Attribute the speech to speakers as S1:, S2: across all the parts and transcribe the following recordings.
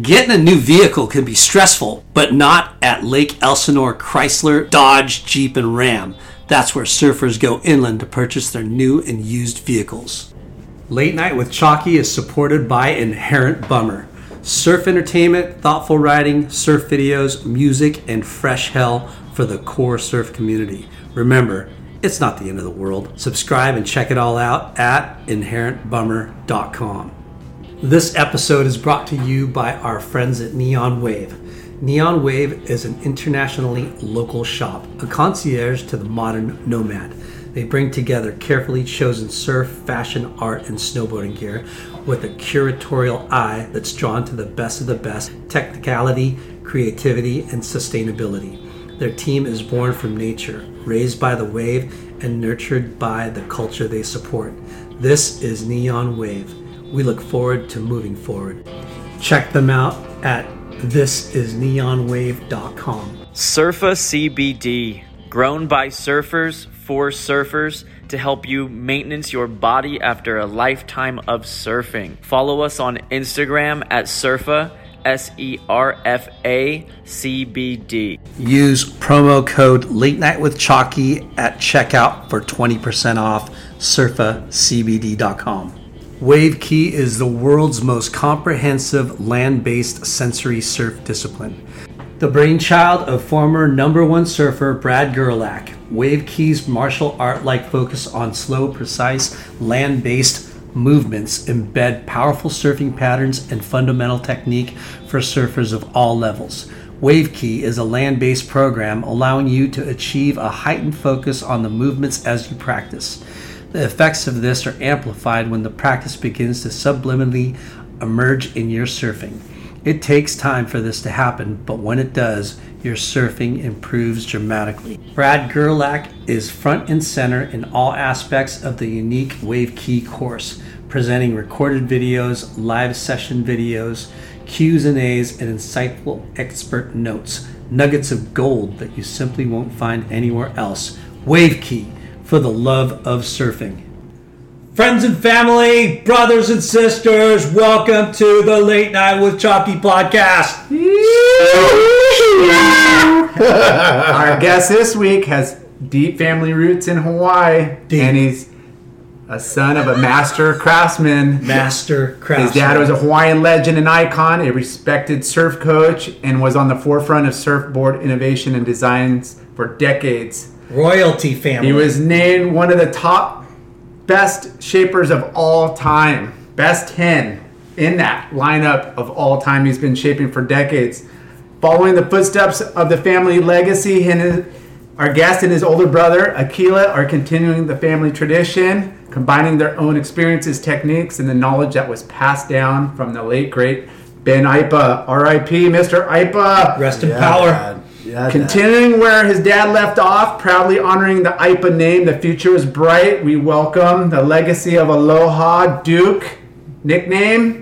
S1: Getting a new vehicle can be stressful, but not at Lake Elsinore Chrysler, Dodge, Jeep, and Ram. That's where surfers go inland to purchase their new and used vehicles. Late Night with Chalky is supported by Inherent Bummer. Surf entertainment, thoughtful writing, surf videos, music, and fresh hell for the core surf community. Remember, it's not the end of the world. Subscribe and check it all out at inherentbummer.com. This episode is brought to you by our friends at Neon Wave. Neon Wave is an internationally local shop, a concierge to the modern nomad. They bring together carefully chosen surf, fashion, art, and snowboarding gear with a curatorial eye that's drawn to the best of the best technicality, creativity, and sustainability. Their team is born from nature, raised by the wave, and nurtured by the culture they support. This is Neon Wave. We look forward to moving forward. Check them out at thisisneonwave.com.
S2: Surfa CBD, grown by surfers for surfers to help you maintenance your body after a lifetime of surfing. Follow us on Instagram at Surfa, S E R F A C B D.
S1: Use promo code Late Night with Chalky at checkout for 20% off surfacbd.com. WaveKey is the world's most comprehensive land based sensory surf discipline. The brainchild of former number one surfer Brad Gerlach, WaveKey's martial art like focus on slow, precise, land based movements embed powerful surfing patterns and fundamental technique for surfers of all levels. WaveKey is a land based program allowing you to achieve a heightened focus on the movements as you practice. The effects of this are amplified when the practice begins to subliminally emerge in your surfing. It takes time for this to happen, but when it does, your surfing improves dramatically. Brad Gerlach is front and center in all aspects of the unique Wave Key course, presenting recorded videos, live session videos, Q's and A's, and insightful expert notes, nuggets of gold that you simply won't find anywhere else. Wave Key for the love of surfing. Friends and family, brothers and sisters, welcome to the Late Night with Chalky podcast.
S3: Our guest this week has deep family roots in Hawaii,
S1: Deep.
S3: and he's a son of a master craftsman.
S1: Master Craftsman.
S3: His dad was a Hawaiian legend and icon, a respected surf coach, and was on the forefront of surfboard innovation and designs for decades.
S1: royalty family.
S3: He was named one of the top best shapers of all time. Best 10 in that lineup of all time he's been shaping for decades. Following the footsteps of the family legacy, and his, our guest and his older brother, Akila, are continuing the family tradition, combining their own experiences, techniques, and the knowledge that was passed down from the late, great Ben Ipa. R.I.P. Mr. Ipa.
S1: Rest in power.
S4: Yeah,
S3: Continuing where his dad left off, proudly honoring the IPA name, the future is bright. We welcome the legacy of Aloha Duke nickname.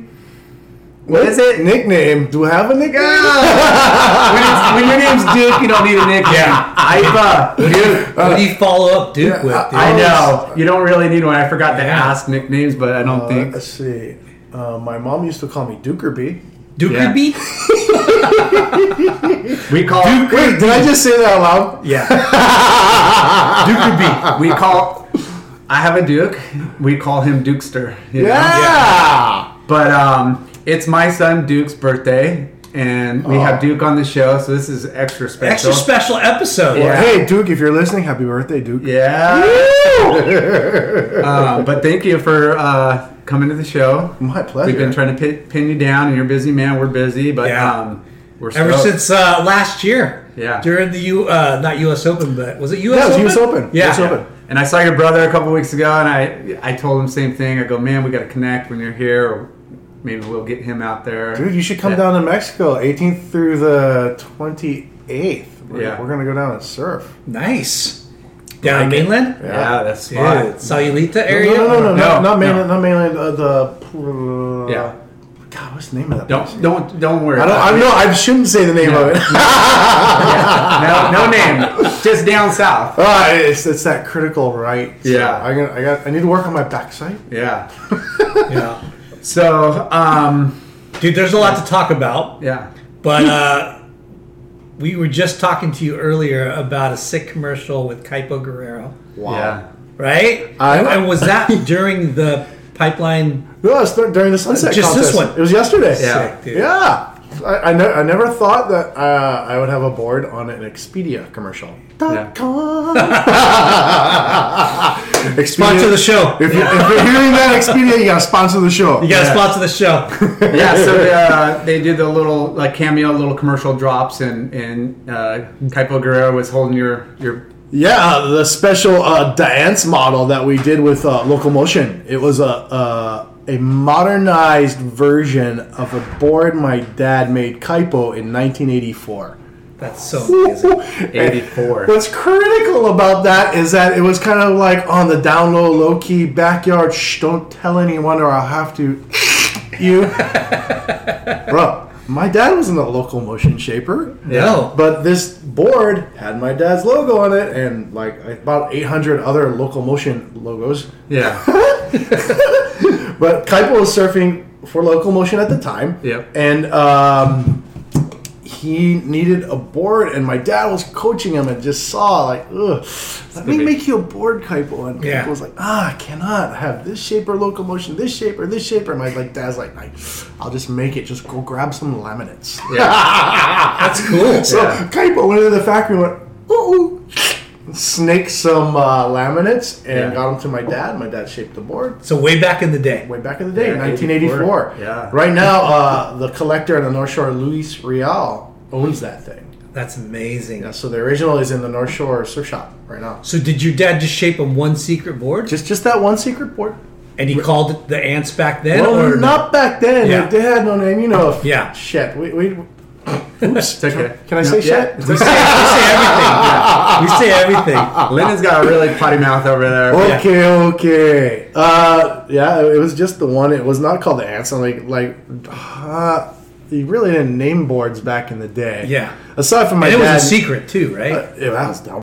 S3: What is it?
S4: Nickname? Do I have a nickname?
S3: When, it's- when your name's Duke, you don't need a nickname. IPA Duke.
S1: Who do you follow up Duke with? Dude?
S3: I know you don't really need one. I forgot to ask nicknames, but I don't
S4: Uh,
S3: think.
S4: Let's see. Uh, my mom used to call me Dukerby.
S1: Duke
S3: Yeah.
S1: Repeat?
S3: We call
S4: Wait, did I just say that out loud?
S3: yeah.
S4: Dukerby.
S3: We call. I have a Duke. We call him Dukester. you know?
S4: Yeah.
S3: But um, it's my son Duke's birthday, and we
S4: Oh.
S3: have Duke on the show, so this is extra special.
S1: Extra special episode.
S3: Yeah.
S4: Hey, Duke, if you're listening, happy birthday, Duke.
S3: yeah. Uh, but thank you for uh, coming to the show.
S4: My pleasure.
S3: We've been trying to pin, pin you down, and you're a busy, man. We're busy, but
S1: Yeah.
S3: um, we're
S1: Ever
S3: stoked.
S1: since uh, last year.
S3: Yeah.
S1: During the U, uh, not US Open, but was it US
S4: Yeah, it was
S1: Open?
S4: US Open.
S1: Yeah.
S4: US Open.
S3: And I saw your brother a couple weeks ago, and I I told him same thing. I go, man, we got to connect when you're here. Maybe we'll get him out there.
S4: Dude, you should come
S3: Yeah.
S4: down to Mexico, 18th through the 28th. We're,
S3: Yeah.
S4: we're gonna go down and surf.
S5: Nice. Down
S3: Like it.
S5: mainland?
S3: Yeah, that's
S5: Yeah.
S3: smart.
S5: Sayulita
S4: No,
S5: area?
S4: no, no, no,
S3: No,
S4: no, not mainland,
S3: no.
S4: not mainland. Uh, the
S3: Yeah.
S4: God, what's the name of that? place?
S3: Don't don't don't worry.
S4: I don't.
S3: about
S4: I
S3: it.
S4: know. I shouldn't say the name of it.
S3: no, no name. Just down south.
S4: Ah, it's, it's that critical right. So
S3: Yeah.
S4: I got. I got. I need to work on my backside.
S3: Yeah.
S5: Yeah.
S3: So um
S5: Dude, there's a lot to talk about,
S3: yeah.
S5: but uh, we were just talking to you earlier about a sick commercial with Kaipo Guerrero,
S4: Wow.
S3: Yeah.
S5: right?
S4: I-
S5: and, and was that during the pipeline?
S4: No, it's dur- during the sunset.
S5: Just this
S4: contest.
S5: one.
S4: It was yesterday.
S3: Yeah.
S5: Sick, dude.
S4: Yeah. I, I, ne- I never thought that uh, I would have a board on an Expedia commercial.
S3: Yeah.
S4: .com. Expedia.
S5: Sponsor the show.
S4: If, you, if you're hearing that Expedia, you gotta sponsor the show.
S5: You got to
S3: Yeah.
S5: sponsor the show.
S3: Yeah, so they, uh, they did the little like cameo little commercial drops and and uh Kaipo Guerrero was holding your your
S4: Yeah, the special uh, dance model that we did with uh, locomotion. It was a, a a modernized version of a board my dad made Kaipo in 1984.
S5: That's so amazing.
S3: 84.
S4: What's critical about that is that it was kind of like on the down low, low key backyard. Shh, don't tell anyone, or I'll have to you, bro. My dad wasn't a locomotion shaper.
S5: No.
S4: But this board had my dad's logo on it and like about 800 other locomotion logos.
S3: Yeah.
S4: But Kaipo was surfing for locomotion at the time.
S3: Yep.
S4: And um, he needed a board, and my dad was coaching him and just saw, like, ugh, let me
S3: be-
S4: make you a board, Kaipo. And
S5: Yeah.
S4: Kaipo was like, ah, I cannot have this shape or locomotion, this shape or this shape. And my like, dad's like, I- I'll just make it. Just go grab some laminates.
S5: That's cool.
S4: So Kaipo went into the factory and went, ooh, ooh. snaked some uh, laminates and
S3: Yeah.
S4: got them to my dad. My dad shaped the board.
S5: So way back in the day.
S4: Way back in the day,
S3: Yeah,
S4: 1984.
S3: 84. Yeah.
S4: Right now, uh, the collector in the North Shore, Luis Real, owns that thing.
S5: That's amazing.
S4: Yeah, so the original is in the North Shore surf shop right now.
S5: So did your dad just shape him one secret board,
S4: Just just that one secret board.
S5: and he called it the ants back then,
S4: Well,
S5: or
S4: not back then.
S5: Yeah.
S4: They, they had no name. You know. if-
S5: Yeah.
S4: Shit. We. we
S3: It's
S4: oops.
S3: okay.
S4: Can I say
S3: Yeah.
S4: shit?
S5: We say, we say everything. We say everything.
S3: Lyndon's got a really potty mouth over there.
S4: Okay, okay. Uh, yeah, it was just the one. It was not called the ants. I'm like, like, uh, you really didn't name boards back in the day.
S5: Yeah.
S4: Aside from my
S5: And it
S4: dad, Uh,
S5: was a secret too, right?
S4: Yeah, that was dumb.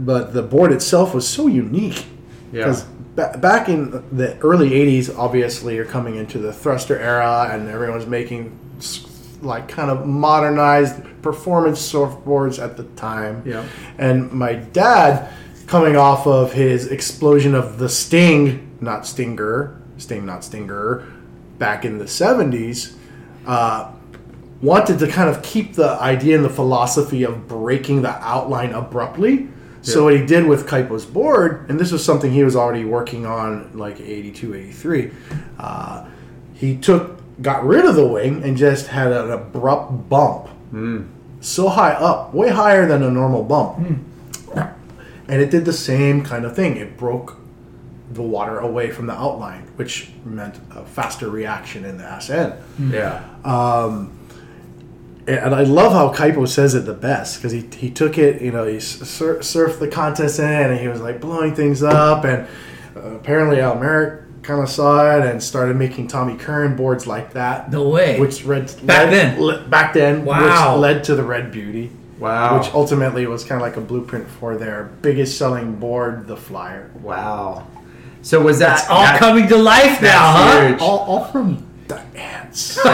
S4: But the board itself was so
S3: Yeah.
S4: unique. Because ba- back in the early 80s, obviously, you're coming into the thruster era and everyone's making s- like kind of modernized performance surfboards at the time.
S3: Yeah.
S4: And my dad, coming off of his explosion of the Sting, not Stinger, Sting, not Stinger, back in the 70s, uh, wanted to kind of keep the idea and the philosophy of breaking the outline abruptly. So what he did with Kaipo's board, and this was something he was already working on like 82, 83, uh, he took got rid of the wing and just had an abrupt bump. So high up, way higher than a normal bump. And it did the same kind of thing. It broke the water away from the outline, which meant a faster reaction in the ass end.
S3: Yeah.
S4: And I love how Kaipo says it the best because he, he took it, you know, he sur- surfed the contest in and he was like blowing things up. And uh, apparently, Al Merrick kind of saw it and started making Tommy Curran boards like that.
S1: No way.
S4: Which read
S1: Back
S4: led-
S1: then?
S4: le- back then,
S1: Wow.
S4: which led to the Red Beauty.
S3: Wow.
S4: Which ultimately was kind of like a blueprint for their biggest selling board, the Flyer.
S3: wow. So was that
S1: All
S3: that-
S1: coming to life now, huh?
S3: huge.
S4: All, all from the ants.
S3: Wa-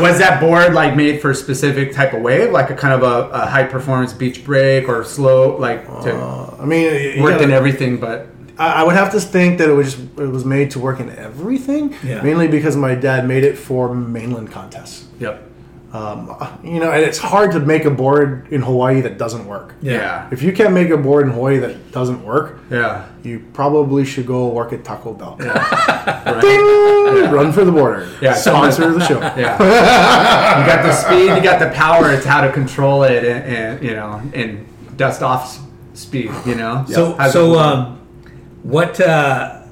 S3: was that board like made for a specific type of wave, like a kind of a, a high performance beach break or slow, like to
S4: I mean, it- Uh, you
S3: worked in
S4: gotta-
S3: everything, but
S4: I, I would have to think that it was just, it was made to work in everything.
S1: Yeah.
S4: Mainly because my dad made it for mainland contests.
S3: yep,
S4: Um, you know, and it's hard to make a board in Hawaii that doesn't work.
S3: yeah,
S4: If you can't make a board in Hawaii that doesn't work,
S3: yeah,
S4: you probably should go work at Taco Bell. Ding! Run for the border.
S3: Yeah,
S4: Sponsor of the show.
S3: yeah. you got the speed, you got the power. It's how to control it, and, and you know, and dust off s- speed. You know.
S1: So,
S3: How's
S1: so
S3: it-
S1: um, what, uh,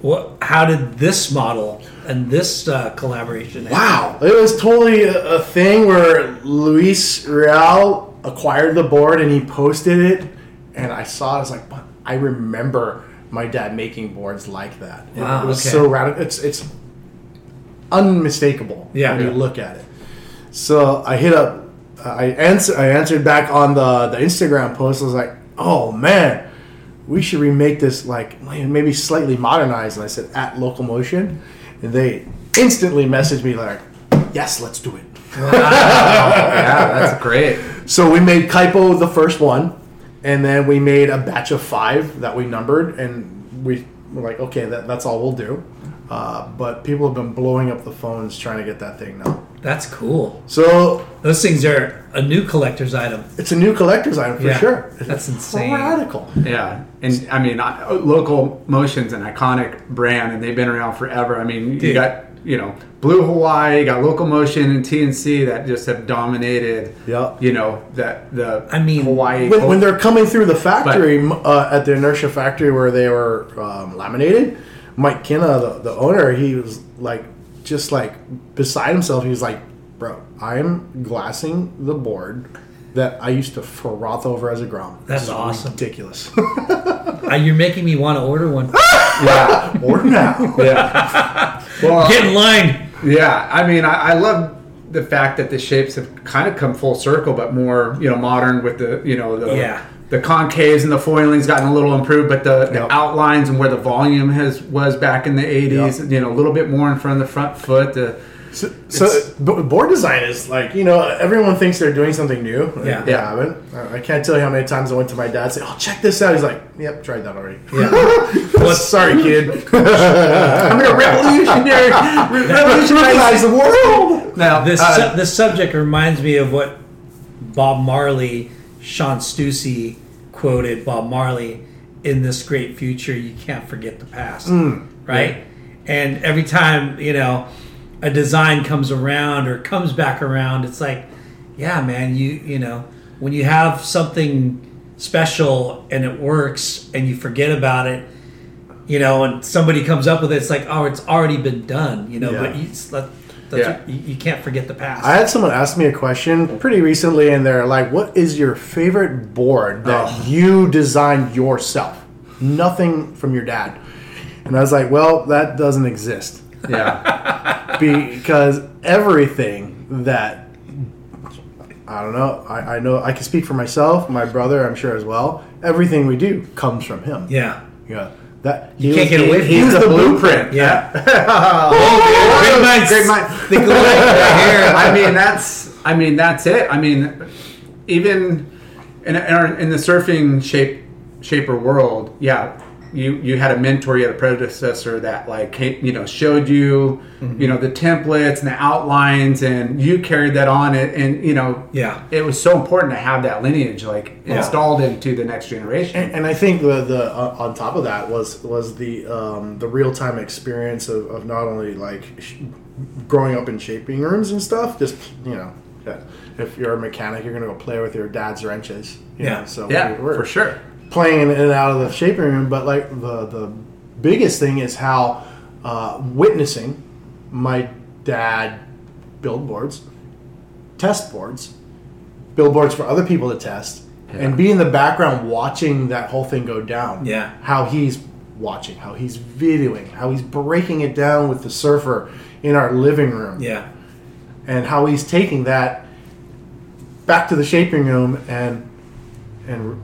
S1: what? How did this model and this uh, collaboration?
S4: Wow, it was totally a, a thing where Luis Real acquired the board and he posted it, and I saw it. I was like, "What? I remember my dad making boards like that. It,
S1: Wow,
S4: it was
S1: okay.
S4: so radical. It's it's unmistakable
S1: Yeah.
S4: when you
S1: Yeah.
S4: look at it. So I hit up, I answer, I answered back on the the Instagram post. I was like, oh man. We should remake this like maybe slightly modernized. And I said at locomotion, and they instantly messaged me like, "Yes, let's do it."
S3: yeah, that's great.
S4: So we made Kaipo the first one, and then we made a batch of five that we numbered, and we were like, okay, that, that's all we'll do. Uh, but people have been blowing up the phones trying to get that thing now.
S1: That's cool.
S4: So
S1: Those things are a new collector's item.
S4: it's a new collector's item for
S1: Yeah,
S4: sure.
S1: that's
S4: It's
S1: insane.
S4: Radical.
S3: Yeah, and I mean, I- local motion's an iconic brand, and they've been around forever. I mean, you
S1: Dude.
S3: got you know Blue Hawaii, you got local motion and TNC that just have dominated.
S4: Yeah.
S3: you know that the
S1: I mean,
S3: Hawaii
S4: When, when they're coming through the factory m uh, at the inertia factory where they were um, laminated, Mike Kinna, the, the owner, he was like, just like beside himself. He was like, "Bro, I'm glassing the board that I used to froth over as a grom.
S1: That's
S4: This is
S1: awesome.
S4: ridiculous.
S1: Uh, you're making me want to order one.
S3: yeah,
S4: or now,
S3: yeah. well,
S1: Get in line.
S3: yeah. I mean, I, I love the fact that the shapes have kind of come full circle, but more you know modern with the you know the
S1: Yeah.
S3: The concaves and the foiling's gotten a little improved, but the, the
S4: Yep.
S3: outlines and where the volume has was back in the '80s, you know, a little bit more in front of the front foot. The,
S4: so, so b- board design is like you know everyone thinks they're doing something new.
S1: Yeah.
S4: they haven't. I I can't tell you how many times I went to my dad and said, "Oh, check this out." He's like, "Yep, tried that already."
S1: What-
S4: Sorry, kid.
S3: I'm gonna revolutionary, revolutionize the world. Now
S1: This
S3: uh,
S1: su- this subject reminds me of what Bob Marley, Sean Stussy quoted Bob Marley in this great future you can't forget the past,
S3: Mm,
S1: right? And every time, you know, a design comes around or comes back around, it's like, yeah, man, you you know, when you have something special and it works and you forget about it, you know, and somebody comes up with it, it's like, oh, it's already been done, you know,
S4: Yeah.
S1: but you, it's- that, that's
S3: Yeah.
S1: what- you, you can't forget the past.
S4: I had someone ask me a question pretty recently, and they're like, "What is your favorite board that you designed yourself? Nothing from your dad." And I was like, "Well, that doesn't exist
S3: yeah,
S4: because everything that I don't know, I, I know I can speak for myself, my brother, I'm sure as well. Everything we do comes from him.
S1: yeah.
S4: yeah. That
S1: You can't get away from
S4: he's
S1: it.
S4: the
S3: blueprint.
S1: Yeah.
S3: Great
S1: minds.
S3: Great minds.
S1: Think alike.
S3: I mean, that's. I mean, that's it. I mean, even in in, our, in the surfing shape shaper world, yeah. You, you had a mentor, you had a predecessor that like came, you know showed you you know the templates and the outlines, and you carried that on. And, and you know
S1: Yeah.
S3: it was so important to have that lineage like installed into the next generation.
S4: And, and I think the, the uh, on top of that was was the um, the real time experience of, of not only like sh- growing up in shaping rooms and stuff. Just you know, yeah, if you're a mechanic, you're gonna go play with your dad's wrenches. you
S1: Yeah.
S4: know, so
S3: yeah,
S4: we we're
S3: for sure.
S4: playing in and out of the shaping room. But like the the biggest thing is how uh, witnessing my dad build boards, test boards, billboards for other people to test and be in the background watching that whole thing go down.
S1: Yeah.
S4: How he's watching, how he's videoing, how he's breaking it down with the surfer in our living room,
S1: Yeah.
S4: and how he's taking that back to the shaping room and and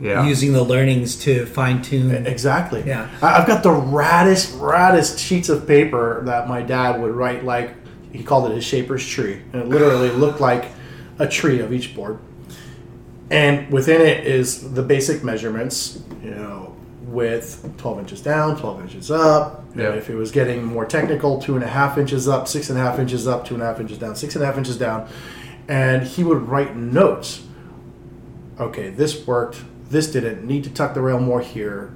S3: Yeah.
S1: Using the learnings to fine
S4: E-
S1: tune.
S4: Exactly.
S1: Yeah.
S4: I- I've got the raddest, raddest sheets of paper that my dad would write like he called it his shaper's tree. And it literally looked like a tree of each board. And within it is the basic measurements, you know, with 12 inches down, 12 inches up. And
S3: Yeah.
S4: if it was getting more technical, two and a half inches up, six and a half inches up, two and a half inches down, six and a half inches down. And he would write notes okay, this worked, this didn't, need to tuck the rail more here,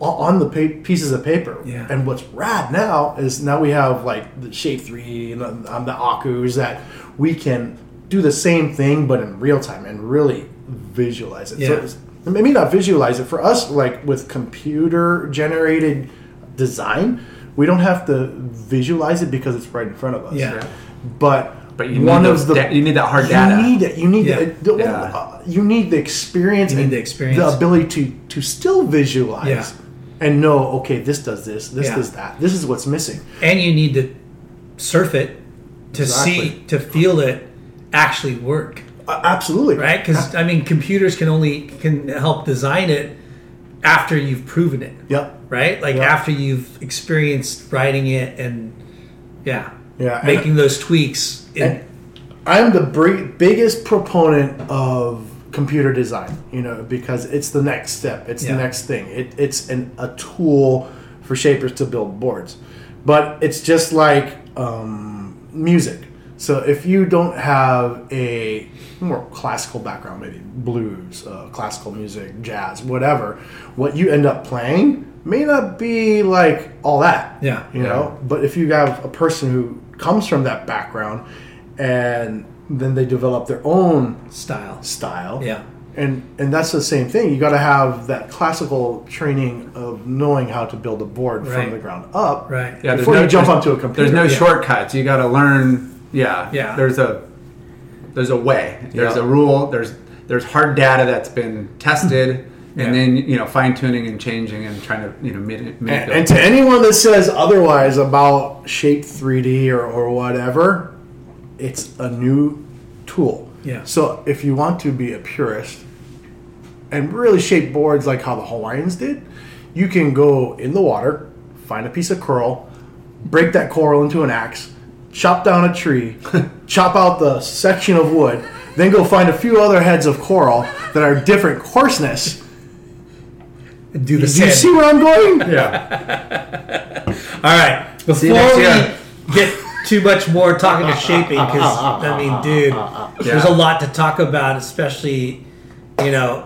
S4: o- on the pa- pieces of paper.
S1: Yeah.
S4: And what's rad now is now we have like the Shape 3 and on on the Akus that we can do the same thing but in real time and really visualize it.
S1: Yeah.
S4: So it's, maybe not visualize it for us, like with computer generated design, we don't have to visualize it because it's right in front of us.
S1: Yeah. Sure.
S4: But
S3: But you need those da- you need that hard data.
S4: You need it. You need
S1: Yeah.
S4: it. The-
S3: Yeah.
S4: uh, You need the experience.
S1: You need
S4: and
S1: the experience.
S4: The ability to to still visualize.
S1: Yeah.
S4: And know, okay, this does this, this
S1: Yeah.
S4: does that, this is what's missing.
S1: And you need to surf it to see,
S4: Exactly.
S1: to feel it actually work.
S4: Uh, absolutely
S1: right because i mean computers can only can help design it after you've proven it
S4: Yep.
S1: right like
S4: Yeah.
S1: after you've experienced writing it and yeah
S4: Yeah, and-
S1: making those tweaks in,
S4: and- I'm the br- biggest proponent of computer design, you know, because it's the next step. It's
S1: Yeah.
S4: the next thing. It, it's an, a tool for shapers to build boards. But it's just like um, music. So if you don't have a more classical background, maybe blues, uh, classical music, jazz, whatever, what you end up playing may not be like all that.
S1: Yeah.
S4: You know, but if you have a person who comes from that background and then they develop their own
S1: style
S4: style.
S1: yeah
S4: And and that's the same thing. You got to have that classical training of knowing how to build a board
S1: Right.
S4: from the ground up.
S1: Right. Yeah,
S3: there's
S4: before you jump
S3: there's-
S4: onto a computer.
S3: There's no
S4: Yeah.
S3: shortcuts. You got to learn. Yeah.
S1: Yeah.
S3: There's a there's a way. There's
S4: Yeah.
S3: a rule. There's there's hard data that's been tested, and
S1: Yeah.
S3: then you know fine tuning and changing and trying to you know make, make
S4: Mm-hmm. And,
S3: the-
S4: and to anyone that says otherwise about Shape 3D or, or whatever, it's a new tool.
S1: Yeah.
S4: So if you want to be a purist and really shape boards like how the Hawaiians did, you can go in the water, find a piece of coral, break that coral into an axe, chop down a tree, chop out the section of wood, then go find a few other heads of coral that are different coarseness.
S1: do the
S4: Do
S1: same
S4: you see where I'm going?
S3: yeah.
S1: all right
S3: you
S1: before
S3: next
S1: we
S3: year.
S1: get too much more talking to shaping because i mean dude there's a lot to talk about especially you know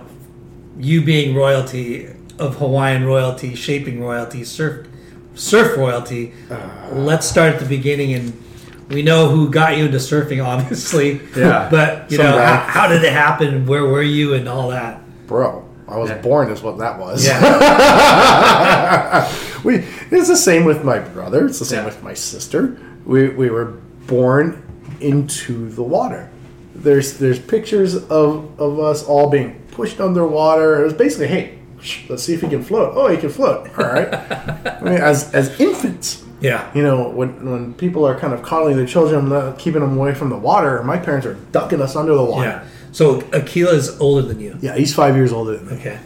S1: you being royalty of hawaiian royalty shaping royalty surf surf royalty let's start at the beginning and we know who got you into surfing obviously
S3: Yeah.
S1: but you
S4: Some
S1: know
S4: guy.
S1: how, how did it happen and where were you and all that
S4: bro i was born is what that was
S1: yeah
S4: we it's the same with my brother it's the same
S3: Yeah.
S4: with my sister we, we were born into the water there's there's pictures of of us all being pushed underwater it was basically hey let's see if he can float oh he can float all right I mean, as as infants
S1: yeah
S4: you know, when when people are kind of coddling their children, uh, keeping them away from the water, my parents are ducking us under the water.
S1: yeah so akila is older than you
S4: Yeah, he's five years older than me.
S1: okay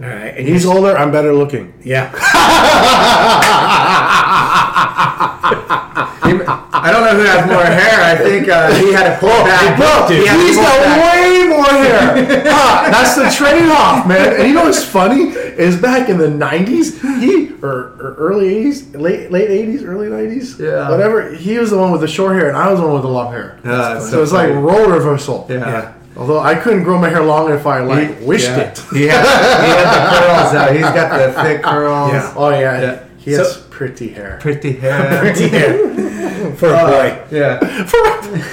S1: all right and
S4: He's
S1: you're-
S4: older. I'm better looking.
S1: yeah
S3: I don't know who has more hair. I think uh, he had a pull back.
S4: Bro,
S3: He had to
S4: he's
S3: pull
S4: got
S3: back.
S4: way more hair. Ah, that's the trade-off, man. And you know what's funny is back in the '90s, he or, or early '80s, late late '80s, early '90s,
S3: Yeah.
S4: whatever. He was the one with the short hair, and I was the one with the long hair.
S3: Yeah, that's
S4: so,
S3: so
S4: it's like
S3: funny.
S4: role reversal.
S3: Yeah.
S4: Although I couldn't grow my hair long if I like wished
S3: Yeah.
S4: it.
S3: He had, he had the curls out. He's got the thick curls.
S4: Oh yeah,
S3: Yeah.
S4: he has
S3: So-
S4: pretty hair.
S3: Pretty hair. Pretty Uh,
S1: for a boy
S3: Yeah.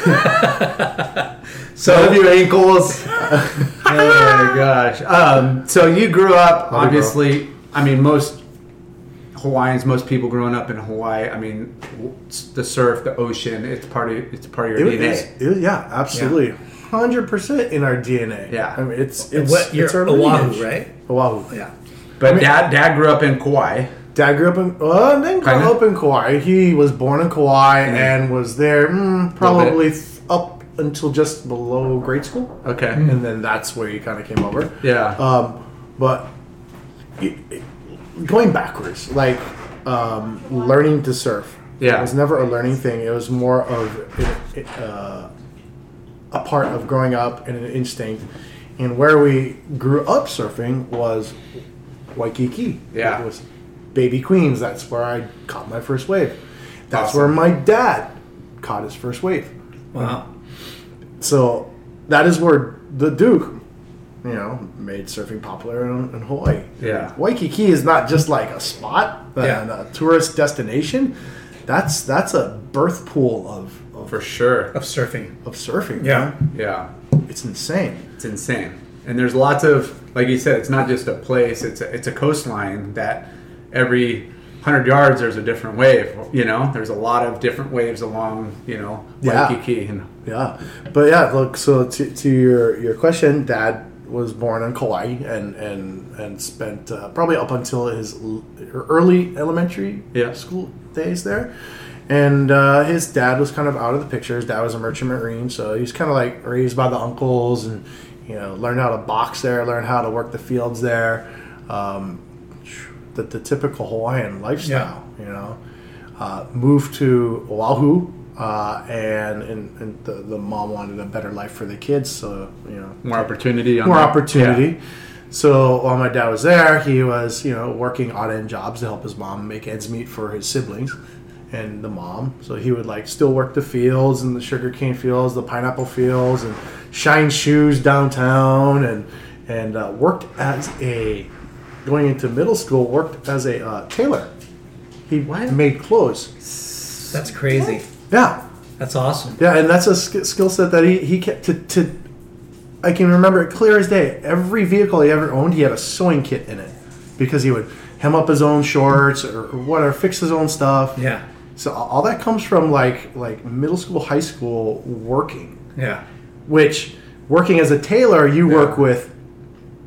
S3: Love
S1: so
S3: your ankles. oh my gosh. Um, so you grew up,
S4: you, bro.
S3: obviously. I mean, most Hawaiians, most people growing up in Hawaii. I mean, w- the surf, the ocean. It's part of it's part of
S4: It
S3: your
S4: was,
S3: DNA.
S4: it was- yeah, absolutely, hundred percent in our DNA.
S3: Yeah.
S4: I mean, it's it's
S1: what you're
S4: it's our
S1: Oahu,
S4: lineage.
S1: right?
S4: Oahu,
S1: Yeah.
S3: But dad, dad grew up in Kauai.
S4: Dad grew up in well, and then grew
S3: Kinda.
S4: up in Kauai. He was born in Kauai and was there mm, probably
S3: bit.
S4: th- up until just below grade school,
S3: Okay.
S4: and then that's where he kind of came over.
S3: Yeah.
S4: Um, but it- it- going backwards, like um, learning to surf.
S3: Yeah.
S4: It was never a learning thing. It was more of it, it, uh, a part of growing up and an instinct. And where we grew up surfing was Waikiki.
S3: Yeah.
S4: It was Baby Queens. That's where I caught my first wave. That's
S3: Awesome.
S4: where my dad caught his first wave.
S1: Wow.
S4: So that is where the Duke, you know, made surfing popular in, in Hawaii.
S3: Yeah.
S4: Waikiki is not just like a spot, and
S1: Yeah.
S4: a tourist destination. That's that's a birth pool of of,
S3: For sure.
S1: Of surfing.
S4: of surfing.
S1: Yeah.
S3: Yeah.
S4: it's insane.
S3: It's insane. And there's lots of, like you said, it's not just a place, it's a, it's a coastline that every 100 yards there's a different wave. You know, there's a lot of different waves along, you know,
S4: Yeah.
S3: Waikiki. And,
S4: Yeah, but yeah, look. So to, to your your question, Dad was born in Kauai and and and spent uh, probably up until his l- early elementary
S3: Yeah.
S4: school days there. And uh, his dad was kind of out of the picture. His dad was a merchant marine, so he was kind of like raised by the uncles, and you know, learned how to box there, learned how to work the fields there. Um, the, the typical Hawaiian lifestyle, you know. Uh, moved to Oahu, uh, and and, and the, the mom wanted a better life for the kids, so you know,
S3: more opportunity. On
S4: more
S3: that.
S4: opportunity. So while my dad was there, he was you know working odd end jobs to help his mom make ends meet for his siblings and the mom. So he would like still work the fields and the sugarcane fields, the pineapple fields, and shine shoes downtown, and and uh, worked as a going into middle school worked as a uh, tailor. He made clothes.
S1: That's crazy.
S4: Yeah,
S1: That's awesome.
S4: yeah, and that's a sk- skill set that he, he kept to, to. I can remember it clear as day. Every vehicle he ever owned, he had a sewing kit in it because he would hem up his own shorts or, or whatever, fix his own stuff.
S1: Yeah.
S4: So a- all that comes from like like middle school, high school working,
S1: Yeah.
S4: which working as a tailor, you work with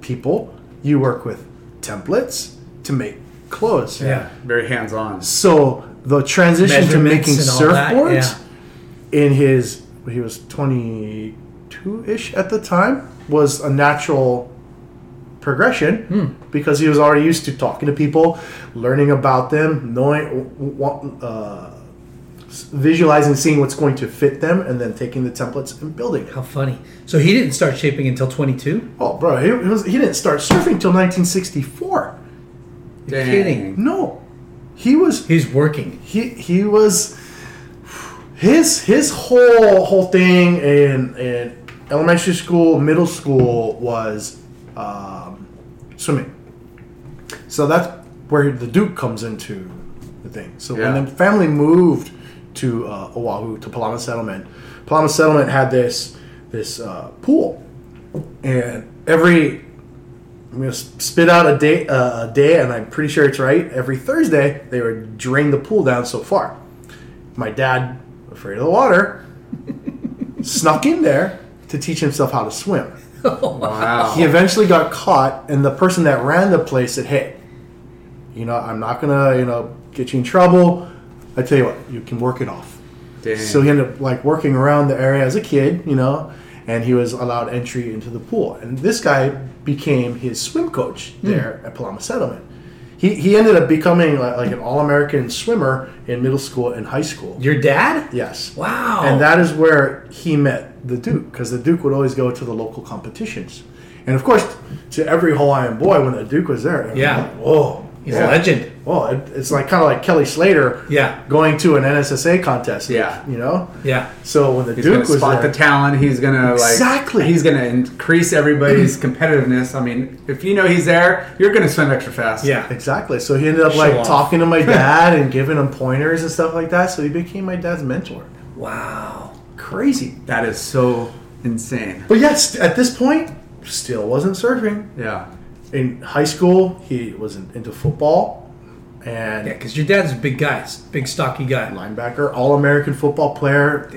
S4: people, you work with templates to make clothes.
S1: Yeah.
S3: Very hands on.
S4: So the transition to
S1: Measurements
S4: making
S1: and all that,
S4: surfboards
S1: yeah.
S4: in his he was 22 ish at the time was a natural progression because he was already used to talking to people learning about them knowing what uh, s- visualizing seeing what's going to fit them and then taking the templates and building it
S1: How funny. So he didn't start shaping until 22?
S4: oh bro he, he was, he didn't start surfing till 1964
S3: Dang.
S1: kidding.
S4: no he was
S1: He's working.
S4: he he was his his whole whole thing in in elementary school, middle school was um, swimming. So that's where the Duke comes into the thing. So
S3: Yeah.
S4: when the family moved to uh, Oahu to Palama Settlement, Palama Settlement had this this uh, pool, and every I'm gonna s- spit out a day, uh, a day, and I'm pretty sure it's right. Every Thursday, they would drain the pool down so far. My dad, afraid of the water, snuck in there to teach himself how to swim.
S3: Wow.
S4: He eventually got caught, and the person that ran the place said, "Hey, you know, I'm not gonna, you know, get you in trouble. I tell you what, you can work it off."
S3: Dang.
S4: So he ended up like working around the area as a kid, you know, and he was allowed entry into the pool. And this guy became his swim coach there at Paloma Settlement. He, he ended up becoming like, like an all American swimmer in middle school and high school.
S1: Your dad?
S4: Yes.
S1: Wow.
S4: And that is where he met the Duke, because the Duke would always go to the local competitions. And of course, to every Hawaiian boy, when the Duke was there, everyone
S1: Yeah.
S4: was like, whoa,
S1: He's
S4: yeah.
S1: a legend.
S4: Well, it, it's like kind of like Kelly Slater,
S1: Yeah.
S4: going to an NSSA contest,
S3: Yeah.
S4: you know,
S1: Yeah.
S4: So when the
S3: He's
S4: Duke
S3: gonna
S4: was
S3: spot
S4: there,
S3: the talent. He's gonna like
S4: Exactly.
S3: He's gonna increase everybody's competitiveness. I mean, if you know he's there, you're gonna swim extra fast.
S1: Yeah.
S4: exactly. So he ended up like
S1: off.
S4: talking to my dad and giving him pointers and stuff like that. So he became my dad's mentor.
S1: Wow.
S4: Crazy,
S3: That is so insane.
S4: but yes, at this point, still wasn't surfing.
S3: Yeah.
S4: In high school, he was in- into football and
S1: Yeah, because your dad's a big guy, s- big stocky guy.
S4: linebacker, all American football player,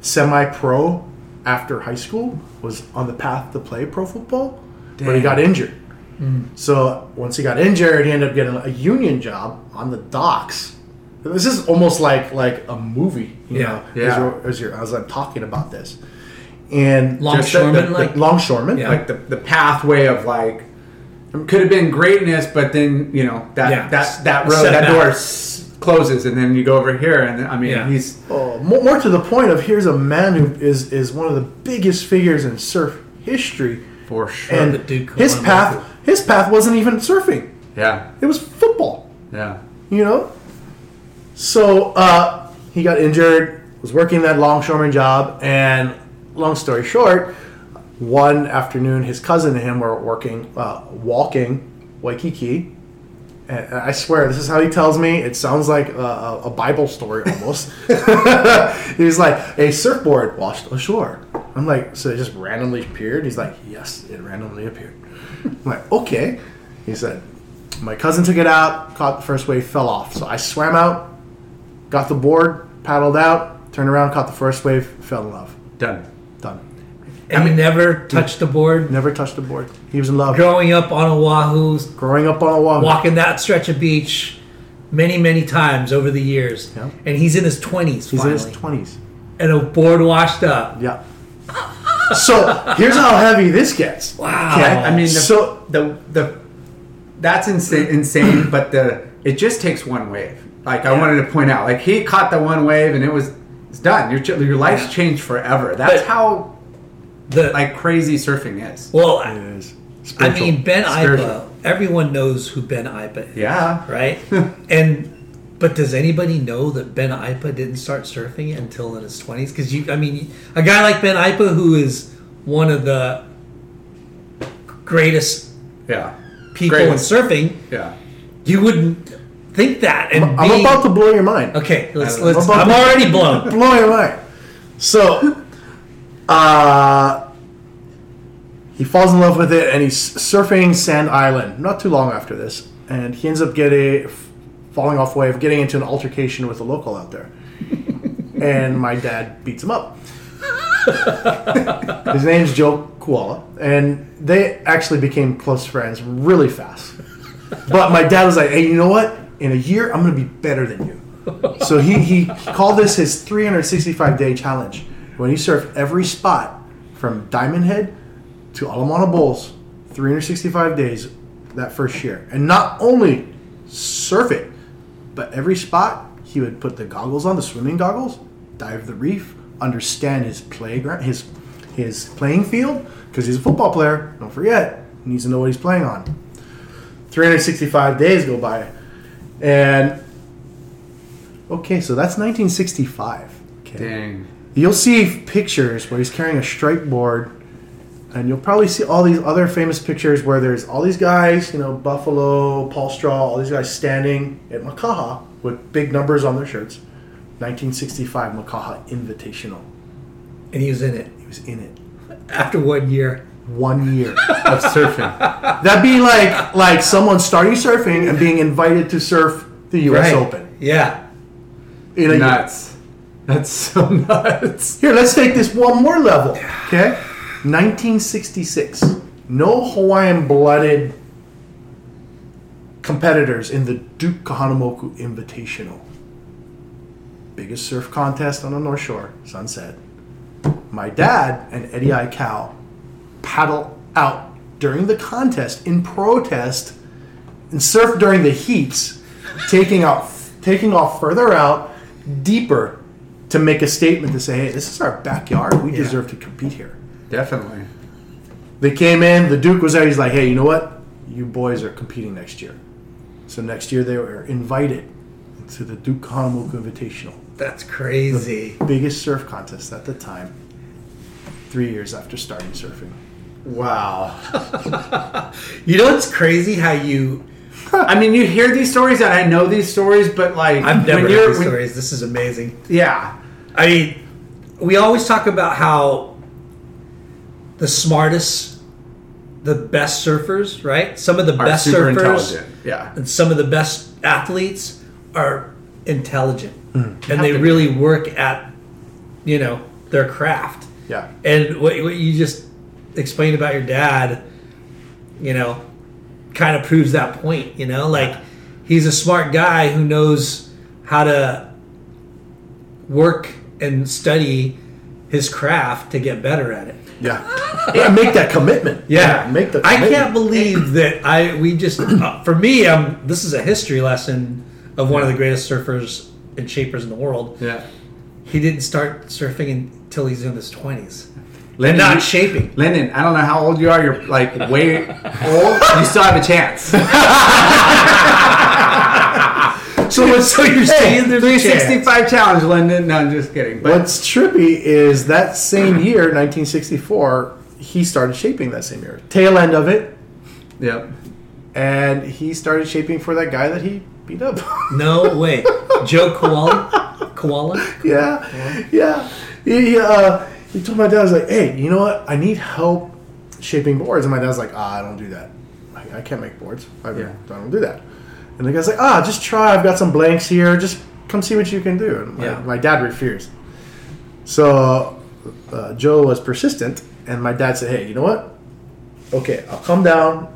S4: semi pro after high school, was on the path to play pro football, but he
S3: Dang.
S4: got injured.
S1: Hmm.
S4: So once he got injured, he ended up getting a union job on the docks. This is almost like like a movie, you
S1: Yeah,
S4: know. As,
S3: yeah.
S4: you're, as, you're, as I'm talking about this, and
S3: Just the- the-
S1: Longshoreman,
S4: the-
S1: like
S4: longshoreman,
S1: Yeah.
S4: like
S3: like the, the pathway of like it could have been greatness, but then you know that
S1: Yeah.
S3: that that road
S1: Setback.
S3: that door s- closes, and then you go over here, and then, I mean
S1: Yeah.
S3: he's
S4: oh, more, more to the point of here's a man who is is one of the biggest figures in surf history,
S3: for sure.
S4: and
S1: the Duke
S4: his
S1: Columbus.
S4: path his path wasn't even surfing;
S3: yeah,
S4: it was football.
S3: yeah,
S4: you know. So uh, he got injured, was working that longshoreman job, and long story short, one afternoon his cousin and him were working, uh, walking Waikiki. And I swear, this is how he tells me. It sounds like a, a- a Bible story almost. he was like, a surfboard washed ashore. I'm like, so it just randomly appeared? He's like, yes, it randomly appeared. I'm like, okay. He said, my cousin took it out, caught the first wave, fell off. So I swam out, got the board, paddled out, turned around, caught the first wave, fell in love.
S3: done.
S4: Done.
S1: and he never touched the board.
S4: Never touched the board. He was in love.
S1: Growing up on Oahu,
S4: Growing up on Oahu.
S1: walking that stretch of beach many, many times over the years.
S4: Yeah.
S1: And he's in his 20s
S4: He's in
S1: finally.
S4: his 20s.
S1: and a board washed up.
S4: Yeah. so here's how heavy this gets.
S1: Wow.
S3: I mean, the,
S4: So-
S3: the the that's insane, insane, but the it just takes one wave. Like I wanted to point out, like he caught the one wave, and it was it's done. Your ch- your life's changed forever. That's
S1: But-
S3: how
S1: the,
S3: like crazy surfing is.
S1: well,
S4: It
S1: I-
S4: is.
S1: I
S4: Spiritual.
S1: mean, Ben
S3: Spiritual.
S1: Ipa, everyone knows who Ben Ipa is.
S3: Yeah,
S1: Right? and, but does anybody know that Ben Ipa didn't start surfing until in his 20s? Because you, I mean, a guy like Ben Ipa, who is one of the greatest
S3: yeah,
S1: people
S3: Greatest.
S1: in surfing,
S3: yeah.
S1: you wouldn't think that. And
S4: I'm
S1: be-
S4: about to blow your mind.
S1: Okay, let's.
S3: I'm
S1: let's
S4: about
S1: I'm
S4: to-
S1: already blown.
S4: blow your mind. So, uh, he falls in love with it, and he's surfing Sand Island not too long after this, and he ends up getting falling off wave, getting into an altercation with a local out there, and my dad beats him up. His name's Joe Koala, and they actually became close friends really fast. But my dad was like, "Hey, you know what? In a year, I'm gonna be better than you." So he, he called this his 365 day challenge. When he surfed every spot from Diamond Head to Alamana Bowls, 365 days that first year. And not only surf it, but every spot he would put the goggles on, the swimming goggles, dive the reef, understand his playground, his his playing field, because he's a football player. Don't forget, he needs to know what he's playing on. 365 days go by, and Okay, so that's 1965. Okay.
S3: Dang.
S4: You'll see pictures where he's carrying a strike board, and you'll probably see all these other famous pictures where there's all these guys, you know, Buffalo, Paul Straw, all these guys standing at Makaha with big numbers on their shirts. 1965 Makaha Invitational.
S1: And he was in it
S4: He was in it.
S1: after one year.
S4: One year.
S3: of surfing.
S4: That'd be like like someone starting surfing and being invited to surf the U.S. Open
S1: Yeah.
S4: in a year.
S3: nuts. That's so nuts.
S4: Here, let's take this one more level. Okay? 1966. No Hawaiian blooded competitors in the Duke Kahanamoku Invitational. Biggest surf contest on the North Shore, Sunset. My dad and Eddie I. Cow paddle out during the contest in protest and surf during the heats, taking out taking off further out, deeper, to make a statement to say, hey, this is our backyard. We deserve to compete here.
S3: Definitely.
S4: They came in, the Duke was there, he's like, hey, you know what? You boys are competing next year. So next year they were invited to the Duke Kahanamoku Invitational,
S1: That's crazy.
S4: biggest surf contest at the time, three years after starting surfing.
S3: Wow.
S1: You know it's crazy how you
S3: I mean, you hear these stories, and I know these stories, but like,
S1: I've
S3: when
S1: never heard
S3: you're-
S1: these
S3: when-
S1: stories. This is amazing.
S3: Yeah,
S1: I mean, we always talk about how the smartest, the best surfers, right? Some of the
S3: Are
S1: best
S3: super
S1: surfers
S3: intelligent. Yeah.
S1: and some of the best athletes are intelligent.
S3: Hmm.
S1: And they
S3: to be.
S1: really work at, you know, their craft.
S4: Yeah.
S1: And what, what you just explained about your dad, you know, kind of proves that point. You know, like he's a smart guy who knows how to work and study his craft to get better at it.
S4: Yeah. yeah make that commitment. Make the
S1: I
S4: commitment.
S1: can't believe that I we just uh, for me um this is a history lesson of one of the greatest surfers and shapers in the world.
S3: Yeah.
S1: He didn't start surfing until he's in his twenties.
S3: Lennon,
S1: Not
S3: you-
S1: shaping.
S3: Lennon, I don't know how old you are. You're like way old. You still have a chance.
S1: So so you're saying there's a chance.
S3: 365 challenge, Lennon. No, I'm just kidding. But
S4: What's trippy is that same year, 1964, he started shaping that same year. Tail end of it,
S3: yeah,
S4: and he started shaping for that guy that he beat up.
S1: No way. Joe Koala Koala?
S4: yeah, yeah. He, he, uh, he told my dad, I was like, hey, you know what? I need help shaping boards. And my dad's like, ah, I don't do that. I, I can't make boards. I,
S3: Yeah.
S4: I don't do that. And the guy's like, ah, just try. I've got some blanks here. Just come see what you can do. And my,
S1: Yeah.
S4: my dad refused. So uh, Joe was persistent. And my dad said, hey, you know what? Okay, I'll come down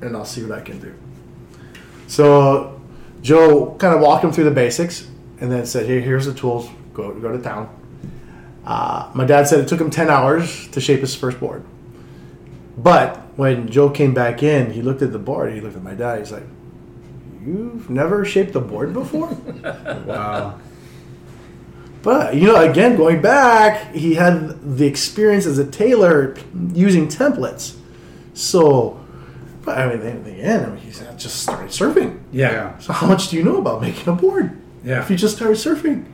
S4: and I'll see what I can do. So Joe kind of walked him through the basics and then said, Here, here's the tools. Go, go to town. Uh, my dad said it took him 10 hours to shape his first board. But when Joe came back in, he looked at the board. He looked at my dad. He's like, You've never shaped a board before?
S3: wow,
S4: But you know, again, going back, he had the experience as a tailor using templates. So, but I mean, in the end, I mean, he's not just started surfing.
S1: Yeah.
S4: So, how much do you know about making a board?
S1: Yeah.
S4: If you just started surfing,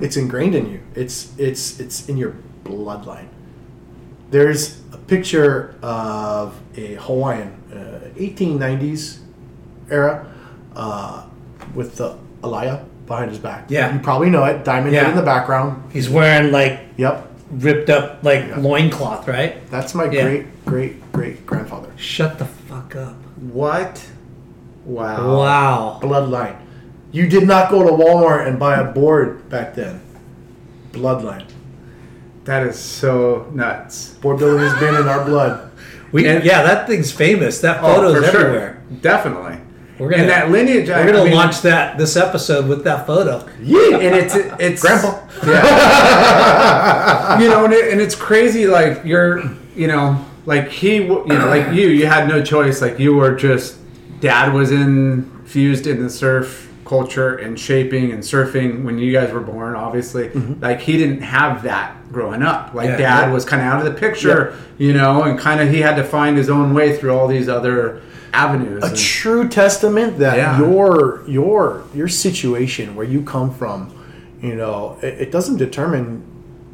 S4: it's ingrained in you. It's it's it's in your bloodline. There's a picture of a Hawaiian, uh, 1890s era, uh, with the Alaya behind his back.
S1: Yeah.
S4: You probably know it. Diamond head
S1: Yeah.
S4: in the background.
S1: He's wearing like
S4: Yep.
S1: ripped up like loincloth, right?
S4: That's my
S1: Yeah.
S4: great great great grandfather.
S1: Shut the fuck up.
S3: what? Wow.
S1: Wow.
S4: Bloodline. You did not go to Walmart and buy a board back then. Bloodline.
S3: That is so nuts.
S4: Board building has been in our blood.
S1: We,
S3: And-
S1: yeah, that thing's famous. That photo's
S3: Oh, for sure.
S1: everywhere.
S3: Definitely.
S1: We're gonna-
S3: and that lineage.
S1: We're gonna launch that this episode with that photo.
S3: Yeah, and it's it's
S4: Grandpa.
S3: Yeah. you know, and, it, and it's crazy. Like you're, you know, like he, w- you know, like you, you had no choice. Like you were just, dad was infused in the surf culture and shaping and surfing when you guys were born. Obviously, like he didn't have that growing up. Like
S1: Mm-hmm. Yeah.
S3: dad was kind of out of the picture, you know, and kind of he had to find his own way through all these other avenues.
S4: a
S3: And-
S4: true testament that
S3: Yeah.
S4: your your your situation where you come from you know it, it doesn't determine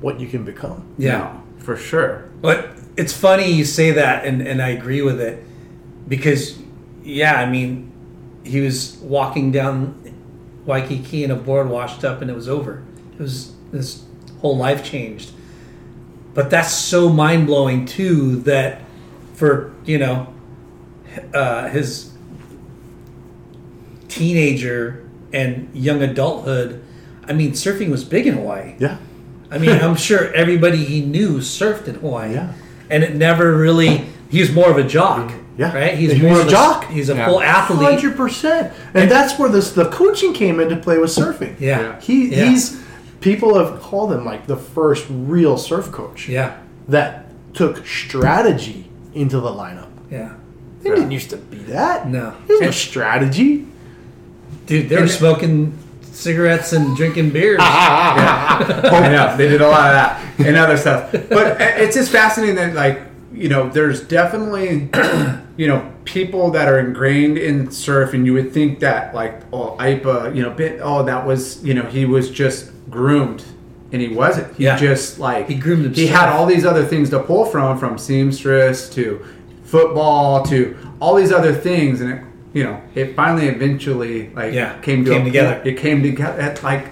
S4: what you can become
S3: No, for sure.
S1: But it's funny you say that, and, and I agree with it because, yeah, I mean, he was walking down Waikiki and a board washed up and it was over. It was his whole life changed. But that's so mind blowing, too, that for, you know, uh, his teenager and young adulthood, I mean, surfing was big in Hawaii.
S4: yeah
S1: I mean, I'm sure everybody he knew surfed in Hawaii.
S4: Yeah.
S1: And it never really. He was more of a jock.
S4: Yeah.
S1: Right? He's
S4: He
S1: more
S4: was
S1: of
S4: a jock.
S1: He's a full athlete.
S4: 100% and that's where this the coaching came into play with surfing
S1: Yeah.
S4: he
S1: Yeah.
S4: he's people have called him like the first real surf coach
S1: Yeah.
S4: that took strategy into the lineup
S1: Yeah.
S4: they didn't used to be that
S1: No.
S4: there's no strategy
S1: Dude, they were smoking cigarettes and drinking beers.
S3: I know they did a lot of that and other stuff. But i- it's just fascinating that like you know, there's definitely you know people that are ingrained in surf, and you would think that like oh Ipa, you know, bit oh that was you know he was just groomed. And he wasn't. He
S1: Yeah.
S3: just like
S1: He groomed
S3: He
S1: himself.
S3: had all these other things to pull from, from seamstress to football to all these other things, and it, you know, it finally eventually like
S1: Yeah,
S3: came, to
S1: came
S3: a-
S1: together.
S3: It came together. It's like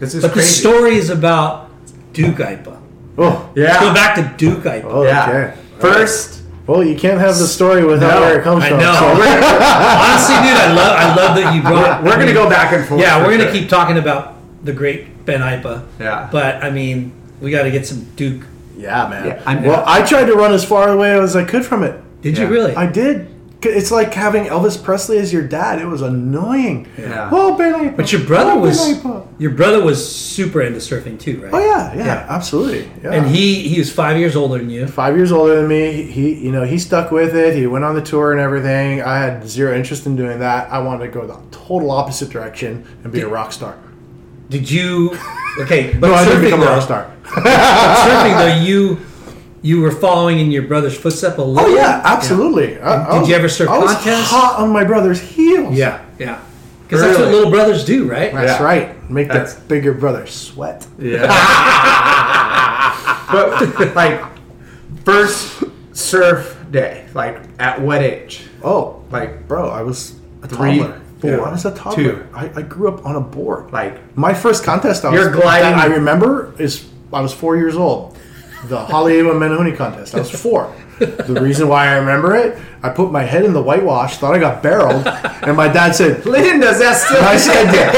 S3: this is
S1: but the
S3: crazy.
S1: story is about Duke Ipa.
S4: oh
S3: Yeah.
S1: Go back to Duke Ipa.
S4: oh,
S3: Yeah.
S4: okay
S3: First,
S4: well you can't have the story without
S3: No,
S4: where it comes
S1: I
S4: from
S1: know.
S4: so-
S1: Honestly, dude, I love I love that you brought.
S3: we're gonna go back and forth
S1: Yeah,
S3: for
S1: we're gonna
S3: sure.
S1: keep talking about the great Ben Ipa.
S3: Yeah.
S1: But I mean, we got to get some Duke.
S4: Yeah, man.
S3: I'm-
S4: well, I tried to run as far away as I could from it.
S1: Did
S3: Yeah.
S1: you really?
S4: I did. C- It's like having Elvis Presley as your dad. It was annoying.
S3: Yeah.
S4: Oh, Billy.
S1: but your brother
S4: Oh,
S1: was
S4: Billy Pop.
S1: your brother was super into surfing too, right?
S4: Oh yeah, yeah,
S1: Yeah.
S4: absolutely. Yeah.
S1: And he he was five years older than you.
S4: five years older than me. He, you know, he stuck with it. He went on the tour and everything. I had zero interest in doing that. I wanted to go the total opposite direction and be a rock star.
S1: Did you? Okay, but
S4: No, I didn't
S1: surfing
S4: become a rock
S1: though,
S4: star.
S1: surfing though, you you were following in your brother's footstep a
S4: Oh
S1: little.
S4: yeah, absolutely. I- I
S1: did
S4: was-
S1: you ever surf
S4: I was
S1: contests?
S4: hot on my brother's heels.
S1: yeah, yeah. Because that's what
S4: Really?
S1: little brothers do, right?
S4: that's
S3: Yeah.
S4: right. Make
S3: That's-
S4: that bigger brother sweat.
S3: Yeah. but like first surf day, like at what age?
S4: Oh,
S3: Like
S4: bro, I was a
S3: Three,
S4: toddler. Four.
S3: yeah,
S4: I was a
S3: two.
S4: toddler. I, I grew up on a board.
S3: like
S4: My first contest I was,
S3: You're gliding-
S4: that I remember is I was four years old. The Hollywood Menhoney contest. I was four. the reason why I remember it, I put my head in the whitewash, thought I got barreled, and my dad said,
S3: Lynn does that still
S4: I said that.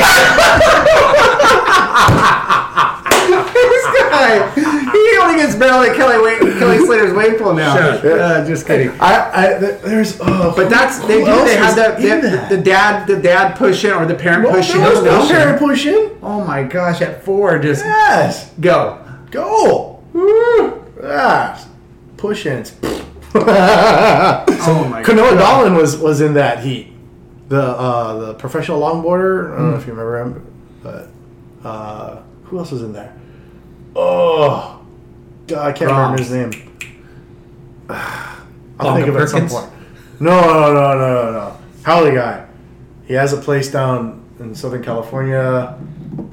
S3: this guy. He only gets barrel at Kelly Wa- Kelly Slater's wave pool now.
S1: Sure.
S3: Uh, just kidding.
S4: I, I th- there's oh,
S3: But that's they do. They have that, they- the dad, the dad push in or the parent
S4: well,
S3: push in.
S4: there was no
S3: Push in.
S4: parent pushing.
S3: Oh my gosh! At four, just
S4: Yes.
S3: go.
S4: Go. Ah, push ins.
S3: Oh my
S4: Kanoa Dolan was was in that heat. The uh, the professional longboarder. I don't know
S1: Hmm.
S4: if you remember him, but uh, who else was in there? Oh, God, I can't
S3: Wrong.
S4: remember his name. I'll
S1: Bonga
S4: think of it at some
S1: Perkins?
S4: point. No, no, no, no, no, no. Howley guy. He has a place down in Southern California.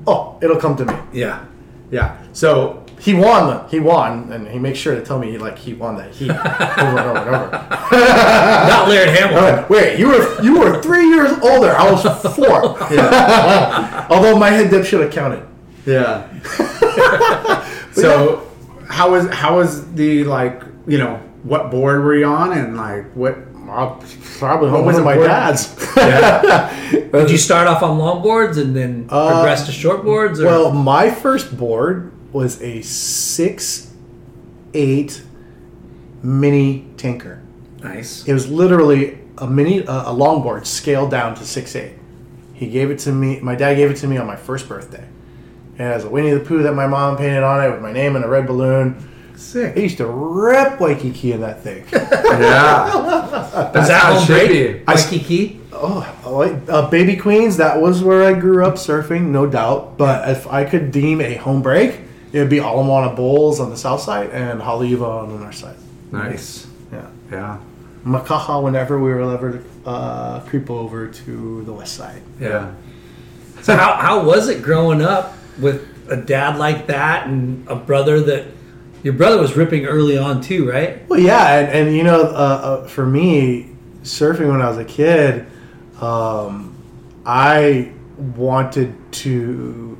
S4: Oh, it'll come to me.
S1: Yeah.
S4: Yeah. So he won. the- He won, and he makes sure to tell me like he won that heat over and over and over.
S1: Not Laird
S4: All
S1: Hamilton.
S4: right, Wait, you were you were three years older. I was four. Although my head dip should have counted.
S3: Yeah. so, how was how was the like you know what board were you on and like what?
S4: I'll probably
S3: What
S4: home
S3: was
S4: was
S3: it
S4: my
S3: worth?
S4: dad's.
S1: Did you start off on longboards and then progress to shortboards? Or?
S4: Uh, well, my first board was a six eight mini tanker.
S1: nice.
S4: It was literally a mini uh, a longboard scaled down to six eight. He gave it to me. My dad gave it to me on my first birthday. It has a Winnie the Pooh that my mom painted on it with my name and a red balloon. I
S3: Sick.
S4: used to rip Waikiki in that thing.
S3: Yeah.
S1: Was that
S3: how it
S1: home
S3: should
S1: break?
S3: be.
S1: Waikiki?
S4: Oh, I- uh, Baby Queens, that was where I grew up surfing, no doubt. But if I could deem a home break, it would be Alamana Bowls on the south side and Haleiwa on the north side.
S3: Nice.
S4: Yeah.
S3: Yeah.
S4: Makaha whenever we were ever uh, creep over to the west side.
S3: Yeah.
S1: So how, how was it growing up with a dad like that and a brother that your brother was ripping early on too, right?
S4: Well, yeah, and, and you know, uh, uh, for me, surfing when I was a kid, um, I wanted to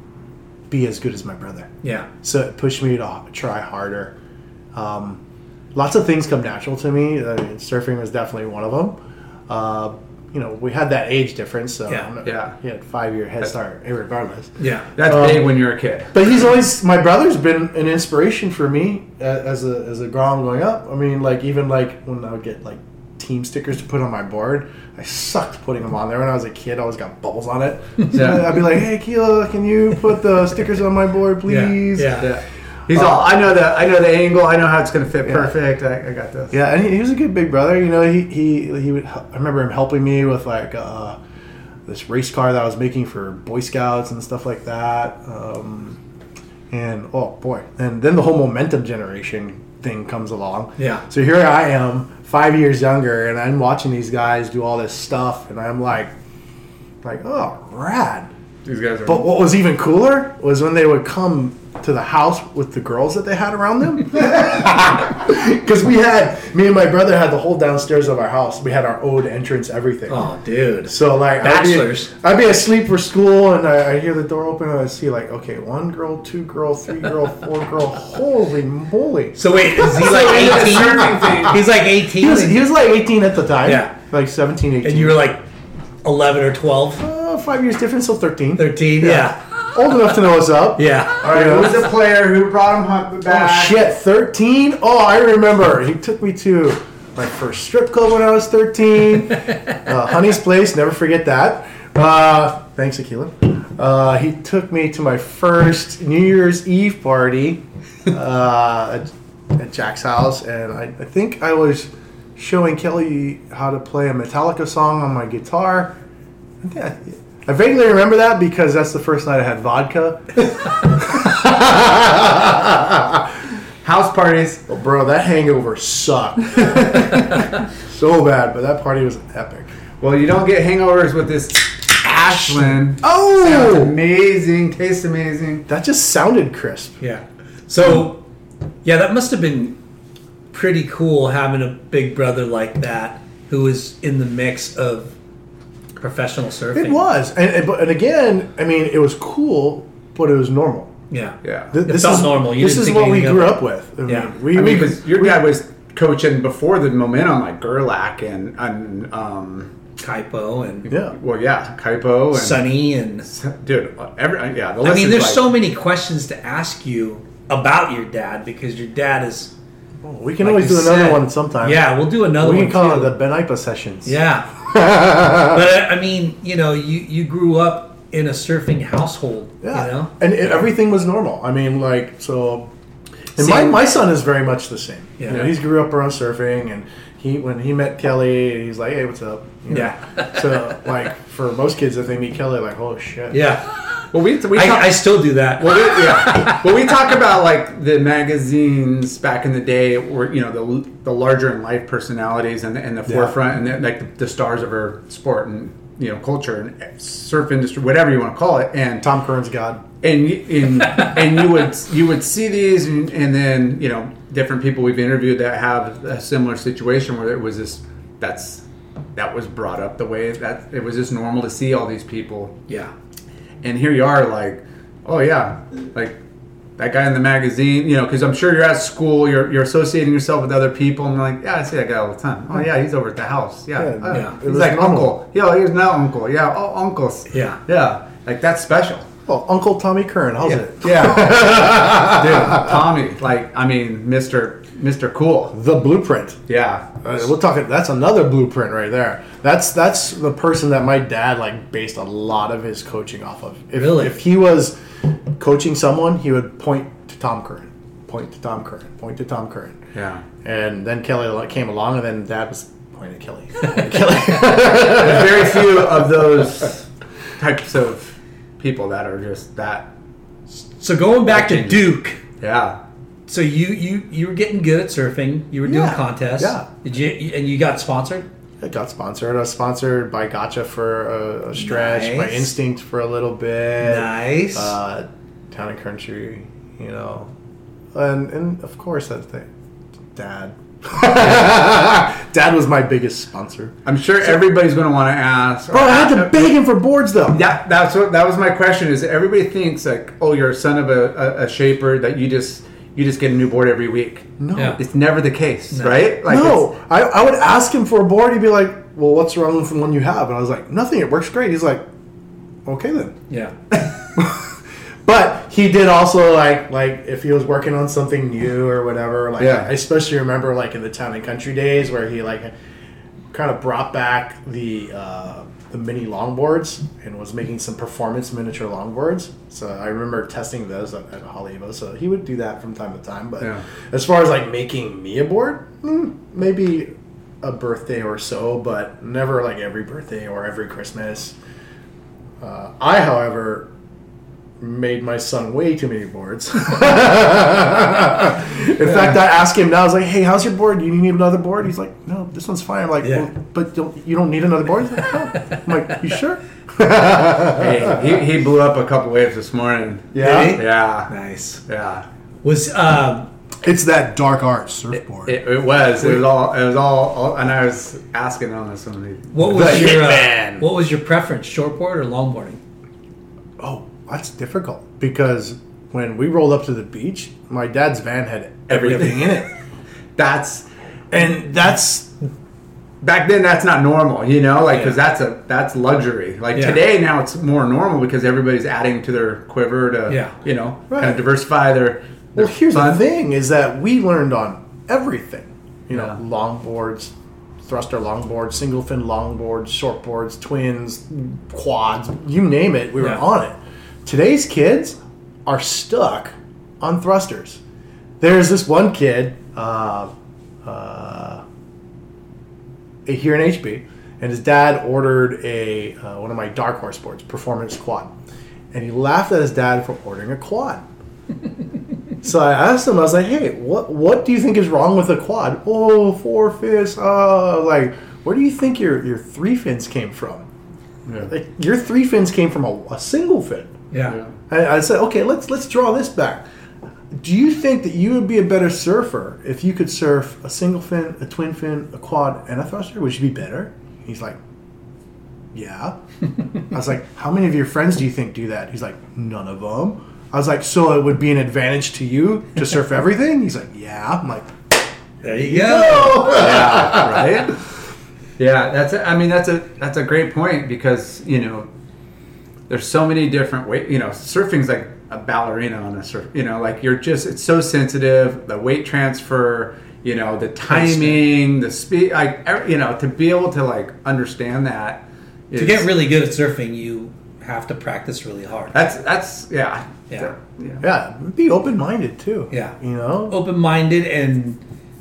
S4: be as good as my brother.
S1: Yeah.
S4: so it pushed me to h- try harder. Um, lots of things come natural to me. I mean, surfing was definitely one of them. Uh, you know, we had that age difference, so
S1: Yeah,
S4: I'm-
S3: yeah.
S4: he had five year head start, regardless.
S1: Yeah.
S3: That's big when you're a kid.
S4: But he's always my brother's been an inspiration for me a- as a as a grom going up. I mean, like even like when I would get like team stickers to put on my board, I sucked putting them on there when I was a kid. I always got bubbles on it. So
S3: Yeah.
S4: I'd be like, "Hey, Keela, can you put the stickers on my board, please?"
S1: Yeah.
S3: Yeah. Uh, He's all. I know the. I know the angle. I know how it's gonna fit perfect. I, I got this.
S4: Yeah, and he, he was a good big brother. You know, he he he would. I remember him helping me with like uh, this race car that I was making for Boy Scouts and stuff like that. Um, and oh boy, and then the whole momentum generation thing comes along.
S1: Yeah.
S4: So here I am, five years younger, and I'm watching these guys do all this stuff, and I'm like, like oh rad.
S3: These guys are.
S4: But what was even cooler was when they would come to the house with the girls that they had around them. Because we had, me and my brother had the whole downstairs of our house. We had our own entrance, everything.
S1: Oh, dude.
S4: So, like,
S1: Bachelors.
S4: I'd, be, I'd be asleep for school and I, I hear the door open and I see, like, okay, one girl, two girl, three girl, four girl. Holy moly.
S1: So wait, is he like eighteen? He's like eighteen,
S4: He was, he was like 18 at the time.
S1: Yeah.
S4: Like 17, 18.
S1: and you were like eleven or 12,
S4: uh, five years difference, so 13.
S1: 13? Yeah,
S4: Old enough to know what's up.
S1: yeah.
S3: all right. Who's the player who brought him back?
S4: Oh shit, 13? Oh, I remember. He took me to my first strip club when I was 13. uh, Honey's Place, never forget that. Uh, thanks, Aquila. Uh, he took me to my first New Year's Eve party uh, at, at Jack's house, and I, I think I was showing Kelly how to play a Metallica song on my guitar. I think I- I vaguely remember that because that's the first night I had vodka.
S3: House parties.
S4: Well, bro, that hangover sucked. so bad, but that party was epic.
S3: Well, you don't get hangovers with this Ashland. Sounds
S4: Oh!
S3: amazing. Tastes amazing.
S4: That just sounded crisp.
S1: Yeah. So, yeah, that must have been pretty cool having a big brother like that who was in the mix of professional surfing.
S4: It was. And, and, but- and again, I mean, it was cool, but it was normal.
S1: Yeah.
S3: Yeah.
S4: Th-
S1: It felt normal. You
S4: this
S1: didn't
S4: is
S1: think
S4: what we
S1: anything of
S4: grew
S1: it.
S4: up with. I mean,
S1: Yeah.
S4: we,
S3: I
S4: we,
S3: mean, because your dad was coaching before the momentum, like Gerlach and, and um,
S1: Kaipo and
S4: yeah.
S3: well, yeah, Kaipo and
S1: Sunny and
S3: dude. Every uh, yeah, the list
S1: I mean,
S3: is
S1: there's
S3: like-
S1: so many questions to ask you about your dad because your dad is.
S4: We can
S1: like
S4: always
S1: you
S4: do another
S1: said.
S4: one sometime.
S1: Yeah, we'll do another
S4: We
S1: one.
S4: can call
S1: too.
S4: it the Ben Ipa sessions.
S1: Yeah. but I- I mean, you know, you, you grew up in a surfing household.
S4: Yeah.
S1: You know?
S4: And it, everything was normal. I mean, like, so. And
S1: See-
S4: my, my son is very much the same.
S1: Yeah.
S4: You know, he's grew up around surfing, and he when he met Kelly, he's like, hey, what's up? You know?
S1: Yeah.
S4: so, like, for most kids, if they meet Kelly, like, oh shit.
S1: Yeah.
S3: Well, we we
S1: I,
S3: talk-
S1: I still do that.
S3: well, we, yeah. well, we talk about like the magazines back in the day, were you know the the larger in life personalities and the, and the forefront and the, like the, the stars of our sport and you know culture and surf industry, whatever you want to call it. And
S4: Tom Curran's God.
S3: and y- and, and you would you would see these and, and then you know different people we've interviewed that have a similar situation where it was this that's that was brought up the way that it was just normal to see all these people
S1: yeah.
S3: and here you are like oh yeah like that guy in the magazine you know because i'm sure you're at school you're, you're associating yourself with other people and like yeah i see that guy all the time oh yeah he's over at the house yeah,
S4: Yeah,
S3: Oh,
S4: yeah. It
S3: he's
S4: was
S3: like
S4: normal.
S3: uncle yeah he's now uncle yeah oh uncles
S1: Yeah.
S3: yeah like that's special
S4: Well, "Oh, Uncle Tommy Curran, how's it?
S3: yeah dude tommy like i mean mr mr cool
S4: The blueprint.
S3: yeah
S4: Uh, we're talking. That's another blueprint right there. That's that's the person that my dad like based a lot of his coaching off of. If,
S1: Really?
S4: if he was coaching someone, he would point to Tom Curran, point to Tom Curran, point to Tom Curran,
S3: yeah
S4: and then Kelly like, came along, and then Dad was pointing to Kelly. Kelly.
S3: There's very few of those types of people that are just that
S1: So going back to Duke.
S3: yeah
S1: So you you you were getting good at surfing. You were doing
S4: Yeah,
S1: contests.
S4: yeah.
S1: Did you and you got sponsored?
S4: I got sponsored. I was sponsored by Gotcha for a, a stretch, by
S1: Nice.
S4: Instinct for a little bit.
S1: Nice.
S4: uh, town and country, you know, and and of course that thing, dad. dad was my biggest sponsor.
S3: i'm sure everybody's going to want to ask
S4: Bro, I had to beg him for boards though.
S3: That that's what that was my question. Is everybody thinks like, oh, you're a son of a, a, a shaper that you just you just get a new board every week.
S4: Oh.
S3: No,
S1: Yeah.
S3: it's never the case, right? Like
S4: no,
S3: it's-
S4: I, I would ask him for a board. He'd be like, "Well, what's wrong with the one you have?" And I was like, "Nothing. It works great." He's like, "Okay then."
S1: Yeah.
S4: But he did also like like if he was working on something new or whatever. Like
S3: Yeah.
S4: I especially remember like in the town and country days where he like kind of brought back the uh, the mini longboards and was making some performance miniature longboards. So I remember testing those at, at Hollywood. So he would do that from time to time. But
S3: Yeah.
S4: as far as like making me a board, hmm, maybe a birthday or so, but never like every birthday or every Christmas. Uh, I, however, made my son way too many boards. In fact, I asked him now. I was like, "Hey, how's your board? Do you need another board?" He's like, "No, this one's fine." I'm like,
S1: Yeah.
S4: well, "But don't, you don't need another board?" He's like, "No." I'm like, "You sure?"
S3: hey, he, he blew up a couple waves this morning.
S4: Yeah.
S1: Did he?
S3: yeah,
S1: Nice.
S3: yeah.
S1: Was um
S4: It's that dark art surfboard.
S3: It, it was. It was all. It was all, all. And I was asking on this one.
S1: what was your uh,
S4: Hitman.
S1: what was your preference, shortboard or longboarding?
S4: oh, that's difficult because when we rolled up to the beach, my dad's van had everything in it,
S3: That's
S4: and that's
S3: back then. That's not normal, you know. Like because that's a that's luxury. Like
S1: Yeah.
S3: today now it's more normal because everybody's adding to their quiver to
S1: Yeah.
S3: you know kind
S4: Right.
S3: of diversify their.
S4: well.
S3: their
S4: Here's
S3: fun.
S4: the thing: is that we learned on everything. You know, longboards, thruster longboards, single fin longboards, short boards, twins, quads, you name it, we were
S1: Yeah.
S4: on it. Today's kids are stuck on thrusters. There's this one kid, uh, uh, here in HB, and his dad ordered a uh, one of my dark horse boards, performance quad, and he laughed at his dad for ordering a quad. so I asked him, I was like, "Hey, what what do you think is wrong with a quad? Oh, four fins. Oh, like where do you think your your three fins came from? Like, your three fins came from a, a single fin."
S1: Yeah.
S4: I, I said, okay, let's let's draw this back. Do you think that you would be a better surfer if you could surf a single fin, a twin fin, a quad, and a thruster? Would you be better? He's like, yeah. I was like, how many of your friends do you think do that? He's like, none of them. I was like, so it would be an advantage to you to surf everything? He's like, yeah. I'm like,
S1: There you go.
S4: right?
S3: Yeah, that's. A, I mean, that's a that's a great point because you know, there's so many different weight. You know, surfing's like a ballerina on a surf. You know, like you're just it's so sensitive. The weight transfer. You know, the timing, the speed. Like ev- you know, to be able to like understand that.
S1: To get really good at surfing, you have to practice really hard.
S3: That's that's yeah.
S1: Yeah.
S3: yeah.
S4: Yeah, be open minded too.
S1: Yeah.
S4: You know?
S1: open minded and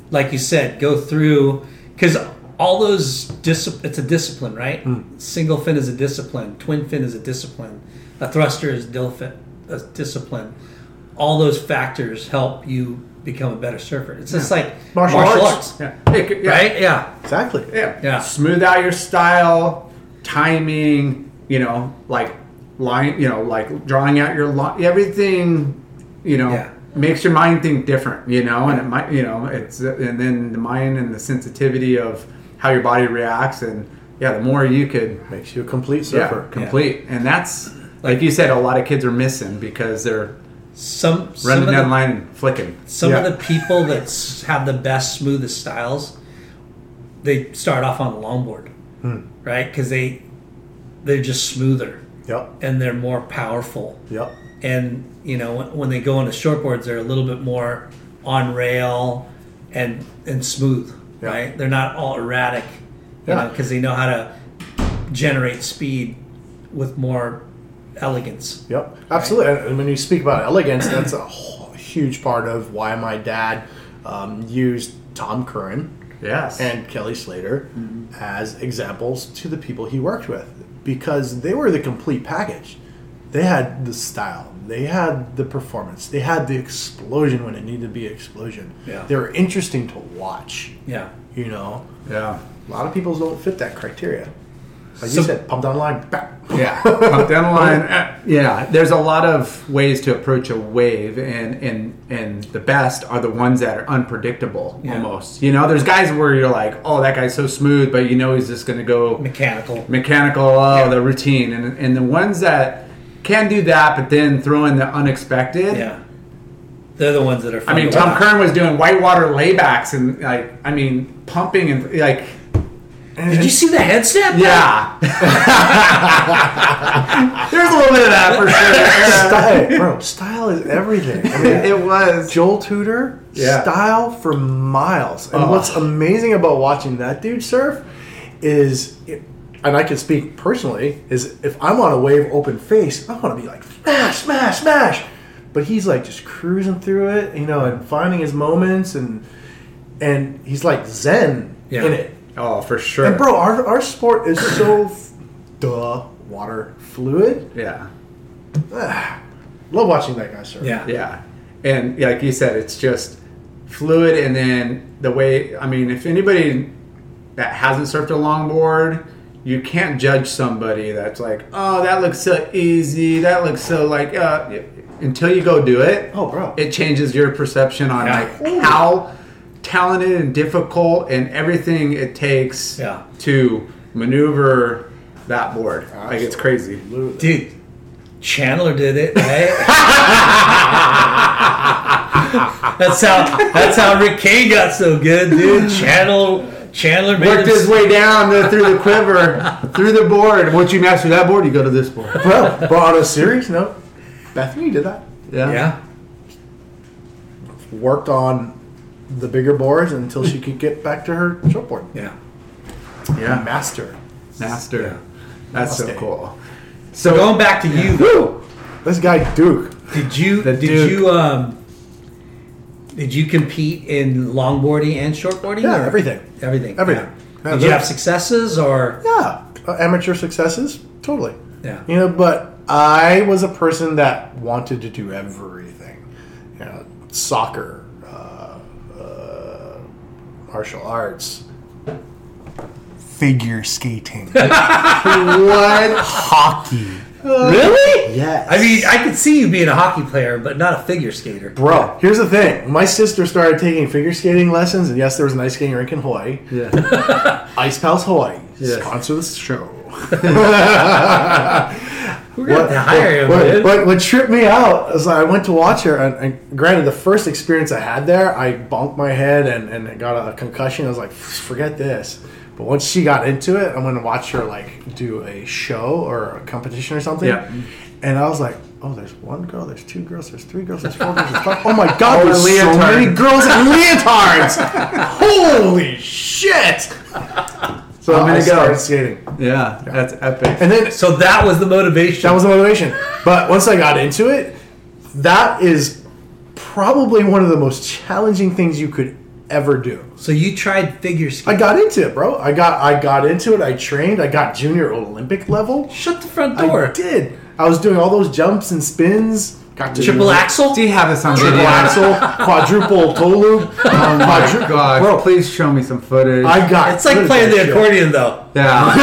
S1: like you said go through because all those dis- it's a discipline right single fin is a discipline twin fin is a discipline a thruster is dil- fin- a discipline all those factors help you become a better surfer it's just like martial,
S4: Martial
S1: arts,
S4: arts.
S3: Yeah. It could- yeah.
S1: right yeah
S4: Exactly.
S3: Yeah.
S1: Yeah.
S3: Smooth out your style, timing, you know, like line, you know, like drawing out your line, everything, you know,
S1: Yeah.
S3: makes your mind think different, you know, and it might, you know, it's, and then the mind and the sensitivity of how your body reacts. And yeah, the more you could,
S4: Makes you a complete
S3: yeah,
S4: surfer.
S3: complete. And that's, like you said, a lot of kids are missing because they're
S1: some some
S3: running
S1: of
S3: down
S1: the-
S3: the line and flicking.
S1: some
S4: Yeah.
S1: of the people that s- have the best smoothest styles they start off on the longboard right because they they're just smoother
S4: Yep.
S1: and they're more powerful
S4: Yep.
S1: and you know when, when they go into shortboards they're a little bit more on rail and and smooth
S4: Yeah.
S1: right they're not all erratic you
S4: Yeah.
S1: know because they know how to generate speed with more elegance
S4: Yep, absolutely. And- And when you speak about elegance, that's a whole- huge part of why my dad um, used Tom Curran
S3: Yes.
S4: and Kelly Slater
S1: Mm-hmm.
S4: as examples to the people he worked with because they were the complete package. They had the style, they had the performance, they had the explosion when it needed to be explosion.
S1: Yeah.
S4: They were interesting to watch.
S1: yeah
S4: You know,
S3: yeah.
S4: a lot of people don't fit that criteria. Like
S1: So-
S4: you said, pumped online, bam.
S3: Yeah, pump down the line. eh, Yeah, there's a lot of ways to approach a wave, and and and the best are the ones that are unpredictable
S1: Yeah.
S3: almost. You know, there's guys where you're like, oh, that guy's so smooth, but you know he's just gonna go
S1: mechanical
S3: mechanical, oh, the routine, and and the ones that can do that, but then throw in the unexpected.
S1: yeah they're the ones that are
S3: I
S1: fun
S3: mean,
S1: to
S3: Tom
S1: watch.
S3: Kern was doing whitewater laybacks and like, I mean, pumping and like,
S1: did you see the head snap
S3: yeah. there's a little bit of that for sure.
S4: style, bro. Style is everything. I mean,
S3: It was.
S4: Joel Tudor
S3: Yeah.
S4: style for miles. And what's amazing about watching that dude surf is, and I can speak personally, is if I'm on a wave open face, I want to be like smash, smash, smash. But he's like just cruising through it, you know, and finding his moments, and and he's like zen
S1: Yeah.
S4: in it.
S3: Oh, for sure.
S4: And bro, our, our sport is so f- duh water fluid.
S3: Yeah,
S4: Love watching that guy surf.
S1: yeah
S3: yeah, and yeah, like you said, it's just fluid, and then the way I mean, if anybody that hasn't surfed a longboard, you can't judge somebody that's like, oh, that looks so easy, that looks so like, uh, until you go do it.
S4: Oh, bro.
S3: it changes your perception on
S1: Yeah.
S3: like how talented and difficult and everything it takes
S1: Yeah.
S3: to maneuver that board. Like it's crazy.
S1: Dude, Chandler did it, right? that's how that's how Rick Kane got so good, dude. Chandler Chandler made
S3: worked
S1: him-
S3: his way down the, through the quiver, through the board. Once you master that board, you go to this board.
S4: Bro, bro, on a serious note, Bethany did that.
S3: Yeah.
S1: Yeah.
S4: Worked on the bigger boards until she could get back to her shortboard.
S1: Yeah.
S4: Yeah, master.
S3: Master. That's so
S4: Mustang.
S3: cool.
S1: So going back to you,
S3: Woo!
S4: This guy Duke.
S1: did you
S3: The
S1: did
S3: Duke.
S1: you um did you compete in longboarding and shortboarding?
S4: Yeah,
S1: or-
S4: everything.
S1: Everything.
S4: Everything.
S1: Yeah.
S4: Yeah,
S1: Did you have
S4: those-
S1: successes or
S4: Yeah, uh, amateur successes, totally.
S1: Yeah.
S4: You know, but I was a person that wanted to do everything. You know, soccer, uh, uh, martial arts, figure skating,
S3: What?
S4: hockey.
S1: really?
S4: Yes.
S1: I mean, I could see you being a hockey player, but not a figure skater.
S4: Bro, here's the thing. My sister started taking figure skating lessons, and yes, there was an ice skating rink in Hawaii.
S3: yeah.
S4: Ice Pals Hawaii,
S3: Yes.
S4: sponsor this show.
S1: We're gonna have to hire him,
S4: what,
S1: dude.
S4: what- what tripped me out is I went to watch her, and, and granted, the first experience I had there, I bonked my head and, and I got a concussion. I was like, forget this. But once she got into it, I went to watch her like do a show or a competition or something.
S3: Yeah.
S4: And I was like, oh, there's one girl, there's two girls, there's three girls, there's four girls, there's five. Oh my God,
S3: Oh,
S4: there's so
S3: leotard.
S4: many girls in leotards. Holy shit. So
S3: I'm
S4: I'm
S3: gonna
S4: gonna
S3: go.
S4: go skating.
S3: yeah. That's epic.
S4: And then
S1: So that was the motivation.
S4: that was the motivation. But once I got into it, that is probably one of the most challenging things you could ever do.
S1: so you tried figure
S4: I
S1: skating.
S4: got into it, bro. I got I got into it. I trained. I got junior Olympic level.
S1: Shut the front
S4: I
S1: door.
S4: did. I was doing all those jumps and spins. Got to
S1: Triple axel.
S3: Do you have this on
S4: triple
S3: video?
S4: axel, quadruple toe loop.
S3: Oh my
S4: quadru-
S3: god.
S4: bro.
S3: please show me some footage.
S4: I got.
S1: It's like playing the accordion, though.
S3: yeah.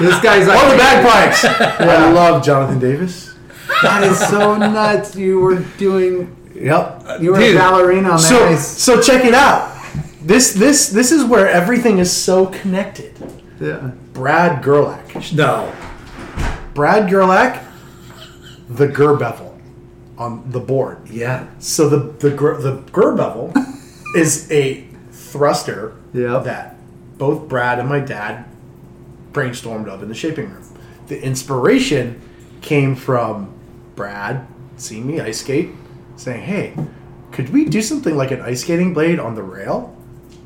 S3: this guy's like
S4: All the bagpipes. I love Jonathan Davis.
S3: That is so nuts. You were doing.
S4: Yep.
S3: You were
S1: Dude.
S3: a ballerina on that.
S4: so
S3: ice.
S4: so check it out. This this this is where everything is so connected.
S3: Yeah.
S4: Brad Gerlach.
S1: No.
S4: Brad Gerlach, the Ger bevel on the board.
S1: Yeah.
S4: So the the Ger, the Ger bevel is a thruster
S3: Yep.
S4: that both Brad and my dad brainstormed of in the shaping room. The inspiration came from Brad seeing me ice skate, saying, "Hey, could we do something like an ice skating blade on the rail?"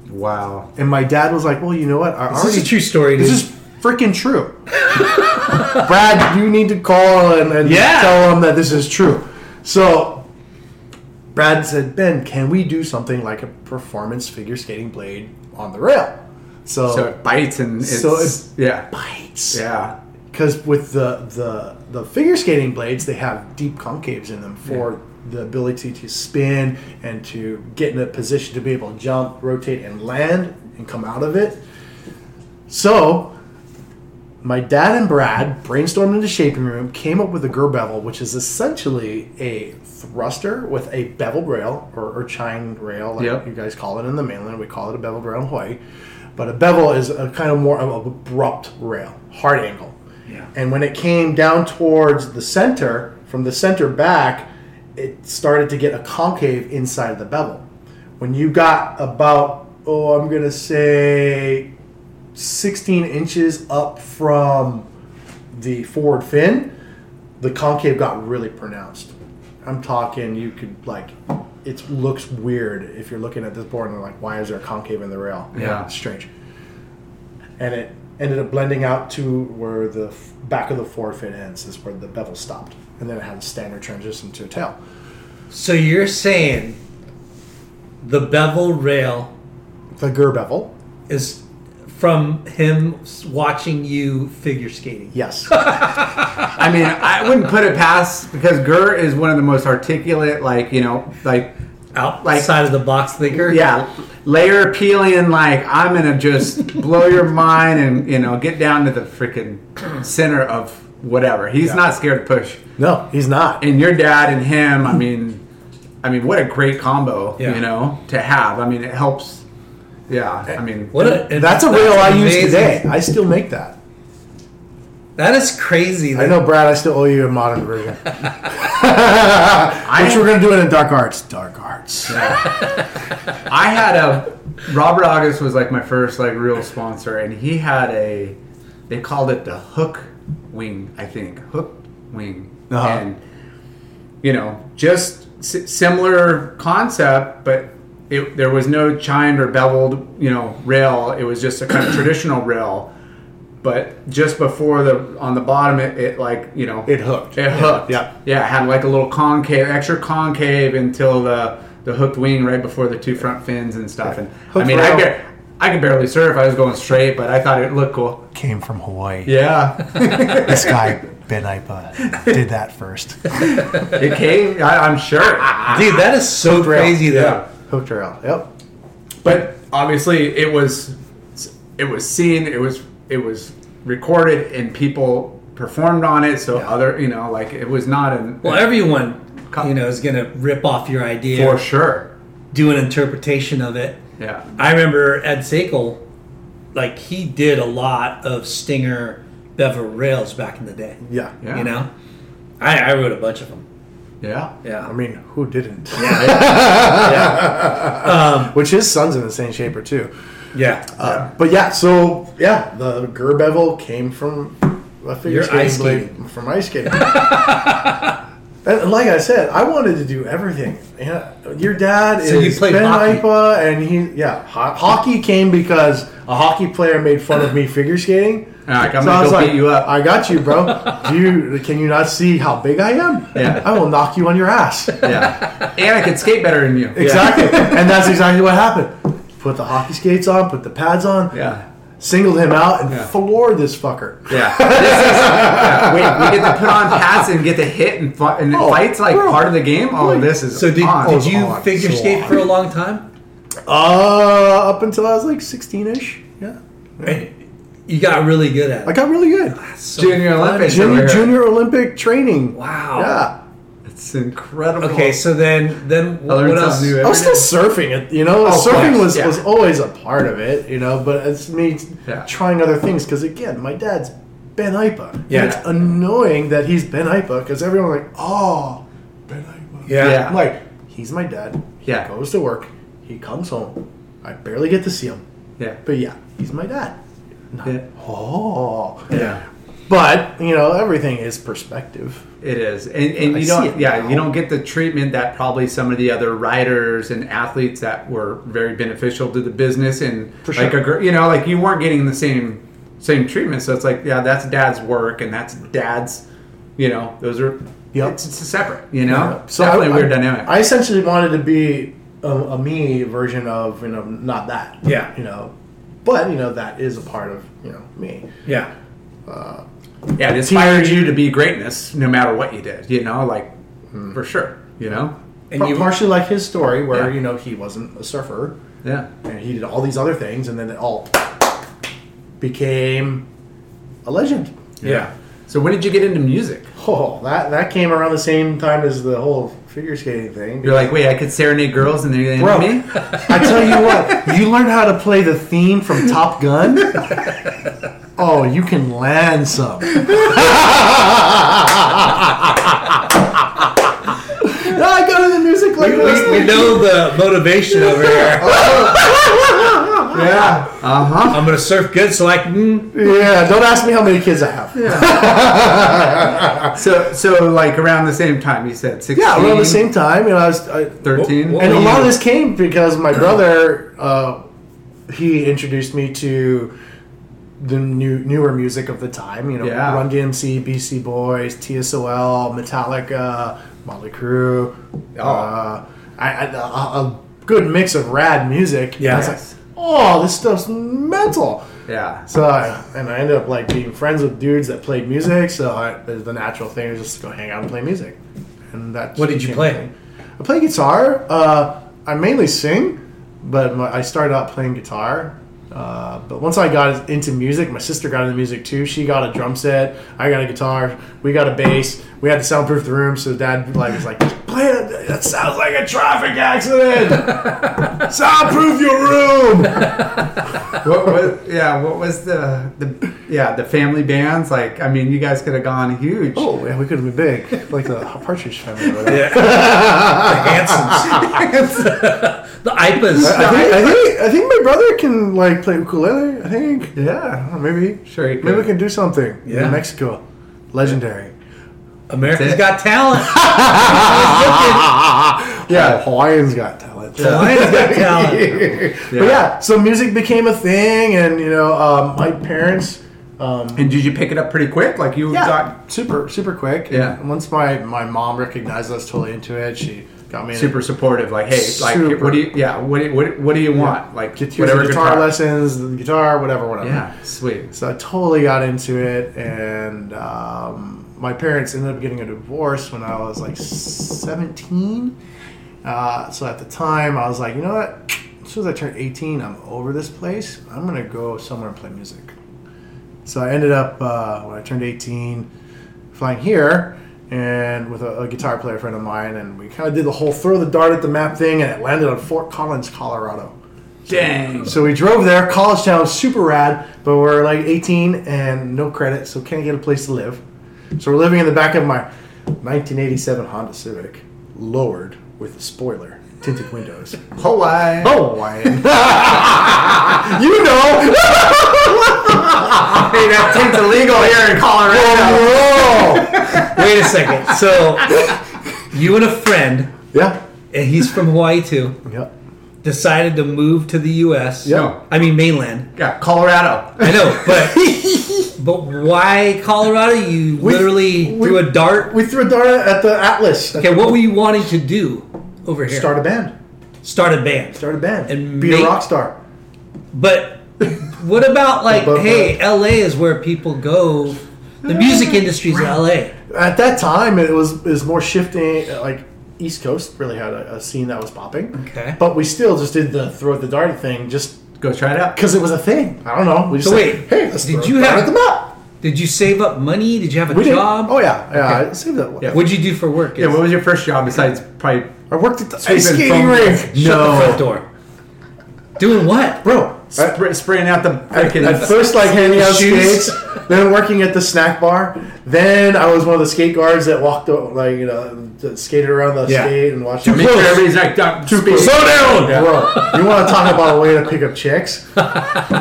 S3: Wow.
S4: And my dad was like, "Well, you know what? I
S1: This is a true story. Dude.
S4: this is freaking true. Brad, you need to call and, and
S1: Yeah.
S4: tell him that this is true. So Brad said, Ben, can we do something like a performance figure skating blade on the rail? So,
S3: So it bites and it's.
S4: So
S3: yeah.
S4: bites.
S3: Yeah.
S4: Because with the, the the figure skating blades, they have deep concaves in them for the ability to spin and to get in a position to be able to jump, rotate, and land and come out of it. So, my dad and Brad brainstormed in the shaping room, came up with a Ger bevel, which is essentially a thruster with a beveled rail or, or chined rail, like
S3: Yep.
S4: you guys call it in the mainland. We call it a beveled rail in Hawaii. But a bevel is a kind of more of an abrupt rail, hard angle.
S1: Yeah.
S4: And when it came down towards the center, from the center back, it started to get a concave inside of the bevel. When you got about, oh, I'm going to say 16 inches up from the forward fin, the concave got really pronounced. I'm talking, you could like, it looks weird if you're looking at this board and you're like, why is there a concave in the rail?
S3: Yeah.
S4: It's strange. And it ended up blending out to where the f- back of the forward fin ends, is where the bevel stopped. And then it had a standard transition to a tail.
S1: So you're saying the bevel rail
S4: The Ger bevel,
S1: is from him s- watching you figure skating.
S4: yes.
S3: I mean, I wouldn't put it past because Gurr is one of the most articulate, like, you know, like,
S1: Outside of the box thinker.
S3: yeah, layer peeling, like, I'm going to just blow your mind and, you know, get down to the freaking center of whatever. He's not scared to push.
S4: no, he's not.
S3: and your dad and him i mean i mean what a great combo
S1: Yeah.
S3: you know to have i mean it helps yeah i mean
S1: What a, and
S4: That's a rail I use
S1: amazing.
S4: today. I still make that.
S1: That is crazy.
S4: I know, Brad. I still owe you a modern version.
S3: I,
S4: Which we're gonna do it in Dark Arts. Dark Arts.
S3: I had a robert august was like my first like real sponsor and he had a they called it the hook wing i think hook wing
S4: Uh-huh.
S3: and you know just s- similar concept but It, there was no chimed or beveled, you know, rail. It was just a kind of traditional rail. But just before the on the bottom, it, it like you know
S4: It hooked.
S3: It hooked.
S4: Yeah.
S3: yeah. It had like a little concave, extra concave until the the hooked wing right before the two front fins and stuff. And I
S4: Hooked
S3: mean, I
S4: rail.
S3: could I could barely surf. I was going straight, but I thought it looked cool.
S6: Came from Hawaii.
S3: Yeah.
S6: This guy, Ben Ipa, did that first.
S3: It came, I, I'm sure.
S5: Dude, that is so crazy though.
S3: Yeah.
S4: Hooked rail. Yep.
S3: But obviously, it was it was seen, it was it was recorded, and people performed on it. So other, you know, like it was not an
S1: Well, everyone, you know, is going to rip off your idea,
S3: for sure.
S1: do an interpretation of it.
S3: Yeah.
S1: I remember Ed Sakel, like he did a lot of Stinger Bevel rails back in the day.
S4: Yeah.
S3: Yeah.
S1: You know, I, I wrote a bunch of them.
S3: Yeah.
S1: Yeah.
S4: I mean, who didn't?
S1: Um,
S4: Which his son's in the same shaper too.
S1: yeah.
S4: Uh, But yeah, so yeah, the Ger bevel came from a figure
S1: Your
S4: skating
S1: ice
S4: blade from ice skating. And like I said, I wanted to do everything. Yeah, your dad
S1: So you
S4: is
S1: played
S4: Ben
S1: hockey.
S4: Ipa, and he yeah, ho- hockey came because a hockey player made fun of me figure skating.
S3: All right, I'm gonna go beat you up.
S4: I got you, bro. Do you can you not see how big I am?
S3: Yeah.
S4: I will knock you on your ass.
S3: Yeah. and I could skate better than you.
S4: Exactly. and that's exactly what happened. Put the hockey skates on, put the pads on,
S3: Yeah.
S4: singled him out, and
S3: Yeah.
S4: floored this fucker.
S3: Yeah. This is, yeah. We, we get to put on hats and get to hit and, fi- and
S4: Oh,
S3: fights like
S4: bro.
S3: part of the game. Oh, this is
S1: So did,
S3: on.
S1: did you
S4: on,
S1: figure
S4: so
S1: skate
S4: on.
S1: for a long time?
S4: Uh, up until I was like 16 ish. Yeah.
S1: You got really good at it.
S4: I got really good.
S1: So
S3: junior
S1: fun.
S3: Olympics?
S4: Junior,
S3: over here.
S4: junior Olympic training.
S1: Wow.
S4: Yeah.
S3: It's incredible.
S1: Okay, so then then
S3: I
S1: what,
S3: learned
S1: what else?
S3: something new
S4: I was
S3: every
S4: still
S3: day.
S4: surfing, you
S3: Oh,
S4: know.
S3: of
S4: surfing
S3: course,
S4: was,
S3: yeah.
S4: was always a part of it, you know. But it's me
S3: Yeah.
S4: trying other things because again, my dad's Ben Ipa.
S1: Yeah.
S4: and it's annoying that he's Ben Ipa because everyone's like, "Oh, Ben Ipa."
S1: Yeah.
S3: Yeah.
S4: I'm like, he's my dad. He
S3: Yeah.
S4: goes to work. He comes home. I barely get to see him.
S3: Yeah.
S4: But yeah, he's my dad. Not-
S3: Yeah.
S4: Oh.
S3: Yeah.
S4: But, you know, everything is perspective.
S3: It is, and, and
S4: I
S3: you
S4: see it
S3: don't, yeah,
S4: now.
S3: you don't get the treatment that probably some of the other riders and athletes that were very beneficial to the business and
S4: For
S3: like
S4: sure.
S3: a gr- you know, like you weren't getting the same same treatment. So it's like, yeah, that's dad's work and that's dad's, you know, those are, yeah,
S4: Yep.
S3: it's, it's separate, you know,
S4: So
S3: definitely
S4: I-
S3: a weird
S4: I-
S3: dynamic.
S4: I essentially wanted to be a, a me version of, you know, not that.
S1: Yeah.
S4: You know, but, you know, that is a part of, you know, me.
S1: Yeah.
S3: yeah, Uh, it inspired you to be greatness no matter what you did, you know, like for sure, you know,
S1: And you
S4: partially like his story where,
S3: Yeah.
S4: you know, he wasn't a surfer.
S3: yeah,
S4: and he did all these other things, and then it all became a legend.
S1: yeah.
S3: So when did you get into music?
S4: Oh, that that came around the same time as the whole figure skating thing.
S3: You're like, wait, I could serenade girls and they're
S4: Bro,
S3: gonna me.
S4: I tell you what, you learn how to play the theme from Top Gun. Oh, you can land some. No, I go to the music like this.
S1: We know the motivation over
S4: Uh-huh.
S1: here.
S3: Yeah. Uh huh.
S1: I'm gonna surf good, so hmm, I can.
S4: Yeah, don't ask me how many kids I have. Yeah,
S3: So, so like around the same time, you said 16,
S4: around the same time, you know, I was I,
S3: 13?
S1: Wha- wha-
S4: And a
S1: Oh,
S4: lot of
S1: yeah.
S4: this came because my brother, uh, he introduced me to the new newer music of the time. You know,
S3: Yeah.
S4: Run DMC, BC Boys, TSOL, Metallica, Motley Crue.
S1: Oh.
S4: Uh, I, I, a, a good mix of rad music. And I was
S3: Yes.
S4: like, oh, this stuff's mental.
S3: yeah.
S4: So, I, and I ended up like being friends with dudes that played music. So, I, the natural thing is just to go hang out and play music. And that's
S1: What did you play?
S4: I play guitar. Uh, I mainly sing, but my, I started out playing guitar. Uh, but once I got into music, my sister got into music too. She got a drum set. I got a guitar. We got a bass. We had to soundproof the room, so Dad like was like, "Play it. That sounds like a traffic accident. soundproof your room."
S3: What was yeah? What was the the yeah the family bands like? I mean, you guys could have gone huge.
S4: Oh, yeah, we could have been big, like the Partridge Family. or whatever.
S1: Hansons. the
S4: I,
S1: Ipas.
S4: think, I think I think my brother can like play ukulele. I think.
S3: Yeah.
S4: Oh, maybe.
S3: Sure he
S4: Maybe we
S3: could.
S4: can do something.
S1: Yeah.
S4: In Mexico. Legendary.
S1: America's
S3: That's it.
S1: Got Talent.
S3: Ah, Yeah.
S4: Oh, Hawaiians got talent.
S1: Hawaiians got talent.
S4: But yeah, so music became a thing, and you know, um, my parents.
S3: And did you pick it up pretty quick? Like you got
S4: super super quick.
S3: Yeah.
S4: And once my my mom recognized I was totally into it, she got me
S3: super supportive. Like hey, like
S4: Super.
S3: what do you? Yeah. What do you, what, do- what do you want? Like
S4: Get whatever guitar, lessons, the guitar, whatever, whatever.
S3: Yeah. Sweet.
S4: So I totally got into it, and um, my parents ended up getting a divorce when I was like 17. Uh, so at the time, I was like, you know what? As soon as I turned 18, I'm over this place. I'm gonna go somewhere and play music. So I ended up uh, when I turned 18, flying here and with a, a guitar player friend of mine, and we kind of did the whole throw the dart at the map thing, and it landed on Fort Collins, Colorado.
S3: Dang.
S4: So we drove there. College town, super rad, but we're like 18 and no credit, so can't get a place to live. So we're living in the back of my 1987 Honda Civic, lowered with a spoiler, tinted windows.
S3: Hawaii.
S4: Oh, Hawaiian. you know.
S3: Hey, that thing's illegal here in Colorado.
S4: Oh,
S1: Wait a second. So you and a friend,
S4: yeah.
S1: and he's from Hawaii too,
S4: Yep.
S1: decided to move to the U.S.
S4: Yeah.
S1: I mean mainland.
S3: Yeah, Colorado.
S1: I know, but but why Colorado? You literally
S4: we-
S1: threw a dart.
S4: We threw a dart at the Atlas.
S1: Okay, what were you wanting to do over here?
S4: Start a band.
S1: Start a band.
S4: Start a band.
S1: And
S4: be
S1: make-
S4: a rock star.
S1: But what about like,
S4: Above
S1: hey, L.A. is where people go. The music industry's in L.A.
S4: At that time, it was it was more shifting. Like East Coast really had a, a scene that was popping.
S1: Okay.
S4: But we still just did the throw the dart thing just
S3: Go try it out.
S4: because it was a thing. I don't know. We just
S1: So
S4: said,
S1: wait,
S4: hey, let's
S1: did
S4: throw
S1: you
S4: a dart
S1: have-
S4: at the map.
S1: Did you save up money? Did you have a
S4: We did.
S1: job?
S4: Oh yeah, yeah. I saved that one.
S1: What'd you do for work?
S3: Yeah, what was your first job besides probably
S4: I worked at the
S3: Sweeping
S4: ice skating
S3: phone
S4: rink.
S1: Shut the front door. Doing what?
S4: bro. I-
S3: spr- spraying out the freaking
S4: At first, like handing out
S3: Shoes.
S4: skates, then working at the snack bar. Then I was one of the skate guards that walked, o- like you know, that skated around the
S3: Yeah.
S4: skate and watched.
S3: make sure everybody's like up to speed.
S4: Slow down, bro. You want to talk about a way to pick up chicks?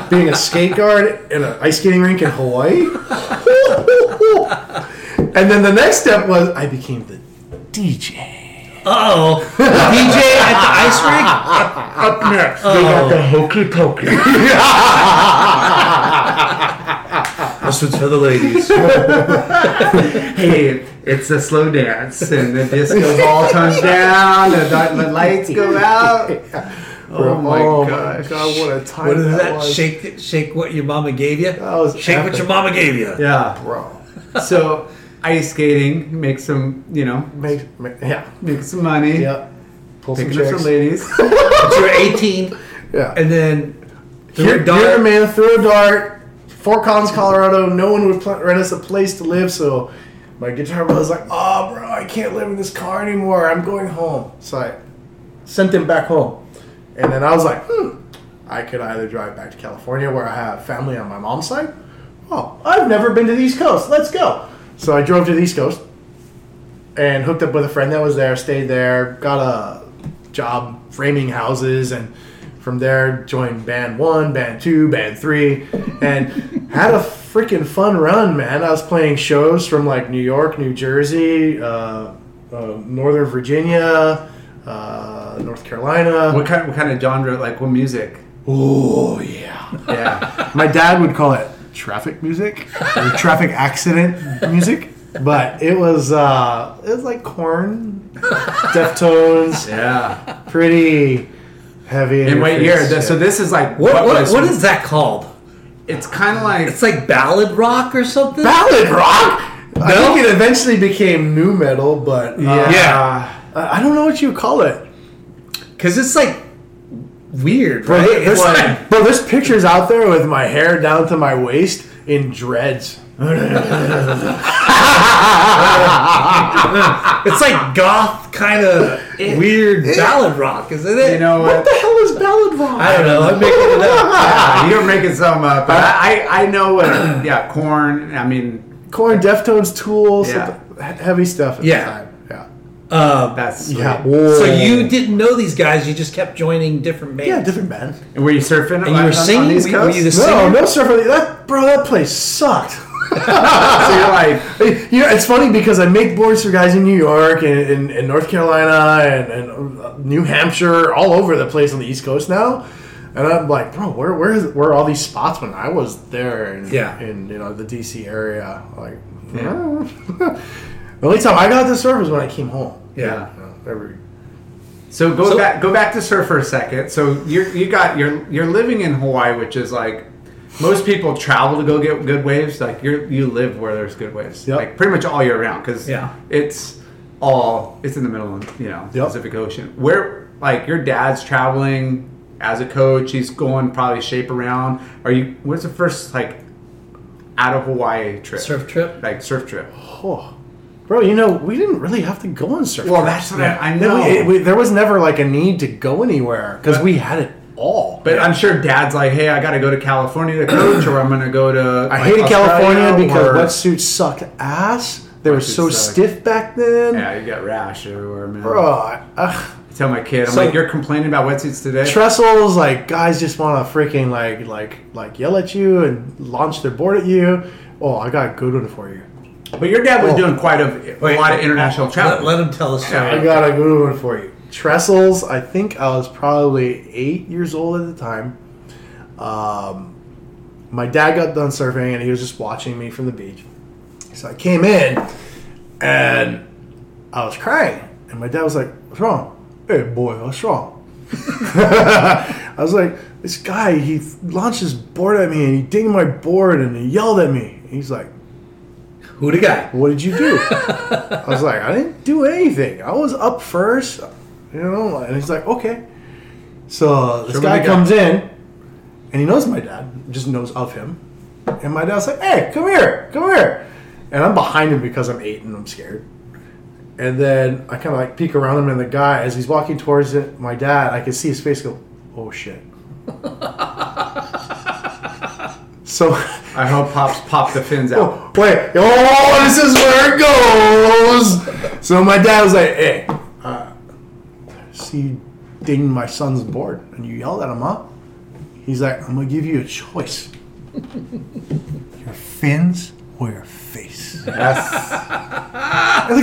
S4: Being a skate guard in an ice skating rink in Hawaii. and then the next step was I became the DJ.
S1: Uh oh. DJ at
S4: Up
S3: Ah,
S4: next, they
S3: oh.
S4: got the hokey pokey.
S1: the ice rink? This one's for the ladies.
S3: Hey, it's a slow dance, and the disco ball turns down, and the, the lights go out.
S4: Oh
S3: my
S4: my
S3: gosh.
S4: god, what a time
S1: What is
S4: that,
S1: that?
S4: was.
S1: Shake it- shake what your mama gave you?
S4: That was
S1: shake what your mama gave you.
S3: Yeah.
S4: bro.
S3: So ice skating, make some, you know,
S4: Make, make, yeah,
S3: make some money,
S4: yeah. Pull some
S3: picking up some
S4: chicks.
S3: ladies.
S1: But You're 18,
S4: Yeah.
S1: and then threw
S4: Here,
S1: a dart.
S4: here, man, threw a dart. Fort Collins, Colorado. No one would pl- rent us a place to live, so my guitar brother's like, "Oh, bro, I can't live in this car anymore. I'm going home." So I sent him back home, and then I was like, "Hmm, I could either drive back to California, where I have family on my mom's side. Oh, I've never been to the East Coast. Let's go." So I drove to the East Coast and hooked up with a friend that was there, stayed there, got a job framing houses, and from there joined band one, band two, band three, and had a freaking fun run, man. I was playing shows from like New York, New Jersey, uh, uh, Northern Virginia, uh, North Carolina.
S3: What kind? What kind of genre? Like what music?
S4: Oh, yeah.
S3: Yeah.
S4: My dad would call it traffic music or traffic accident music, but it was uh, it was like corn, Deftones,
S3: Yeah.
S4: pretty heavy.
S3: In what
S4: your
S3: year?
S4: face.
S3: Th- So this is like
S1: what, what,
S3: was-
S1: what is that called?
S3: It's kind of like
S1: It's like ballad rock or something?
S4: ballad rock. I think it eventually became new metal, but uh,
S1: Yeah.
S4: I I don't know what you call it.
S1: Because it's like weird,
S4: Bro,
S1: right?
S4: there-
S1: It's
S4: there's,
S1: like,
S4: bro, there's pictures out there with my hair down to my waist in dreads.
S1: it's like goth kind of weird ballad rock, isn't it?
S3: you know
S4: What
S3: what?
S4: the hell is ballad rock?
S1: I don't know. I'm making it up.
S3: Yeah, you're making some up. But I, I, I know what. Yeah, corn. I mean,
S4: Corn, Deftones, Tool,
S3: Yeah.
S4: something- he- heavy stuff at
S1: Yeah.
S4: the time. Yeah.
S1: Um,
S3: that's
S4: Yeah.
S3: sweet.
S1: so you didn't know these guys. You just kept joining different bands.
S4: Yeah, different band.
S3: And were you surfing?
S1: and you were singing.
S3: these
S1: Were, were you the
S4: No,
S1: singer?
S4: no surfer. That bro, that place sucked.
S3: so you're like,
S4: you know, it's funny because I make boards for guys in New York and, and, and North Carolina and, and uh, New Hampshire, all over the place on the East Coast now. And I'm like, bro, where where is where are all these spots when I was there? In,
S1: Yeah.
S4: in you know the DC area, like. the only time I got to surf was when I came home.
S1: Yeah.
S4: You know, every
S3: So go
S1: So-
S3: back go back to surf for a second. So you you got you're you're living in Hawaii, which is like most people travel to go get good waves. Like you you live where there's good waves,
S4: Yep.
S3: like pretty much all year round because
S1: Yeah.
S3: it's all it's in the middle of you know
S4: Yep.
S3: Pacific Ocean. Where like your dad's traveling as a coach, he's going probably shape around. Are you? What's the first like out of Hawaii trip?
S1: Surf trip?
S3: like surf trip.
S4: Oh, bro, you know, we didn't really have to go on surf.
S3: Well,
S4: trips.
S3: that's what I- I
S4: No,
S3: know.
S4: it- we- there was never like a need to go anywhere because we had it all.
S3: But I'm sure dad's like, hey, I got to go to California to coach, or I'm going to go to.
S4: I
S3: like,
S4: hated California
S3: Australia,
S4: because
S3: or-
S4: wetsuits sucked ass. They were
S3: Wetsuits
S4: so
S3: suck.
S4: stiff back then.
S3: Yeah, you got rash everywhere, man.
S4: Bro, I- ugh.
S3: I tell my kid, I'm
S1: So-
S3: like, you're complaining about wetsuits today?
S4: trestles like guys just want to freaking like like like yell at you and launch their board at you. Oh, I got a good one for you.
S3: but your dad
S4: Oh.
S3: was doing quite a, a
S1: Wait,
S3: lot of international
S1: Let,
S3: travel.
S1: let him tell the
S3: Yeah.
S1: story.
S4: I got a good one for you. Trestles, I think I was probably eight years old at the time. Um, my dad got done surfing and he was just watching me from the beach. So I came in and I was crying. And my dad was like, What's wrong? Hey, boy, what's wrong? I was like, This guy, he launched his board at me and he dinged my board and he yelled at me. He's like,
S1: Who the guy?
S4: what did you do? I was like, I didn't do anything. I was up first, you know. And he's like, okay. So this
S3: Show me
S4: guy
S3: the guy.
S4: comes in, and he knows my dad, just knows of him. And my dad's like, hey, come here, come here. And I'm behind him because I'm eight and I'm scared. And then I kind of like peek around him, and the guy, as he's walking towards it, my dad, I can see his face go, oh shit. so
S3: I hope Pops popped the fins out.
S4: Oh, wait. Oh, this is where it goes. So my dad was like, hey, uh, see, you dinged my son's board and you yelled at him, huh? He's like, I'm going to give you a choice.
S6: Your fins or your face?
S4: And the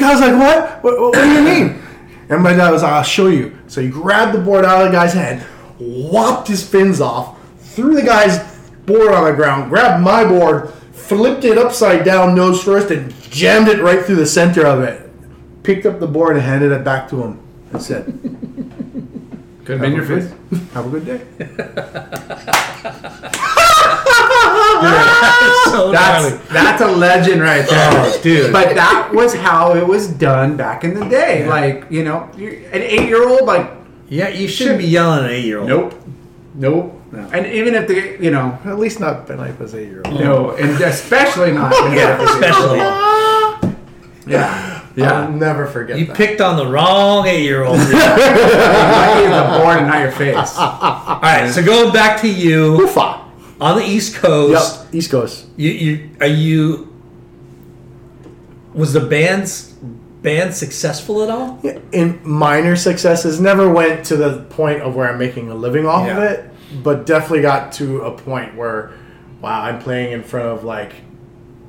S4: guy's like, what? what? What, what do you mean? And my dad was like, I'll show you. So he grabbed the board out of the guy's hand, whopped his fins off, threw the guy's board on the ground, grabbed my board, flipped it upside down, nose first, and jammed it right through the center of it. Picked up the board and handed it back to him and said,
S3: Could have been your fins.
S4: Have a good day.
S1: So darling.
S3: That's, that's a legend right there.
S4: Oh,
S3: dude. But that was how it was done back in the day. Like, you know, you're, an eight year old, like,
S1: Yeah, you shouldn't be yelling at an eight year old.
S3: nope, nope. And even if they, you know,
S4: At least not Ben Ipa's eight year old.
S3: no, and especially not.
S4: Oh,
S1: Yeah, especially.
S3: Yeah.
S4: I'll never forget
S1: You
S4: that.
S1: picked on the wrong eight year old. All
S3: Lucky it's a board and not your face.
S1: right, so going back to you on the East Coast,
S4: Yep, East Coast.
S1: you, you are you. Was the band's band successful at all?
S4: in minor successes never went to the point of where i'm making a living off
S1: Yeah.
S4: of it but definitely got to a point where wow i'm playing in front of like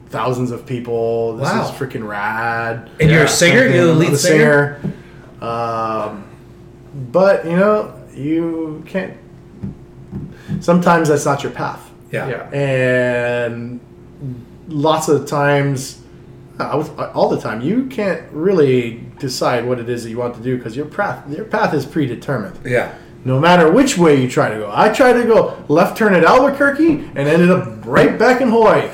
S4: thousands of people this
S1: Wow.
S4: is freaking rad
S1: And you're a singer. You're the lead
S4: I'm a
S1: singer.
S4: singer. Um, but you know you can't sometimes that's not your path
S3: Yeah.
S4: and lots of times I was- all the time you can't really decide what it is that you want to do because your path your path is predetermined
S1: Yeah.
S4: no matter which way you try to go i tried to go left turn at albuquerque and ended up right back in hawaii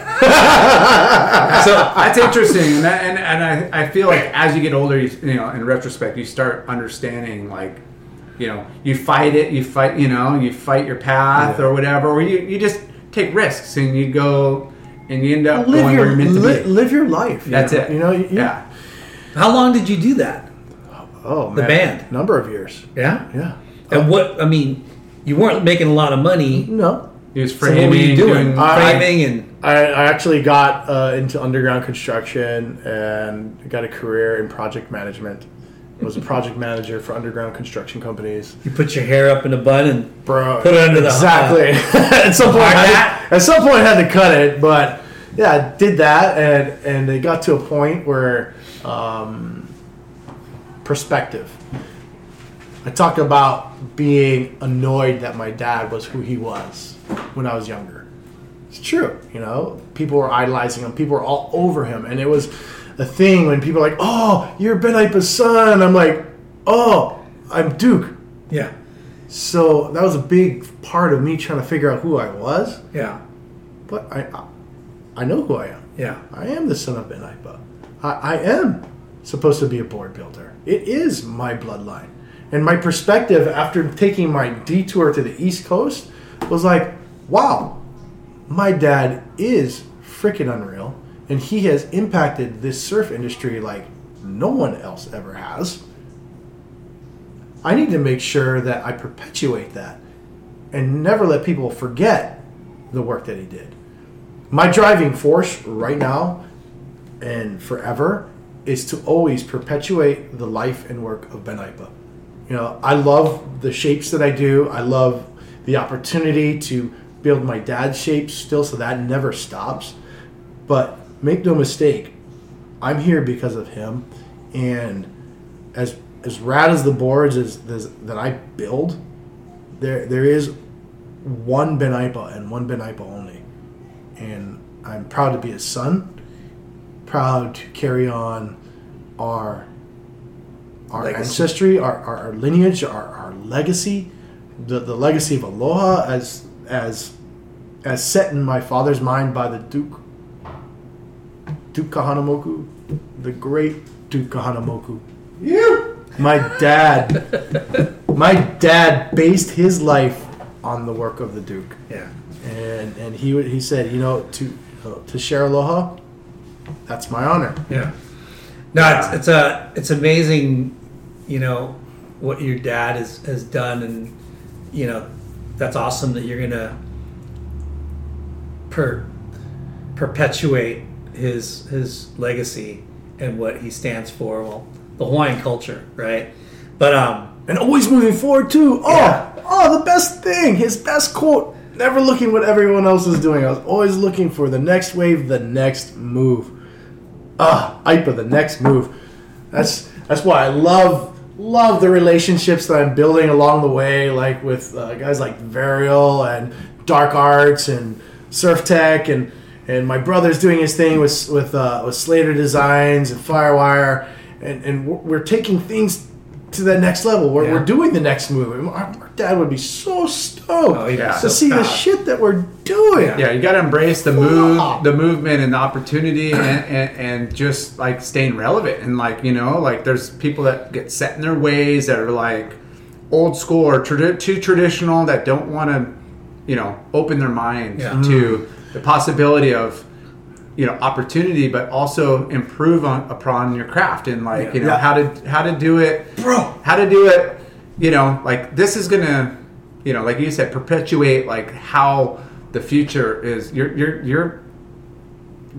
S3: so that's interesting, and that, and, and I, I feel like as you get older, you, you know, in retrospect, you start understanding like, you know, you fight it, you fight, you know, you fight your path or whatever, or you, you just take risks and you go and you end up
S4: live
S3: going where
S4: your
S3: you're meant to
S4: li-
S3: be.
S4: live your life you
S3: That's
S4: know?
S3: it.
S4: you know you,
S3: yeah.
S1: How long did you do that?
S4: oh man.
S1: band.
S4: number of years
S1: Yeah.
S4: yeah
S1: And what I mean, you weren't making a lot of money.
S4: no
S3: He was
S1: So what
S3: framing,
S1: were you doing?
S3: doing-
S4: I-
S1: Framing and
S4: I, I actually got uh, into underground construction and got a career in project management. Was a project manager for underground construction companies.
S1: you put your hair up in a bun and
S4: Bro,
S1: Put it under the-
S4: exactly. at some point,
S1: hard
S4: I had-
S1: hat?
S4: at some point, I had to cut it, but yeah, I did that, and and it got to a point where um, perspective. I talk about being annoyed that my dad was who he was when I was younger. It's true, you know. People were idolizing him. People were all over him, and it was a thing when people were like, "Oh, you're Ben Ipa's son." I'm like, "Oh, I'm Duke."
S1: Yeah.
S4: So that was a big part of me trying to figure out who I was.
S1: Yeah.
S4: But I, I- I know who I am.
S1: Yeah.
S4: I am the son of Ben Ipa. I, I am supposed to be a board builder. It is my bloodline. And my perspective after taking my detour to the East Coast was like, wow, my dad is freaking unreal. And he has impacted this surf industry like no one else ever has. I need to make sure that I perpetuate that and never let people forget the work that he did. My driving force right now and forever is to always perpetuate the life and work of Ben Ipa. You know, I love the shapes that I do. I love the opportunity to build my dad's shapes still, so that never stops. But make no mistake, I'm here because of him. And as as rad as the boards is, is that I build, there there is one Ben Ipa and one Ben Ipa only, and I'm proud to be his son. Proud to carry on our our
S1: Legacy.
S4: ancestry, our, our, our lineage, our, our legacy, the, the legacy of Aloha as as as set in my father's mind by the Duke Duke Kahanamoku, the great Duke Kahanamoku. You. My dad. my dad based his life on the work of the Duke,
S1: Yeah.
S4: and and he would- he said, you know, to uh, to share aloha, that's my honor.
S1: Yeah. No, it's, it's a it's amazing, you know, what your dad has has done, and you know, that's awesome that you're gonna per perpetuate his his legacy and what he stands for. Well, the Hawaiian culture, right? But um,
S4: and always moving forward too. Oh,
S1: Yeah.
S4: oh, the best thing, his best quote. Never looking what everyone else is doing. I was always looking for the next wave, the next move. Ah, IPA, the next move. That's that's why I love love the relationships that I'm building along the way, like with uh, guys like Varial and Dark Arts and Surf Tech, and and my brother's doing his thing with with uh, with Slater Designs and Firewire, and and we're we're taking things to the next level. We're, we're doing the next move. And my, my dad would be so stoked
S1: he'd be
S4: to
S1: so
S4: see the
S1: proud.
S4: shit that we're doing.
S3: Yeah, you got to embrace the move, the movement, and the opportunity, and, and, and just like staying relevant. And like you know, like there's people that get set in their ways that are like old school or tradi- too traditional that don't want to, you know, open their mind
S1: Yeah.
S3: to
S4: Mm.
S3: the possibility of you know opportunity, but also improve on upon your craft and like you know
S4: Yeah.
S3: how to how to do it,
S4: Bro.
S3: how to do it. You know, like this is gonna, you know, like you said, perpetuate like how the future is. You're you're you're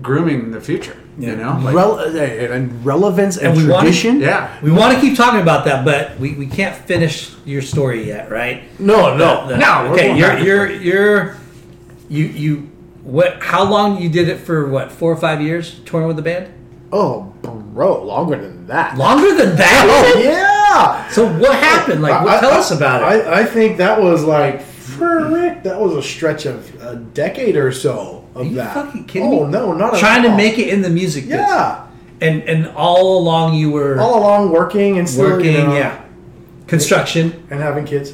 S3: grooming the future. You know, like,
S4: Rel- uh, and relevance and,
S1: And we wanna-
S4: tradition.
S3: yeah,
S1: we want to keep talking about that, but we, we can't finish your story yet, right?
S4: No, no,
S1: The-
S3: No, we're
S1: Okay,
S3: going
S1: you're
S3: back.
S1: you're you're you you what? How long you did it for? What four or five years touring with the band?
S4: Oh, bro, longer than that.
S1: Longer than that?
S4: Oh, yeah.
S1: So what happened? Like, what, tell us about it.
S4: I, I think that was like, frick, that was a stretch of a decade or so of
S1: Are you
S4: that.
S1: fucking kidding
S4: oh,
S1: me?
S4: no, not at
S1: Trying
S4: all.
S1: to make it in the music business.
S4: Yeah.
S1: And and all along you were
S4: All along working and still, you
S1: working,
S4: know,
S1: yeah, construction
S4: and having kids.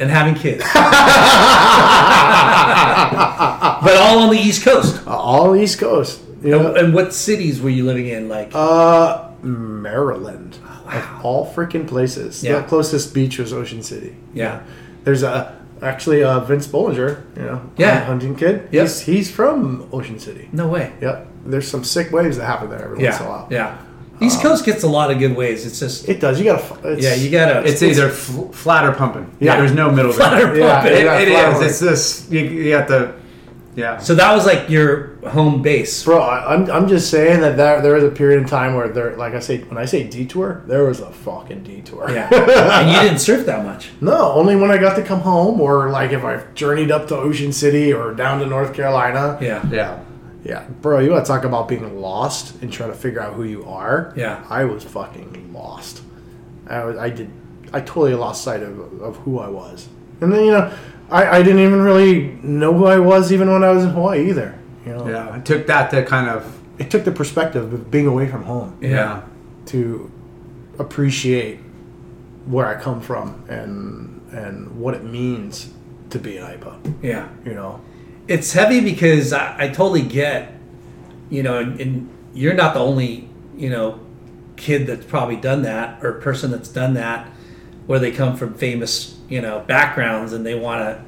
S1: and having kids. but all on the East Coast.
S4: Uh, all East Coast. You know,
S1: And what cities were you living in? Like,
S4: uh, Maryland. Of all freaking places.
S1: Oh, Yeah.
S4: The closest beach was Ocean City.
S1: yeah,
S4: There's a actually uh, Vince Bollinger, you know,
S1: Yeah.
S4: hunting kid.
S1: Yep.
S4: He's, he's from Ocean City.
S1: no way.
S4: Yep. There's some sick waves that happen there every once in a while.
S1: Yeah, yeah. East Coast gets a lot of good waves. It's just
S4: It does. You gotta. f- It's,
S1: yeah, you gotta.
S3: it's either fl- flat or pumping.
S4: Yeah.
S3: Yeah, there's no middle
S1: Flat or
S3: ground.
S4: Yeah,
S1: pump it.
S4: you
S3: It,
S4: gotta
S3: it
S4: fly
S3: is.
S4: over.
S3: It's this. You, you got the. Yeah.
S1: So that was like your home base.
S4: Bro, I, I'm, I'm just saying that there, there was a period in time where there, like I say, when I say detour, there was a fucking detour.
S1: Yeah, and you didn't surf that much.
S4: no, only when I got to come home, or like if I've journeyed up to Ocean City or down to North Carolina.
S1: Yeah,
S3: yeah.
S4: Yeah, bro, you want to talk about being lost and trying to figure out who you are?
S1: Yeah.
S4: I was fucking lost. I was, I did, I totally lost sight of, of who I was. And then you know, I, I didn't even really know who I was even when I was in Hawaii either. You know,
S3: Yeah, it took that to kind of
S4: it took the perspective of being away from home
S3: yeah.
S4: to appreciate where I come from and and what it means to be an IPA.
S1: Yeah.
S4: You know,
S1: it's heavy because I, I totally get, you know, and, and you're not the only, you know, kid that's probably done that or person that's done that, where they come from famous, you know, backgrounds and they want to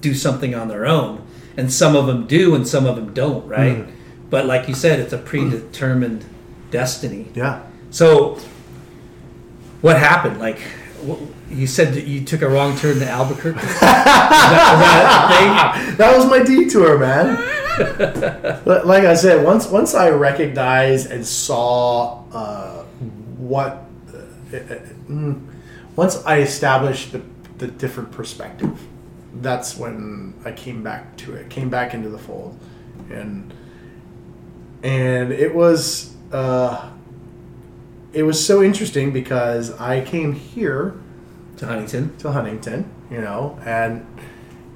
S1: do something on their own, and some of them do and some of them don't, right? But like you said, it's a predetermined destiny.
S4: yeah.
S1: So, what happened? Like, wh- you said that you took a wrong turn to Albuquerque. Is that- is that a thing?
S4: That was my detour, man. Li- like I said, once once I recognized and saw uh, what, uh, uh, mm, once I established the, the different perspective, that's when I came back to it, came back into the fold, and and it was uh, it was so interesting because I came here
S1: to Huntington.
S4: to Huntington, you know, and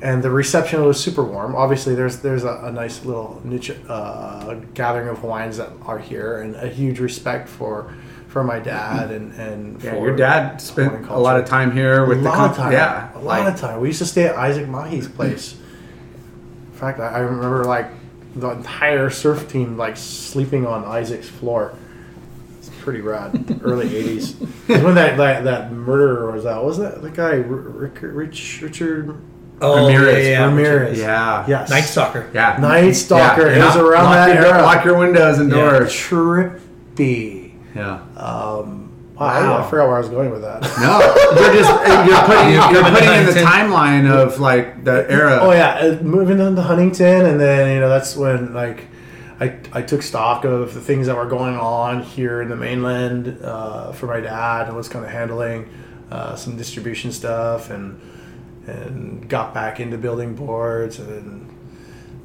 S4: and the reception was super warm. Obviously, there's there's a, a nice little niche uh, gathering of Hawaiians that are here, and a huge respect for for my dad and and
S3: Yeah,
S4: for
S3: your dad spent
S4: Hawaiian
S3: a lot of
S4: culture.
S3: time here with
S4: a
S3: the
S4: lot
S3: con-
S4: of time,
S3: yeah,
S4: a lot
S3: like-
S4: of time. We used to stay at Isaac Mahi's place. In fact, I, I remember like the entire surf team like sleeping on Isaac's floor. It's pretty rad. Early '80s It's when that, that that murderer was out. Wasn't that the guy Rick, Rich Richard
S1: Oh,
S3: Ramirez,
S1: yeah, yeah.
S4: Ramirez?
S3: Yeah,
S4: Yes.
S1: Night Stalker.
S3: yeah.
S4: Night Stalker. It was around
S3: lock
S4: that
S3: your,
S4: era.
S3: Lock your windows and
S1: Yeah.
S3: doors.
S4: Trippy.
S3: Yeah.
S4: Wow. I, I forgot where I was going with that.
S3: No, you're just uh, you're putting you're
S1: coming to
S3: putting in the
S1: Huntington.
S3: timeline of like the era.
S4: Oh yeah, uh, moving on to Huntington, and then you know that's when like I I took stock of the things that were going on here in the mainland uh, for my dad, and was kind of handling uh, some distribution stuff, and and got back into building boards, and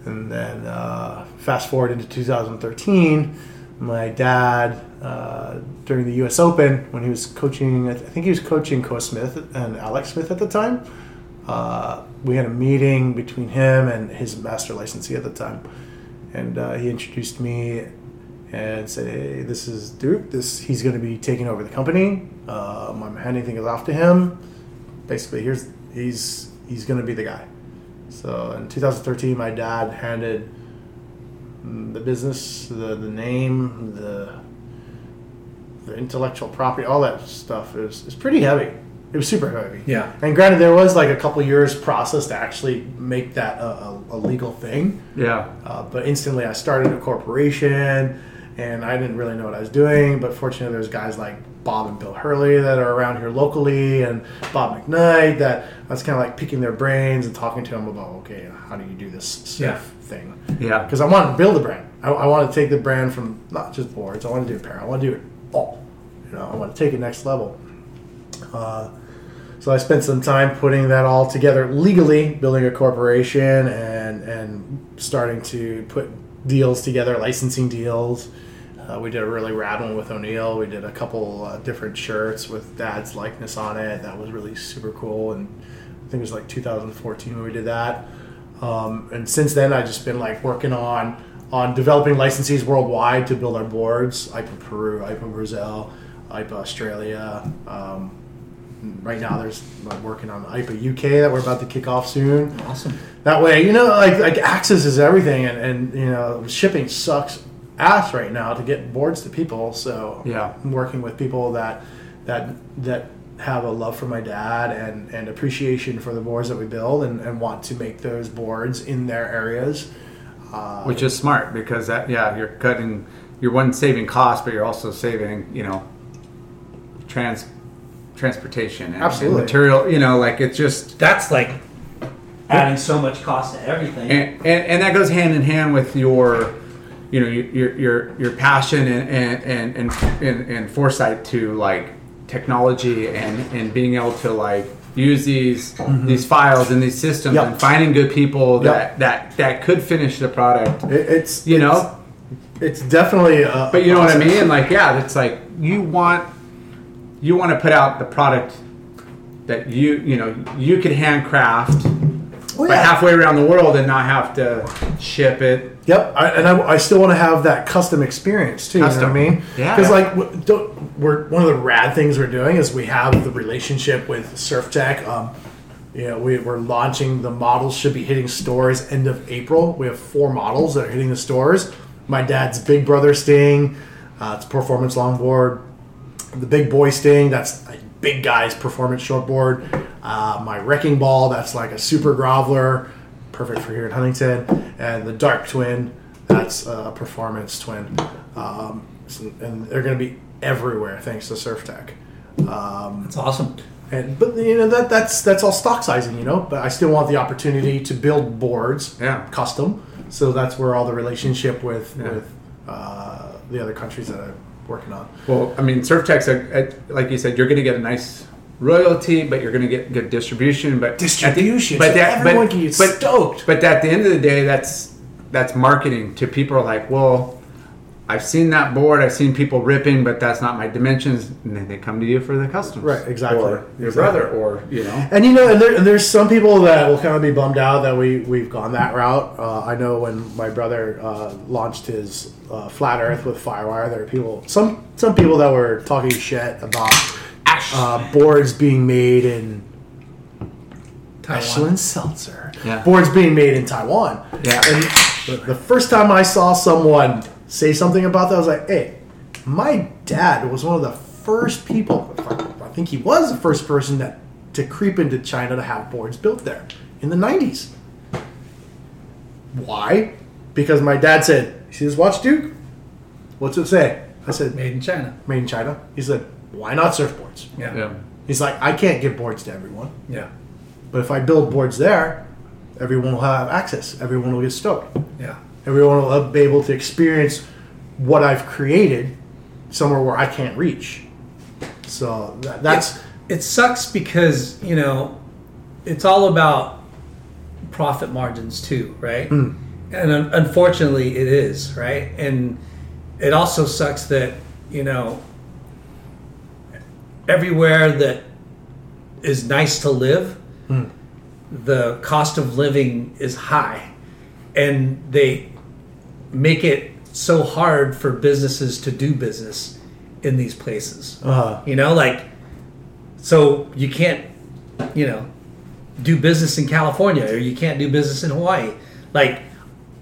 S4: and then uh, fast forward into 2013, my dad. Uh, during the U.S. Open, when he was coaching, I th- I think he was coaching Co Smith and Alex Smith at the time uh, we had a meeting between him and his master licensee at the time, and uh, he introduced me and said, "Hey, this is Duke. This he's going to be taking over the company. Um, I'm handing things off to him. Basically, here's he's he's going to be the guy." So in 2013, my dad handed the business, the the name, the the intellectual property, all that stuff. It was, it was pretty heavy. It was super heavy.
S1: Yeah.
S4: And granted, there was like a couple years process to actually make that a, a, a legal thing.
S3: yeah.
S4: Uh, but instantly, I started a corporation, and I didn't really know what I was doing. But fortunately, there's guys like Bob and Bill Hurley that are around here locally, and Bob McKnight. That that's kind of like picking their brains and talking to them about, okay, how do you do this surf
S1: Yeah.
S4: thing?
S3: Yeah.
S4: Because I wanted to build a brand. I, I want to take the brand from not just boards. I want to do apparel. I want to do it all. You know, I want to take it next level. Uh, So I spent some time putting that all together legally, building a corporation and and starting to put deals together, licensing deals. Uh, we did a really rad one with O'Neill. We did a couple uh, different shirts with Dad's likeness on it. That was really super cool. And I think it was like 2014 when we did that. Um, and since then, I've just been like working on on developing licensees worldwide to build our boards. E IPA Peru, IPA Brazil, IPA E Australia. Um, right now there's like working on the IPA UK that we're about to kick off soon.
S1: Awesome.
S4: That way, you know, like like access is everything, and and you know, shipping sucks ass right now to get boards to people. So
S3: Yeah.
S4: I'm working with people that that that have a love for my dad and and appreciation for the boards that we build, and and want to make those boards in their areas.
S3: Which is smart because that yeah you're cutting you're one saving cost, but you're also saving you know trans transportation and, and
S4: Absolutely.
S3: material. You know, like it's just
S1: That's like adding so much cost to everything.
S3: and, and, and that goes hand in hand with your you know your your your passion and and and and, and, and foresight to like technology and and being able to like use these these files and these systems
S4: Mm-hmm. Yep.
S3: and finding good people
S4: Yep.
S3: that, that that could finish the product.
S4: It, it's
S3: You know,
S4: it's definitely. A,
S3: but you know what I mean? Like, yeah, it's like you want you want to put out the product that you you know you could handcraft, but
S4: Oh, yeah.
S3: halfway around the world and not have to ship it.
S4: Yep, I, and I, I still want to have that custom experience too.
S3: Custom.
S4: You know what I mean?
S3: Yeah.
S4: Because like, w- don't, we're one of the rad things we're doing is we have the relationship with SurfTech. Um, you know, we, we're launching the models should be hitting stores end of April. We have four models that are hitting the stores. My dad's Big Brother Sting, uh, it's performance longboard. The Big Boy Sting, that's a big guy's performance shortboard. Uh, my Wrecking Ball, that's like a super groveler, perfect for here in Huntington. And the Dark Twin, that's a performance twin. Um, so- and they're going to be everywhere thanks to Surf Tech. Um,
S1: It's awesome.
S4: and but you know that that's that's all stock sizing, you know. But I still want the opportunity to build boards,
S3: Yeah.
S4: custom. So that's where all the relationship with with uh, the other countries that I'm working on.
S3: Well, I mean, SurfTech's a, a, like you said, you're going to get a nice royalty, but you're going to get good distribution. But at the-
S4: Distribution, so everyone can get stoked.
S3: But at the end of the day, that's that's marketing to people. Like, well, I've seen that board, I've seen people ripping, but that's not my dimensions. And then they come to you for the customs,
S4: Right, exactly.
S3: Or your brother, or you know,
S4: And you know, and there, and there's some people that will kind of be bummed out that we we've gone that route. Uh, I know when my brother uh, launched his uh, flat Earth with Firewire, there were people some some people that were talking shit about uh, boards being made in Ashland Seltzer.
S3: Yeah.
S4: Boards being made in Taiwan.
S3: Yeah.
S4: And the, the first time I saw someone say something about that, I was like, hey, my dad was one of the first people, I think he was the first person that to creep into China to have boards built there in the 90s. Why? Because my dad said, you see this watch, Duke? What's it say? I said,
S1: Made in China.
S4: made in China. He said, why not surfboards?
S1: Yeah.
S3: yeah.
S4: He's like, I can't give boards to everyone.
S1: Yeah.
S4: But if I build boards there, everyone will have access. Everyone will get stoked.
S1: Yeah.
S4: Everyone will be able to experience what I've created somewhere where I can't reach. So that, that's
S1: it sucks because you know it's all about profit margins too right and un- unfortunately it is right and it also sucks that you know everywhere that is nice to live
S4: Hmm.
S1: the cost of living is high and they make it so hard for businesses to do business in these places
S4: uh,
S1: you know, like, so you can't, you know, do business in California or you can't do business in Hawaii. Like,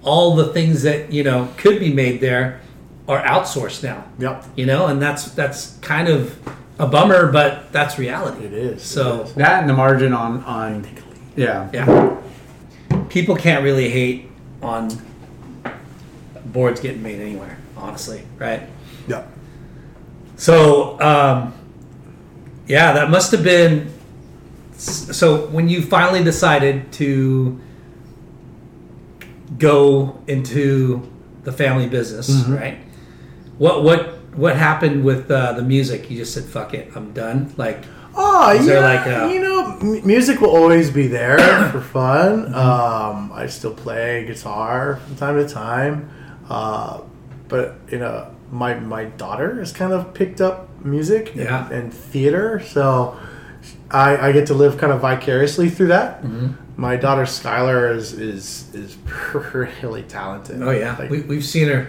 S1: all the things that, you know, could be made there are outsourced now.
S4: Yep.
S1: You know, and that's that's kind of a bummer, but that's reality.
S4: It is, it
S1: So,
S3: That and the margin on on yeah.
S1: yeah. People can't really hate on boards getting made anywhere, honestly, right?
S4: yeah.
S1: So, um, yeah, that must have been. So, when you finally decided to go into the family business, right? What what what happened with uh, the music? You just said, "Fuck it, I'm done." Like,
S4: Oh,
S1: Is
S4: yeah,
S1: there like a-
S4: you know, m- music will always be there for fun.
S1: Mm-hmm.
S4: Um, I still play guitar from time to time, uh, but you know, my my daughter has kind of picked up music
S1: Yeah.
S4: and, and theater, so I, I get to live kind of vicariously through that.
S1: Mm-hmm.
S4: My daughter Skylar is is is really talented.
S1: oh yeah,
S4: Like-
S1: we, we've seen her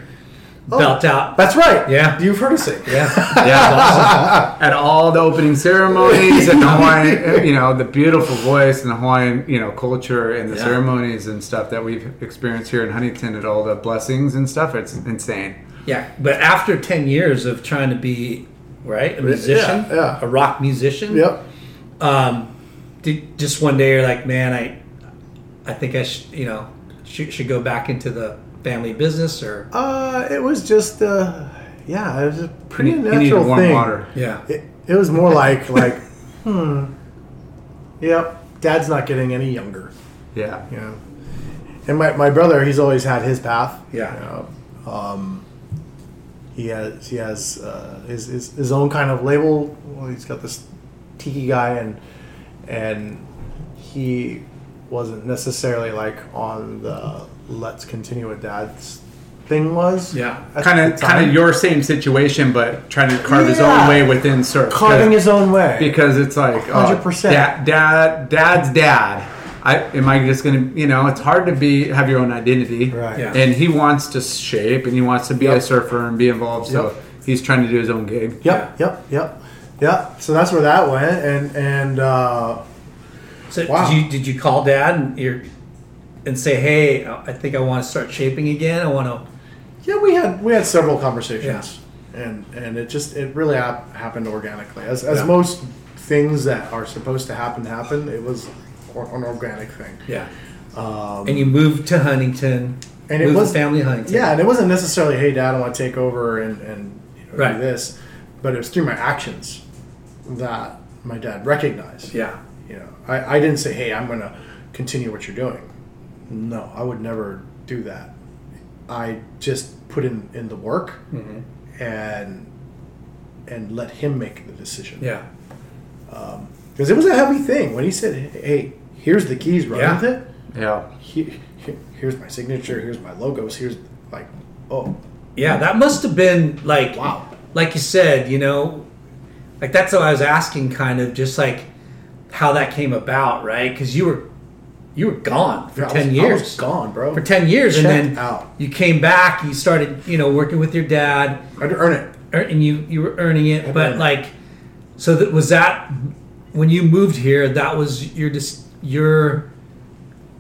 S1: belt out.
S4: that's right.
S1: Yeah.
S4: you've heard her sing.
S1: Yeah,
S3: at all the opening ceremonies and the Hawaiian, you know, the beautiful voice and the Hawaiian, you know, culture and the
S1: Yeah.
S3: ceremonies and stuff that we've experienced here in Huntington at all the blessings and stuff. It's insane.
S1: yeah. But after ten years of trying to be right a musician,
S4: yeah.
S1: a rock musician,
S4: Yep.
S1: um, did, just one day you're like, man, I, I think I should, you know, should, should go back into the family business or
S4: Uh, it was just, uh, yeah, it was a pretty
S3: You need- you need
S4: natural
S3: warm
S4: thing.
S3: water.
S1: yeah,
S4: It, it was more like, like, hmm, yep, dad's not getting any younger,
S3: Yeah.
S4: you know. And my, my brother, he's always had his path.
S1: Yeah.
S4: You know? Um, he has he has uh, his, his his own kind of label. Well, he's got this tiki guy and and he wasn't necessarily like on the let's continue with dad's thing was.
S1: Yeah.
S4: at
S3: Kind
S4: the
S3: of,
S4: time.
S3: kind of your same situation, but trying to carve his
S4: Yeah.
S3: own way within surf.
S4: carving his own way.
S3: because it's like oh,
S4: 100%.
S3: dad, dad, dad's dad. I am I just gonna you know it's hard to be have your own identity,
S4: Right.
S1: Yeah.
S3: And he wants to shape and he wants to be a
S4: Yep.
S3: surfer and be involved, so
S4: Yep.
S3: he's trying to do his own gig.
S4: Yep, yep, yep, yep. So that's where that went, and and uh,
S1: So
S4: Wow.
S1: did you did you call dad and you're, and say, hey, I I think I want to start shaping again. I want to.
S4: yeah, we had we had several conversations, and and it just it really hap- happened organically, as as
S1: Yeah.
S4: most things that are supposed to happen happen. It was or, an organic thing.
S1: Yeah. Um, and you moved to Huntington.
S4: and
S1: moved
S4: it
S1: to
S4: was
S1: family Huntington.
S4: Yeah, and it wasn't necessarily, hey, dad, I want to take over and and you know,
S1: Right.
S4: do this, but it was through my actions that my dad recognized.
S1: Yeah.
S4: you know, I, I didn't say, hey, I'm going to continue what you're doing. No, I would never do that. I just put in in the work
S3: Mm-hmm.
S4: and and let him make the decision.
S1: Yeah.
S4: because it was a heavy thing when he said, hey, here's the keys, run
S1: Yeah.
S4: with it.
S3: Yeah,
S4: He, he- here's my signature. Here's my logos. Here's like, oh,
S1: Yeah, that must have been like
S4: Wow.
S1: like you said, you know, like that's what I was asking, kind of just like how that came about, right? Because you were you were gone for
S4: Yeah, I
S1: ten
S4: was- I
S1: years,
S4: was gone, bro.
S1: for ten years, and
S4: Checked
S1: then
S4: out.
S1: you came back, you started, you know, working with your dad,
S4: I had to earn it.
S1: er- and you you were earning it, but
S4: earned it.
S1: like, so that was that when you moved here, that was your just your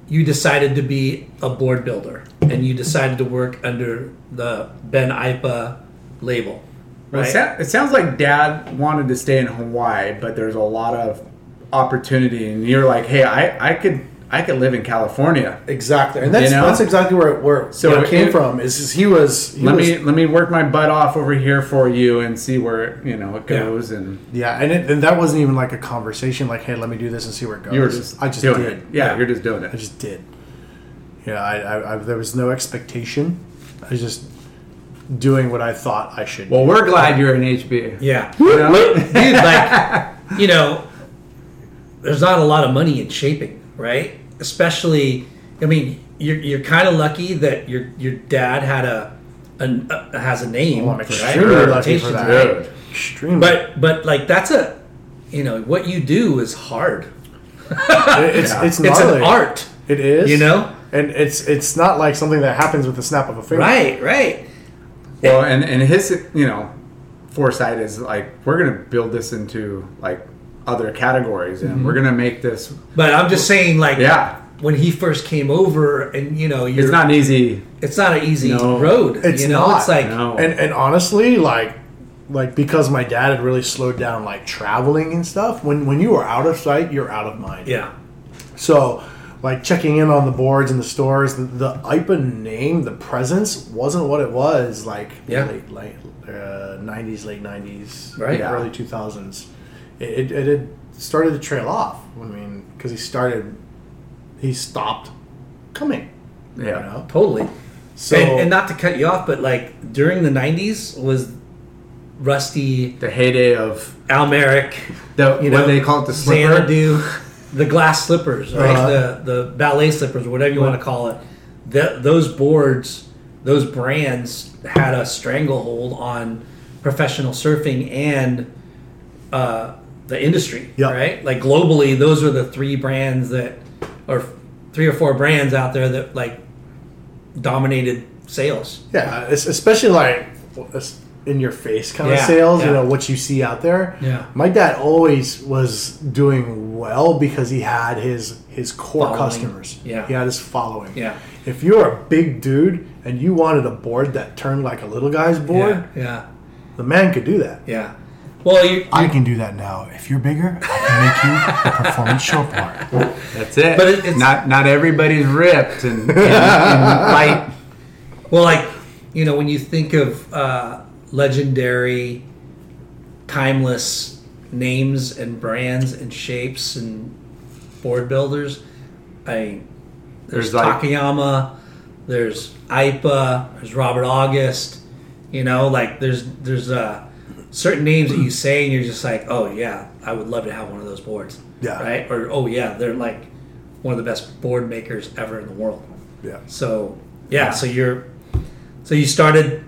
S1: you decided to be a board builder and you decided to work under the Ben Ipa label.
S3: well, it, sa- it sounds like dad wanted to stay in Hawaii, but there's a lot of opportunity, and you're like, hey, I I could I could live in California.
S4: Exactly, and that's
S3: You know?
S4: that's exactly where it, where,
S3: So
S4: where it came
S3: it-
S4: from. Is, is he was he
S3: let
S4: was,
S3: me let me work my butt off over here for you and see where you know it
S1: Yeah.
S3: goes and
S4: yeah, and, it, and that wasn't even like a conversation. Like, hey, let me do this and see where it goes.
S3: you were just
S4: I just
S3: doing
S4: did.
S3: it yeah, you're just doing it
S4: I just did. Yeah, I, I, I there was no expectation. I was just doing what I thought I should.
S3: well we're glad you're in hb
S1: Yeah.
S3: you know?
S1: Dude, like, you know, there's not a lot of money in shaping, right? Especially, I mean, you're, you're kind of lucky that your your dad had a, an uh, has a name,
S4: Oh, I'm
S1: right?
S4: extremely lucky for
S1: Reputations,
S4: that.
S1: right?
S3: Dude.
S4: do. extremely.
S1: But but like that's a, you know, what you do is hard.
S4: It- it's
S1: It's
S4: it's gnarly.
S1: an art,
S4: It is.
S1: you know?
S4: and it's it's not like something that happens with the snap of a finger.
S1: Right, right.
S3: well and and his you know foresight is like we're gonna build this into like other categories and
S1: Mm-hmm.
S3: we're gonna make this
S1: But I'm just saying, like,
S3: Yeah.
S1: when he first came over, and you know, you're,
S3: it's not an easy
S1: it's not an easy
S3: No.
S1: road.
S4: It's
S1: you know,
S4: not.
S1: it's like,
S3: no
S4: And and honestly, like like because my dad had really slowed down like traveling and stuff, when when you are out of sight, you're out of mind.
S1: yeah,
S4: So like checking in on the boards and the stores, the, the IPA name, the presence wasn't what it was like
S1: Yeah.
S4: late late uh, 90s, late 90s,
S1: Right.
S4: early 2000s. It, it, it had started to trail off. I mean, because he started, he stopped coming.
S3: yeah
S4: You know?
S1: totally.
S4: So
S1: and, and not to cut you off, but like during the '90s was Rusty,
S3: the heyday of
S1: Almeric,
S3: the
S1: you
S3: what
S1: know,
S3: they call it the slipper
S1: Xanadu, the glass slippers, right?
S4: Uh-huh.
S1: The the ballet slippers, whatever you want to call it. Th those boards, those brands had a stranglehold on professional surfing and uh, the industry,
S4: Yeah.
S1: right? Like globally, those are the three brands that, or three or four brands out there that like dominated sales.
S4: Yeah, it's especially like it's in your face kind
S1: Yeah,
S4: of sales,
S1: yeah.
S4: you know, what you see out there.
S1: Yeah.
S4: My dad always was doing well because he had his his core
S1: Following.
S4: customers.
S1: Yeah.
S4: He had his following.
S1: Yeah.
S4: If you're a big dude and you wanted a board that turned like a little guy's board,
S1: Yeah, yeah,
S4: the man could do that.
S1: yeah. Well, you, you
S6: I can do that now. If you're bigger, I can make you a performance chauffeur.
S3: that's it
S1: But it- it's-
S3: not not everybody's ripped and, and, and light
S1: well, like you know, when you think of uh, legendary, timeless names and brands and shapes and board builders, I
S3: there's like
S1: Takayama, there's Ipa, there's Robert August. You know, like there's there's uh, certain names that you say, and you're just like, oh yeah, I would love to have one of those boards.
S4: Yeah.
S1: Right. Or oh yeah, they're like one of the best board makers ever in the world.
S4: Yeah.
S1: So yeah, so you're so you started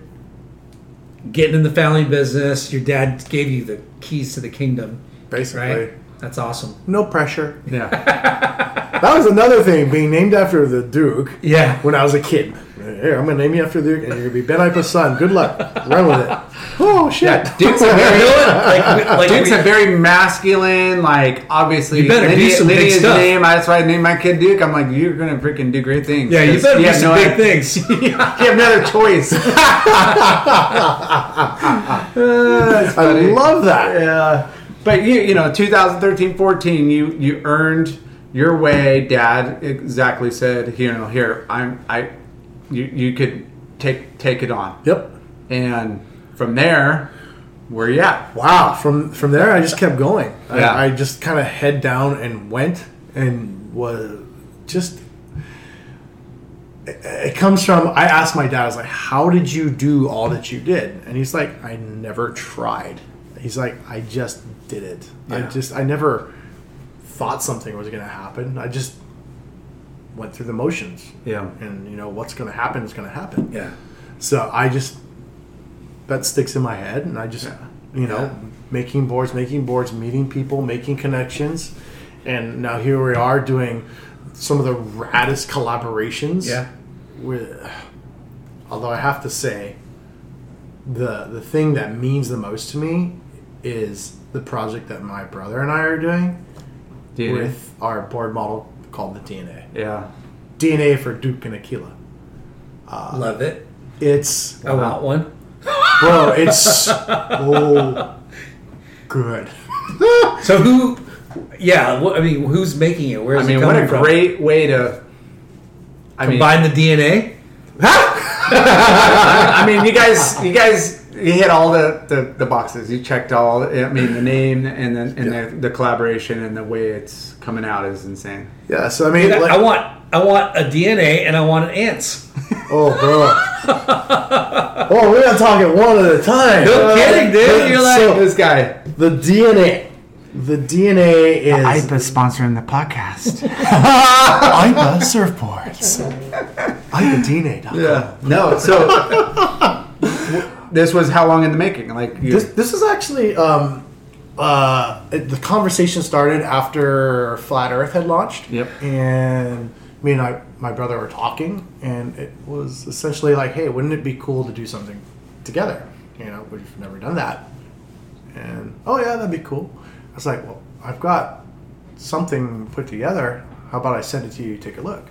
S1: getting in the family business. Your dad gave you the keys to the kingdom,
S4: Basically.
S1: right? That's awesome.
S4: No pressure.
S3: Yeah.
S4: That was another thing, being named after the Duke
S1: Yeah.
S4: when I was a kid. Here, I'm going to name you after the Duke, and you're going to be Ben Ipa's son. Good luck. Run with it. Oh, shit.
S3: Duke's a very,
S1: like, like
S3: Duke's
S1: we-
S3: a very masculine, like obviously.
S1: You better do some big
S3: Lydia's
S1: stuff.
S3: name. That's why I named my kid Duke. I'm like, you're gonna freaking do great things.
S1: yeah, you
S3: 'Cause
S1: better do
S3: have no-
S1: some big things.
S3: You have another choice.
S4: I love that.
S3: Yeah. But you, you know, 2013, 14, you you earned your way. Dad exactly said, you know, here I'm. I, you you could take take it on.
S4: Yep.
S3: And from there, where you at?
S4: Wow. From from there, I just kept going.
S3: Yeah.
S4: I, I just kind of head down and went and was just. It it comes from I asked my dad. I was like, "How did you do all that you did?" And he's like, "I never tried." He's like, "I just did it. I just I never thought something was going to happen. I just went through the motions.
S3: Yeah.
S4: And you know what's going to happen is going to happen.
S1: yeah.
S4: So I just that sticks in my head, and I just you know making boards, making boards, meeting people, making connections, and now here we are doing some of the raddest collaborations.
S1: Yeah.
S4: With, although I have to say, the the thing that means the most to me is the project that my brother and I are doing
S3: Dude.
S4: with our board model called the DNA.
S3: Yeah.
S4: DNA for Duke and Aquila.
S3: Uh,
S1: Love it.
S4: It's
S1: I want one.
S4: Bro, it's so good.
S1: So who? Yeah, wh- I mean, who's making it? Where's
S3: I
S1: it
S3: mean,
S1: coming
S3: what a
S1: from?
S3: great way to. I mean,
S1: combine the DNA.
S3: I mean, you guys, you guys, you hit all the, the, the boxes. You checked all. I mean, the name and then and the, the collaboration and the way it's coming out is insane.
S4: Yeah, so I mean,
S1: I
S4: like,
S1: want, I want a DNA, and I want an ants.
S4: oh, bro. oh, we're not talking one at a time.
S1: No kidding, dude. You're like,
S4: So-
S3: This guy,
S4: The DNA. The DNA is.
S3: IPA's sponsoring the podcast.
S6: IPA surfboards.
S4: I'm the DNA. doc.
S3: yeah. No. So this was how long in the making? Like you,
S4: This, this is actually. Um, uh, it, the conversation started after Flat Earth had launched.
S3: Yep.
S4: And me and I, my brother were talking, and it was essentially like, hey, wouldn't it be cool to do something together? You know, we've never done that. And, oh, yeah, that'd be cool. I was like, well, I've got something put together. How about I send it to you, take a look?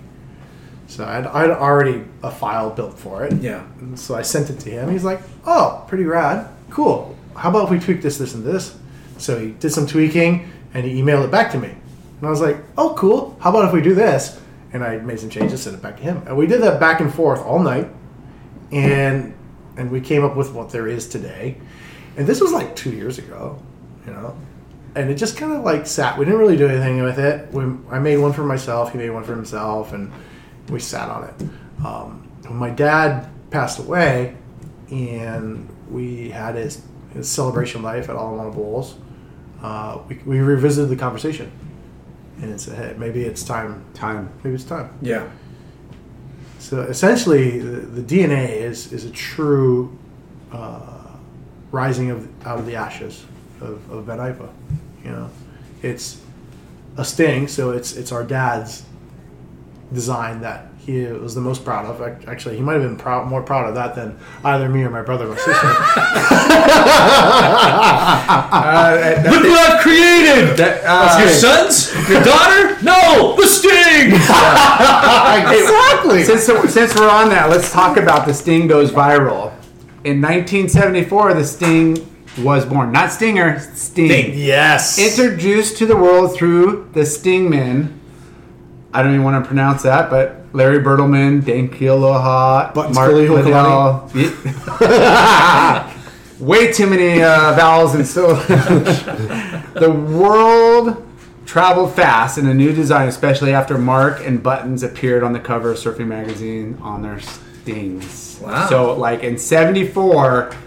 S4: So I'd, I'd already a file built for it.
S1: Yeah.
S4: And so I sent it to him. He's like, "Oh, pretty rad, cool. How about if we tweak this, this, and this?" So he did some tweaking and he emailed it back to me. And I was like, "Oh, cool. How about if we do this?" And I made some changes, sent it back to him, and we did that back and forth all night, and and we came up with what there is today. And this was like two years ago, you know. And it just kind of like sat. We didn't really do anything with it. We, I made one for myself. He made one for himself, and we sat on it. Um, when my dad passed away, and we had his, his celebration life at All in One Bowls, uh, we, we revisited the conversation, and it said, "Hey, maybe it's time.
S3: time.
S4: Maybe it's time."
S1: Yeah,
S4: So essentially, the, the DNA is is a true uh, rising of out of the ashes of, of Ben Ipa. You know, it's a sting. So it's it's our dad's design that he was the most proud of. Ac- Actually, he might have been proud, more proud of that than either me or my brother or sister.
S1: look what I've created.
S3: That, uh,
S1: your sons, your daughter. No, the sting.
S4: exactly.
S3: since since we're on that, let's talk about the Sting goes viral. In 1974, the Sting was born. Not Stinger,
S1: Sting.
S4: Yes.
S3: introduced to the world through the Stingman. I don't even want to pronounce that, but Larry Bertelman, Dan Kealoha,
S4: Buttons Kili Hokalani.
S3: Liddell. Way too many uh, vowels and so. the world traveled fast in a new design, especially after Mark and Buttons appeared on the cover of Surfing Magazine on their stings.
S1: Wow.
S3: So, like in '74, the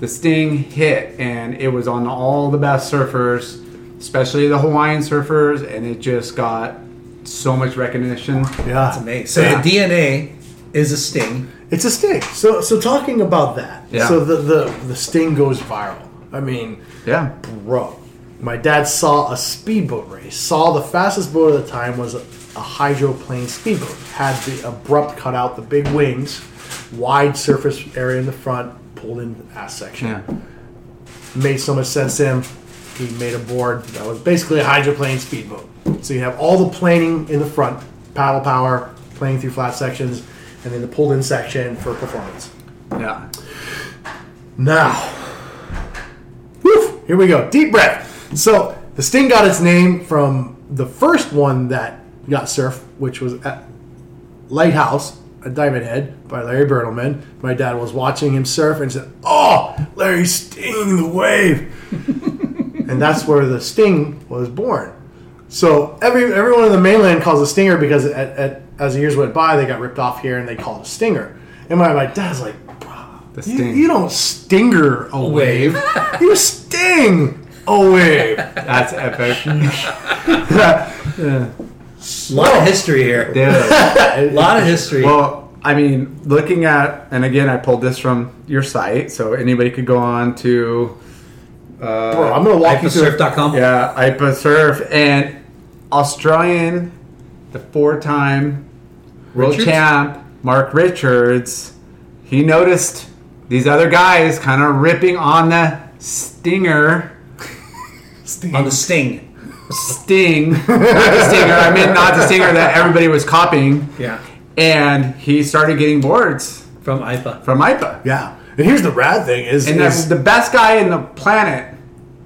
S3: the sting hit, and it was on all the best surfers, especially the Hawaiian surfers, and it just got so much recognition.
S4: Yeah. It's
S1: Amazing. So the DNA is a sting.
S4: It's a sting. So so talking about that.
S3: Yeah.
S4: So the, the the sting goes viral. I mean,
S3: Yeah.
S4: bro, my dad saw a speedboat race. Saw the fastest boat at the time was a, a hydroplane speedboat. Had the abrupt cutout, the big wings, wide surface area in the front, pulled in the ass section.
S3: Yeah.
S4: Made so much sense to him. He made a board that was basically a hydroplane speedboat. So you have all the planing in the front, paddle power, planing through flat sections, and then the pulled in section for performance.
S3: Yeah.
S4: Now, woof, here we go. Deep breath. So the sting got its name from the first one that got surfed, which was uh, at Lighthouse at Diamond Head by Larry Bertelman. My dad was watching him surf and said, "Oh, Larry's stinging the wave," and that's where the sting was born. So every everyone in the mainland calls it a stinger because at, at, as the years went by, they got ripped off here and they called it a stinger. And my, my dad's like,
S3: The
S4: you,
S3: sting.
S4: you don't stinger a wave. you sting a wave.
S3: That's epic.
S1: A lot of history here.
S3: Dude.
S1: A lot of history.
S3: Well, I mean, looking at, and again, I pulled this from your site, so anybody could go on to. Uh,
S4: Bro, I'm gonna walk you through.
S1: Hyposurf.com.
S3: Yeah, IPA Surf and Australian, the four-time world
S1: Richards?
S3: champ Mark Richards. He noticed these other guys kind of ripping on the stinger,
S1: On the sting.
S3: sting, not the stinger. I mean, not the stinger that everybody was copying.
S1: Yeah.
S3: And he started getting boards
S1: From IPA.
S3: from IPA,
S4: Yeah. And here's the rad thing is,
S3: and
S4: is
S3: that's the best guy in the planet,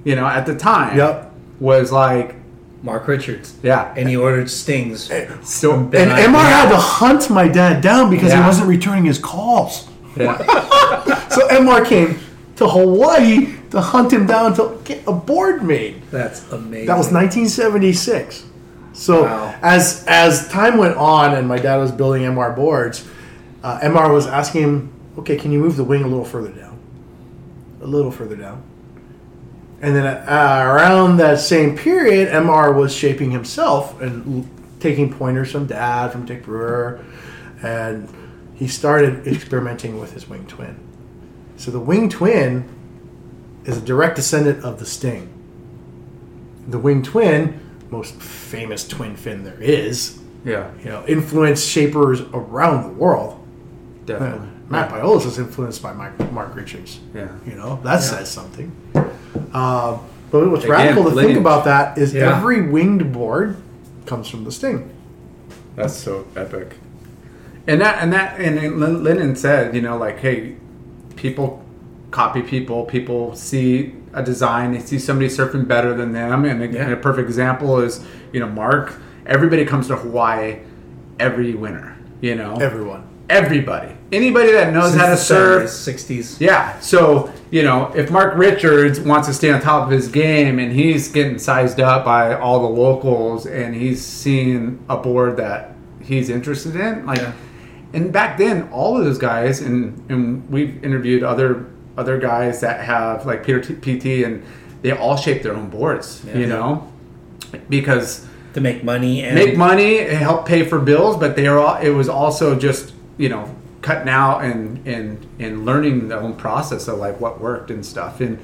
S3: you know, at the time.
S4: Yep.
S3: Was like,
S1: Mark Richards.
S3: yeah.
S1: And he ordered stings.
S3: so
S4: and MR had to hunt my dad down because
S3: Yeah.
S4: he wasn't returning his calls.
S3: Yeah.
S4: So MR came to Hawaii to hunt him down to get a board made.
S1: That's amazing.
S4: That was 1976. So
S1: Wow.
S4: as as time went on, and my dad was building MR boards, uh, MR was asking him, "Okay, can you move the wing a little further down? A little further down." And then uh, around that same period, MR was shaping himself and l- taking pointers from dad, from Dick Brewer, and he started experimenting with his wing twin. So the wing twin is a direct descendant of the sting the wing twin, most famous twin fin there is,
S3: yeah.
S4: you know, influenced shapers around the world.
S3: Definitely.
S4: Matt Biolas was influenced by Mike, Mark Richards.
S3: Yeah.
S4: You know, that says something. Um, but what's radical to
S3: lineage.
S4: think about that is
S1: Yeah.
S4: every winged board comes from the sting.
S3: That's so epic. And that and that and then Lin- Lennon said, you know, like, hey, people copy people. People see a design, they see somebody surfing better than them. And a, and a perfect example is, you know, Mark. Everybody comes to Hawaii every winter. You know,
S4: Everyone.
S3: everybody, anybody that knows
S1: Since
S3: how to
S1: the
S3: surf,
S1: 70s, 60s.
S3: Yeah. So, you know, if Mark Richards wants to stay on top of his game and he's getting sized up by all the locals and he's seeing a board that he's interested in, like and back then all of those guys and and we've interviewed other other guys that have like Peter T- PT and they all shape their own boards, you know? Because
S1: To make money and
S3: make money and help pay for bills, but they are all, it was also just you know cutting out and and and learning the own process of like what worked and stuff and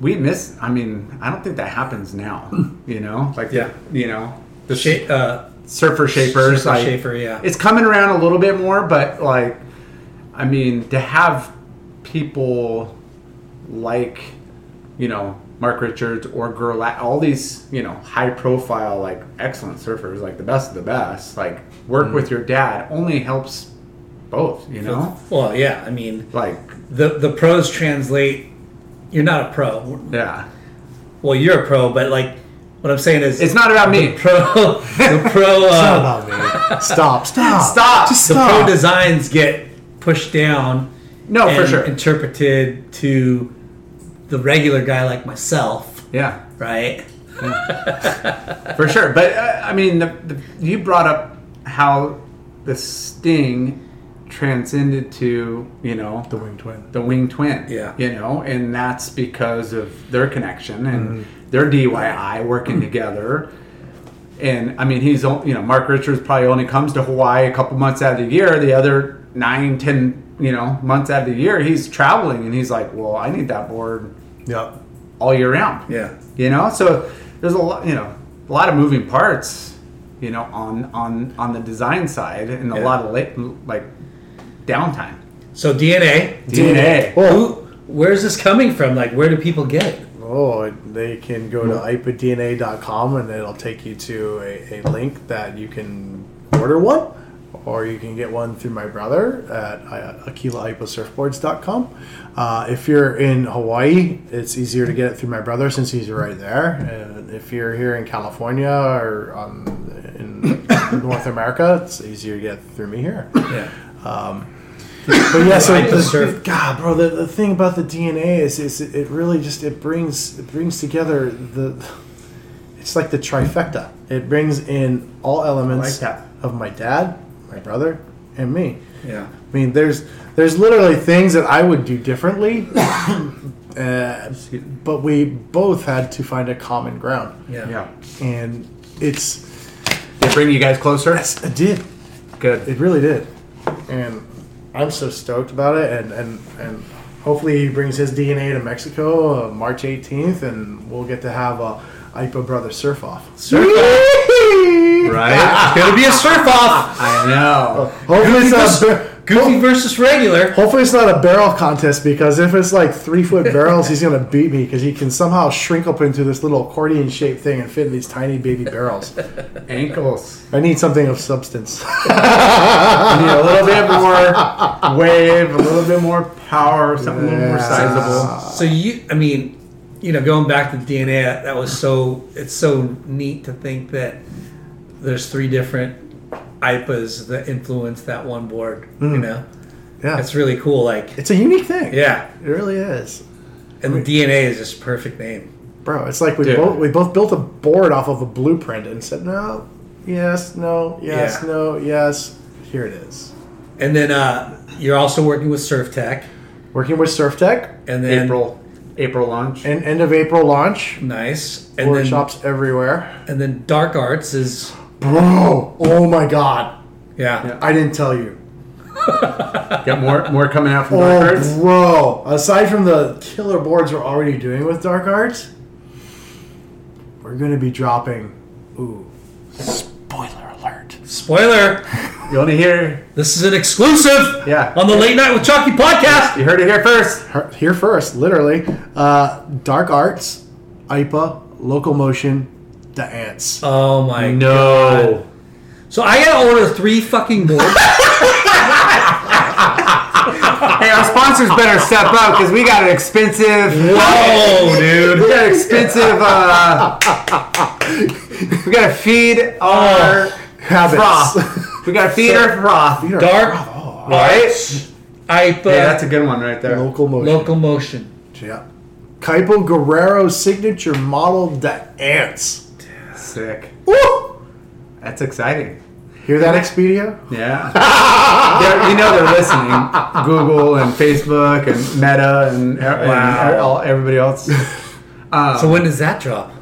S3: we miss i mean i don't think that happens now you know like
S1: Hmm. Yeah.
S3: you know the
S1: Sha- uh,
S3: surfer shapers
S1: Surfer
S3: like,
S1: shaper, yeah.
S3: it's coming around a little bit more but like i mean to have people like you know mark richards or Gerlach, all these you know high profile like excellent surfers like the best of the best like work
S1: Mm-hmm.
S3: with your dad only helps both you know
S1: Well, yeah. I mean,
S3: like
S1: the the pros translate. You're not a pro.
S3: yeah
S1: Well, you're a pro, but like, what I'm saying is,
S3: it's not about me
S1: pro. The pro.
S4: Stop
S1: Uh,
S4: about me. Stop, stop.
S3: stop
S4: Just
S1: the pro
S4: stop.
S1: designs get pushed down.
S3: no for
S1: and
S3: sure
S1: Interpreted to the regular guy like myself,
S3: yeah
S1: right?
S3: for sure. But uh, I mean, the, the, you brought up how the sting transcended to you know
S4: The winged twin.
S3: the winged twin.
S1: Yeah.
S3: You know, and that's because of their connection
S1: Mm-hmm.
S3: and their DYI working together. And I mean, he's, on- you know, Mark Richards probably only comes to Hawaii a couple months out of the year. The other nine, ten, you know, months out of the year, he's traveling and he's like, well, I need that board
S4: Yep.
S3: all year round.
S1: Yeah.
S3: You know, so there's a lot, you know, a lot of moving parts, you know, on on on the design side and a
S1: Yeah.
S3: lot of late, like downtime.
S1: So DNA.
S3: DNA.
S1: Who, where's this coming from? Like, where do people get it?
S4: Oh, they can go to ipadna.com and it'll take you to a, a link that you can order one, or you can get one through my brother at uh, akilaipasurfboards.com. Uh, if you're in Hawaii, it's easier to get it through my brother since he's right there. And if you're here in California or on, in North America, it's easier to get through me here.
S1: Yeah.
S4: But yeah, so
S1: Right,
S4: the,
S1: surf.
S4: God, bro, the, the thing about the DNA is, is it, it really just it brings it brings together the it's like the trifecta. It brings in all elements
S3: I like that.
S4: of my dad, my brother, and me.
S1: Yeah.
S4: I mean, there's there's literally things that I would do differently, uh, but we both had to find a common ground,
S1: Yeah.
S3: Yeah.
S4: and it's
S3: They bring you guys closer.
S4: it did
S3: Good.
S4: it really did, and I'm so stoked about it. And and and hopefully he brings his DNA to Mexico uh, March 18th, and we'll get to have a IPA brother surf off.
S3: Right?
S1: It's gonna be a surf off.
S3: I know.
S4: Hopefully it's not. a bar-
S1: Goofy versus regular.
S4: Hopefully it's not a barrel contest because if it's like three foot barrels, he's gonna beat me because he can somehow shrink up into this little accordion shaped thing and fit in these tiny baby barrels.
S3: Ankles.
S4: I need something of substance.
S3: You need a little bit more wave, a little bit more power, something a little more sizable.
S1: So you, I mean, you know, going back to the DNA, that, that was so. It's so neat to think that there's three different IPAs that influence that one board. You know,
S4: Yeah,
S1: that's really cool. Like,
S4: it's a unique thing.
S1: yeah,
S4: it really is.
S1: and the DNA is just a perfect name.
S4: Bro, it's like we
S3: Dude.
S4: both we both built a board off of a blueprint and said no, yes, no, yes,
S1: Yeah.
S4: no, yes. Here it is.
S1: And then uh, you're also working with Surf Tech,
S4: Working with SurfTech
S1: and then
S3: April. April launch.
S4: and end of April launch.
S1: nice, and then
S4: Workshops everywhere.
S1: and then Dark Arts is
S4: Bro, oh my god.
S1: yeah.
S4: I didn't tell you.
S3: Got more more coming out from Dark Arts.
S4: Oh, bro. Aside from the killer boards we're already doing with Dark Arts, we're going to be dropping. Ooh. Spoiler alert.
S1: Spoiler:
S3: You only hear
S1: This is an exclusive.
S3: Yeah.
S1: On the Late Night with Chalky podcast.
S3: you heard it here first.
S4: her- here first, literally. Uh, Dark Arts, IPA, Locomotion, The Ants.
S1: Oh my
S3: No.
S1: So I gotta order three fucking boards.
S3: Hey, our sponsors better step up because we got an expensive Oh,
S1: Whoa, dude.
S3: We got an expensive uh We gotta feed our
S4: Habits.
S3: froth. We gotta feed our froth. All
S1: Dark
S3: right?
S1: IPA
S3: Hey, that's a good one right there.
S4: Locomotion.
S1: local motion.
S4: yeah. Kaipo Guerrero signature model, The Ants.
S3: Sick.
S4: Woo!
S3: That's exciting.
S4: Hear that, Expedia?
S3: Yeah. They're- you know they're listening. Google and Facebook and Meta and, and all, everybody else. Oh.
S1: so when does that drop?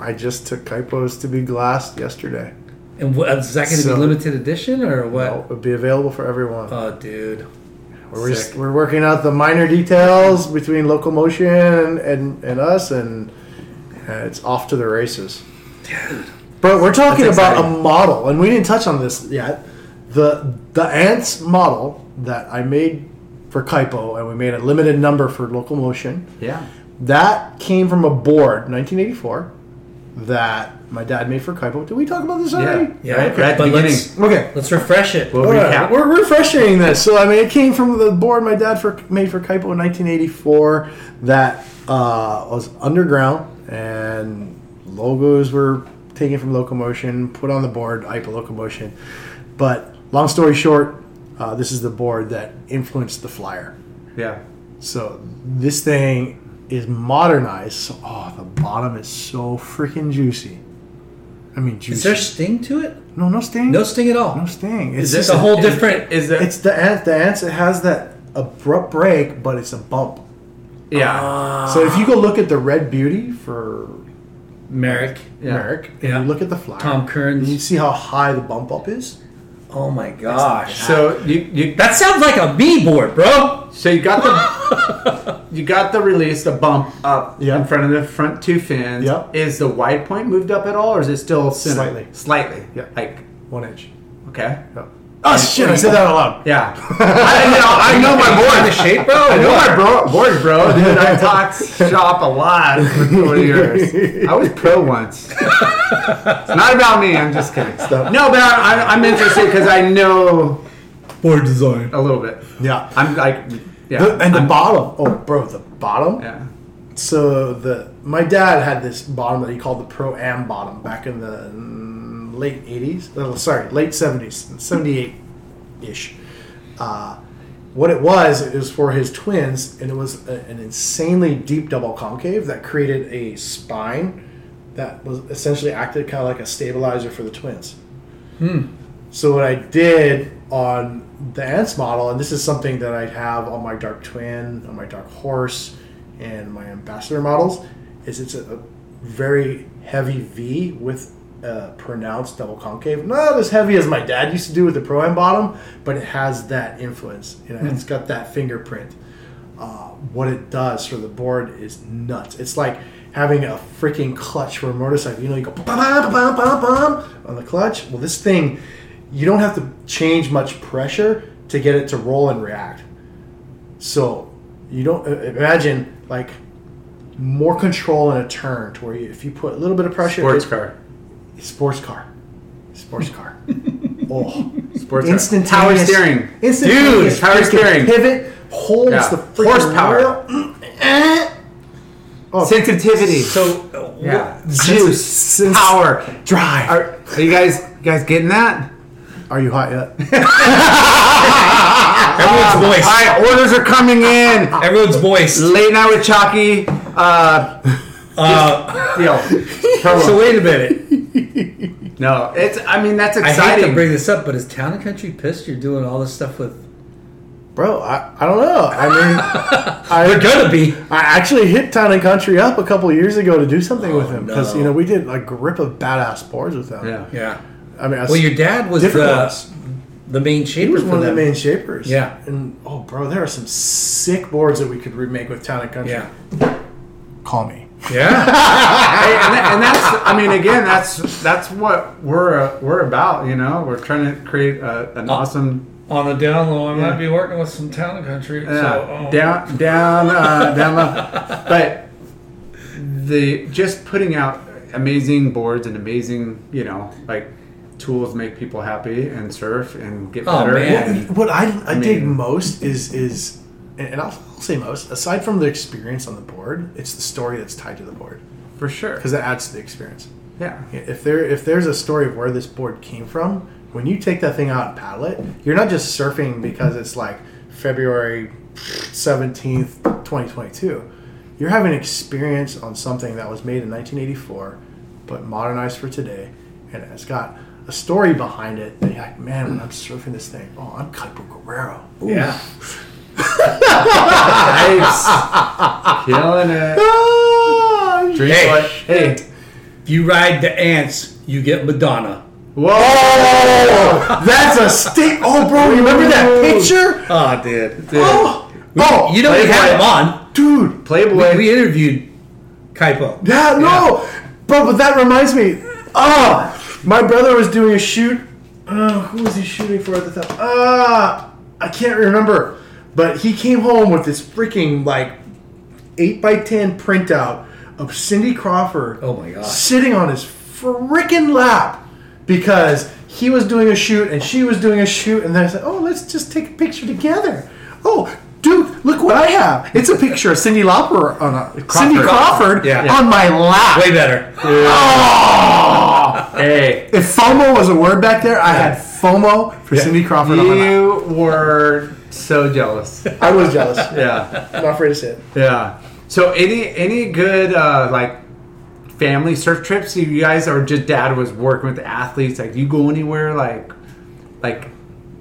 S4: I just took Kaipo's to be glassed yesterday.
S1: And what, is that gonna
S4: So-
S1: be limited edition or what?
S4: Oh, it'll be available for everyone.
S1: Oh, dude.
S4: we're, just, we're working out the minor details between Locomotion and, and, and us, and uh, it's off to the races. But we're talking
S3: That's
S4: about a
S3: exciting.
S4: model, and we didn't touch on this yet. The the ants model that I made for Kaipo, and we made a limited number for locomotion.
S3: Yeah.
S4: That came from a board, 1984, that my dad made for Kaipo. Did we talk about this already?
S1: Yeah.
S3: Right, right at the
S1: but
S3: beginning.
S1: let's
S4: Okay.
S1: let's refresh it.
S3: We'll
S4: All right,
S3: recap.
S4: We're refreshing this. So I mean, it came from the board my dad for, made for Kaipo in 1984 that uh, was underground, and logos were taken from Locomotion, put on the board IPA Locomotion. But long story short, uh, this is the board that influenced the flyer.
S3: Yeah.
S4: So this thing is modernized. So, oh, the bottom is so freaking juicy. I mean, juicy.
S1: Is there sting to it?
S4: no, no sting.
S1: No sting at all.
S4: No sting.
S1: Is
S4: It's
S1: this
S4: just
S1: a whole
S4: it-
S1: different?
S3: Is it?
S4: It's the ants. The ants. It has that abrupt break, but it's a bump.
S3: yeah.
S4: so if you go look at the Red Beauty for
S1: Merrick.
S3: Yeah.
S4: Merrick, and
S1: Yeah.
S4: you look at the flower,
S1: Tom
S4: and you
S1: Kearns.
S4: see how high the bump up is.
S1: Oh my gosh.
S3: so you you
S1: That sounds like a me board,
S4: Oh!
S1: bro.
S3: so you got the you got the release the bump up
S4: Yeah.
S3: in front of the front two fins.
S4: Yeah.
S3: Is the wide point moved up at all, or is it still centered?
S4: Slightly.
S3: Slightly.
S4: Yeah.
S3: Like
S4: One inch.
S3: okay.
S4: Oh shit! I said that out loud.
S3: Yeah. I, know, I know Oh my board. The shape, bro. I know my bro, board, bro. Dude, I talked shop a lot for 20 years. I was pro once. it's not about me. I'm just kidding.
S4: Stop.
S3: No, but I, I'm, I'm interested because I know
S4: Board design.
S3: a little bit.
S4: Yeah.
S3: I'm like, yeah.
S4: The- and the
S3: I'm-
S4: bottom. Oh, bro, the bottom.
S3: yeah.
S4: So the my dad had this bottom that he called the Pro Am bottom back in the mm, late eighties. Oh, sorry, late seventies, seventy eight ish. Uh, what it was it was for his twins, and it was a, an insanely deep double concave that created a spine that was essentially acted kind of like a stabilizer for the twins. So what I did on the ants model, and this is something that I have on my dark twin, on my dark horse, and my ambassador models, is it's a, a very heavy V with a pronounced double concave. Not as heavy as my dad used to do with the pro am bottom, but it has that influence. You know, it's got that fingerprint what it does for the board is nuts. It's like having a freaking clutch for a motorcycle. You know, you go bum, bum, bum, bum, bum on the clutch. Well, this thing, you don't have to change much pressure to get it to roll and react. So you don't uh, imagine like more control in a turn to where you, if you put a little bit of pressure,
S3: Sports
S4: it-
S3: car.
S4: sports car, sports car. oh,
S3: Sports car.
S4: instantaneous
S3: Power steering.
S4: instantaneous
S3: Dude, power
S4: freaking
S3: steering.
S4: Pivot holds
S3: Yeah.
S4: the freaking
S3: Horsepower.
S4: wheel. Mm, eh. Oh,
S3: Sensitivity.
S1: So uh,
S3: yeah.
S4: juice,
S3: Power.
S4: drive. Are,
S3: Are, are you guys you guys getting that?
S4: are you hot yet?
S1: uh, everyone's voice.
S3: All right, orders are coming in.
S1: Everyone's voice.
S3: Late night with Chalky. Uh,
S1: Uh,
S3: deal.
S1: so wait a minute.
S3: No, it's. I mean, that's
S1: I
S3: exciting.
S1: hate to bring this up, but is Town and Country pissed you're doing all this stuff with?
S4: Bro, I, I don't know. I mean,
S1: They're
S4: I,
S1: gonna be.
S4: I actually hit Town and Country up a couple years ago to do something with him because
S1: Oh, no.
S4: you know we did a grip of badass boards with him.
S3: yeah.
S1: Yeah.
S4: I mean, I
S1: Well, your dad was
S4: Different
S1: the,
S4: ones.
S1: the main shaper
S4: He was
S1: for
S4: one of the
S1: them.
S4: main shapers.
S1: Yeah.
S4: And oh, bro, there are some sick boards that we could remake with Town and Country.
S1: Yeah.
S4: Call me.
S1: Yeah.
S3: Hey, and, tha- and that's. I mean, again, that's that's what we're uh, we're about. You know, we're trying to create a,
S1: Oh.
S3: an awesome
S1: On the down low, I might be working with some Town and Country.
S3: uh,
S1: So, oh.
S3: down down uh, down low, but the just putting out amazing boards and amazing you know like tools make people happy and surf and get
S1: Oh,
S3: better.
S1: man.
S3: and-
S4: What I, I, dig
S3: mean-
S4: most is is, and and I'll, I'll say most aside from the experience on the board, it's the story that's tied to the board
S3: for sure.
S4: because that adds to the experience.
S3: Yeah.
S4: If there if there's a story of where this board came from, when you take that thing out and paddle it, you're not just surfing because it's like February seventeenth, twenty twenty two. You're having experience on something that was made in nineteen eighty four, but modernized for today, and it's got a story behind it. That you're like, man, when I'm surfing this thing, oh, I'm Kaipo Guerrero.
S1: Yeah.
S3: Nice. Killing it. Dream
S1: Hey.
S3: boy. Hey.
S1: If you ride the ants, you get Madonna.
S3: Whoa!
S4: That's a state. Oh, bro, you remember that picture?
S1: Oh, dude.
S4: Oh, oh,
S1: You know we
S3: Playboy.
S1: had him on.
S4: dude.
S3: Playboy.
S1: We interviewed Kaipo.
S4: Yeah, no, bro. But that reminds me. Oh, my brother was doing a shoot. Uh, who was he shooting for at the time? Ah, I can't remember. But he came home with this freaking like eight by ten printout of Cindy Crawford.
S1: Oh my gosh.
S4: Sitting on his freaking lap because he was doing a shoot and she was doing a shoot, and then I said, "Oh, let's just take a picture together." Oh. Dude, look what I have! It's a picture of Cindy Lauper on a Cindy Crawford
S1: Yeah.
S4: on my lap.
S1: Way better.
S4: Oh!
S3: Hey.
S4: if FOMO was a word back there, I had FOMO for Cindy Crawford on my lap.
S3: You were so jealous.
S4: I was jealous.
S3: Yeah.
S4: I'm not afraid to say it.
S3: Yeah. So any any good uh, like family surf trips? You guys, or just dad was working with athletes? Like, do you go anywhere? Like, like,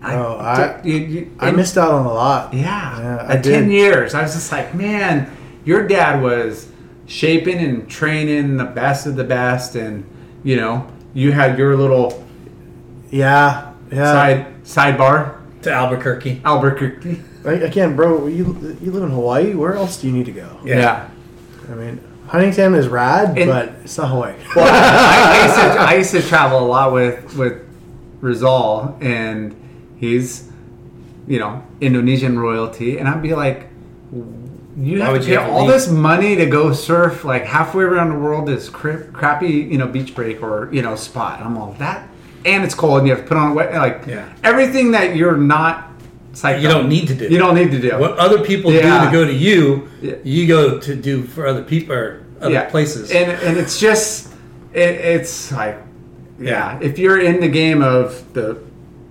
S4: No, Oh, I-
S3: you- you-
S4: I missed out on a lot.
S3: Yeah,
S4: Yeah, I
S3: at ten
S4: did.
S3: years, I was just like, man, your dad was shaping and training the best of the best, and you know, you had your little
S4: Yeah, yeah.
S3: side sidebar
S1: to Albuquerque.
S3: Albuquerque.
S4: Like, again, bro, you you live in Hawaii. Where else do you need to go?
S3: yeah.
S4: I mean, Huntington is rad,
S3: And-
S4: but it's not Hawaii.
S3: I, I used to, I used to travel a lot with with Rizal, and he's you know Indonesian royalty, and I'd be like, you have
S1: would
S3: to
S1: you
S3: pay
S1: have to
S3: all
S1: leave?
S3: this money to go surf like halfway around the world this cra- crappy you know beach break or you know spot. I'm all that, and it's cold, and you have to put on wet like
S1: Yeah.
S3: everything that you're not. Psyched
S1: You
S3: on.
S1: don't need to do.
S3: You don't need to do.
S1: What other people do
S3: Yeah.
S1: to go to you,
S3: Yeah.
S1: you go to do for other people or other places.
S3: And and it's just it, it's like yeah,
S1: Yeah.
S3: if you're in the game of the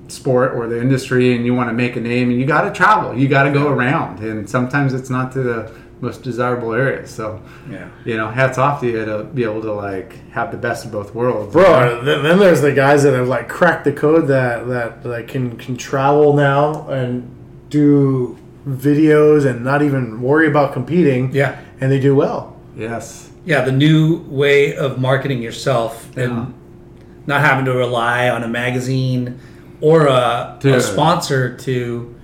S3: sport or the industry and you want to make a name and you got to travel, you got to go around and sometimes it's not to the most desirable areas. So
S1: Yeah.
S3: You know, hats off to you to be able to like have the best of both worlds.
S4: Bro, then, then there's the guys that have like cracked the code that that like can can travel now and do videos and not even worry about competing.
S1: Yeah.
S4: and they do well.
S3: Yes.
S1: yeah, the new way of marketing yourself and not having to rely on a magazine or a, a
S3: Dude.
S1: sponsor to,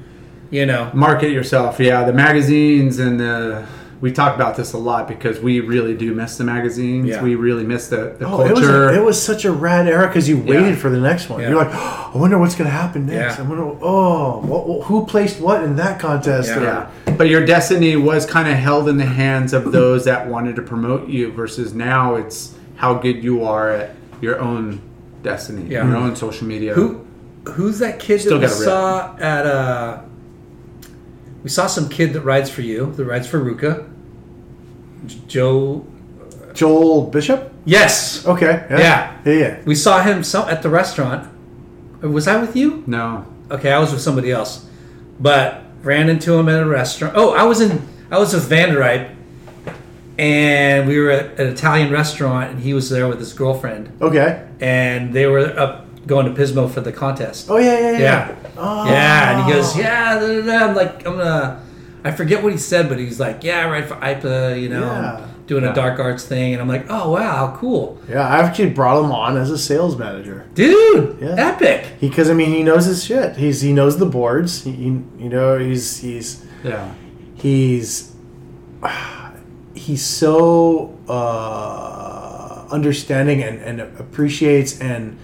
S1: you know,
S3: market yourself yeah the magazines and the we talk about this a lot because we really do miss the magazines
S1: Yeah.
S3: we really miss the, the
S4: Oh, it was
S3: culture
S4: a, it was such a rad era because you waited
S3: Yeah.
S4: for the next one.
S1: Yeah.
S4: You're like, "Oh, I wonder what's gonna happen next.
S1: Yeah.
S4: I wonder, oh, what, what- who placed what in that contest?
S1: Yeah.
S4: or-
S3: Yeah. But your destiny was kind of held in the hands of those that wanted to promote you versus now it's how good you are at your own destiny,
S1: Yeah.
S3: your own social media.
S1: who who's that kid
S3: Still
S1: that we
S3: got it
S1: saw at uh we saw some kid that rides for you, that rides for Ruka. J- Joe
S4: Joel Bishop.
S1: Yes.
S4: Okay.
S1: Yeah.
S4: Yeah. yeah.
S1: We saw him some at the restaurant. Was I with you?
S3: No.
S1: okay, I was with somebody else, but ran into him at a restaurant. Oh, I was in, I was with Van Der Eyck, and we were at an Italian restaurant, and he was there with his girlfriend,
S4: Okay.
S1: and they were up going to Pismo for the contest.
S4: Oh yeah, yeah, yeah.
S1: yeah,
S4: Oh.
S1: yeah, and he goes, yeah, da, da, da." I'm like, I'm gonna, I forget what he said, but he's like, yeah, I ride for IPA, you know,
S4: Yeah.
S1: doing a dark arts thing, and I'm like, oh wow, how cool,
S4: Yeah, I actually brought him on as a sales manager.
S1: dude,
S4: Yeah.
S1: epic.
S4: He, because I mean, he knows his shit. He's he knows the boards. He, he- you know, he's he's
S3: Yeah.
S4: he's he's so uh, understanding and, and appreciates and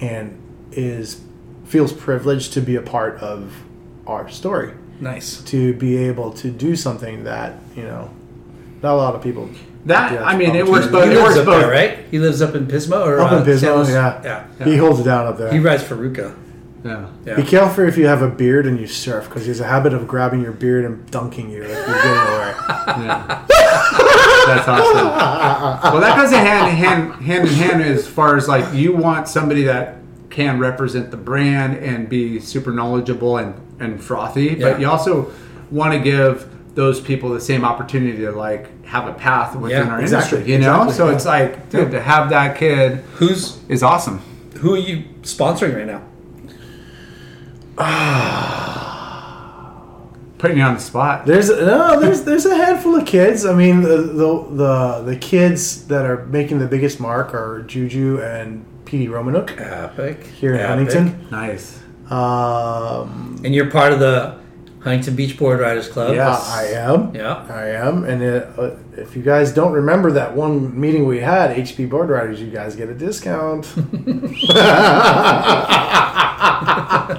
S4: and is feels privileged to be a part of our story.
S1: Nice.
S4: To be able to do something that you know, not a lot of people.
S3: That
S4: Yeah,
S3: I mean it
S4: opportunity.
S3: works both
S1: He
S3: it
S1: lives
S3: works
S1: up
S3: both.
S1: there, right? He lives up in Pismo or
S4: Up in
S1: uh,
S4: Pismo,
S1: San Luis-
S4: yeah.
S1: yeah,
S4: He holds it down up there.
S1: He rides for Ruka.
S3: Yeah.
S1: Yeah.
S4: Be careful if you have a beard and you surf because he has a habit of grabbing your beard and dunking you if you're getting away.
S3: Yeah. That's awesome. Well, that goes hand in hand, hand in hand as far as like you want somebody that can represent the brand and be super knowledgeable and and frothy,
S1: Yeah.
S3: but you also want to give those people the same opportunity to like have a path within
S1: Yeah,
S3: our
S4: exactly,
S3: industry, you know.
S4: exactly.
S3: So it's like dude, to have that kid
S1: Who's
S3: is awesome.
S1: who are you sponsoring right now?
S3: Putting you on the spot.
S4: There's no, there's there's a handful of kids. I mean, the the the, the kids that are making the biggest mark are Juju and Petey Romanuk
S1: Epic
S4: here in
S1: Epic.
S4: Huntington.
S3: Nice.
S4: Um,
S1: and you're part of the Huntington Beach Board Riders Club.
S4: yeah, I am.
S1: Yeah.
S4: I am. And it, uh, if you guys don't remember that one meeting we had, HP Board Riders, you guys get a discount.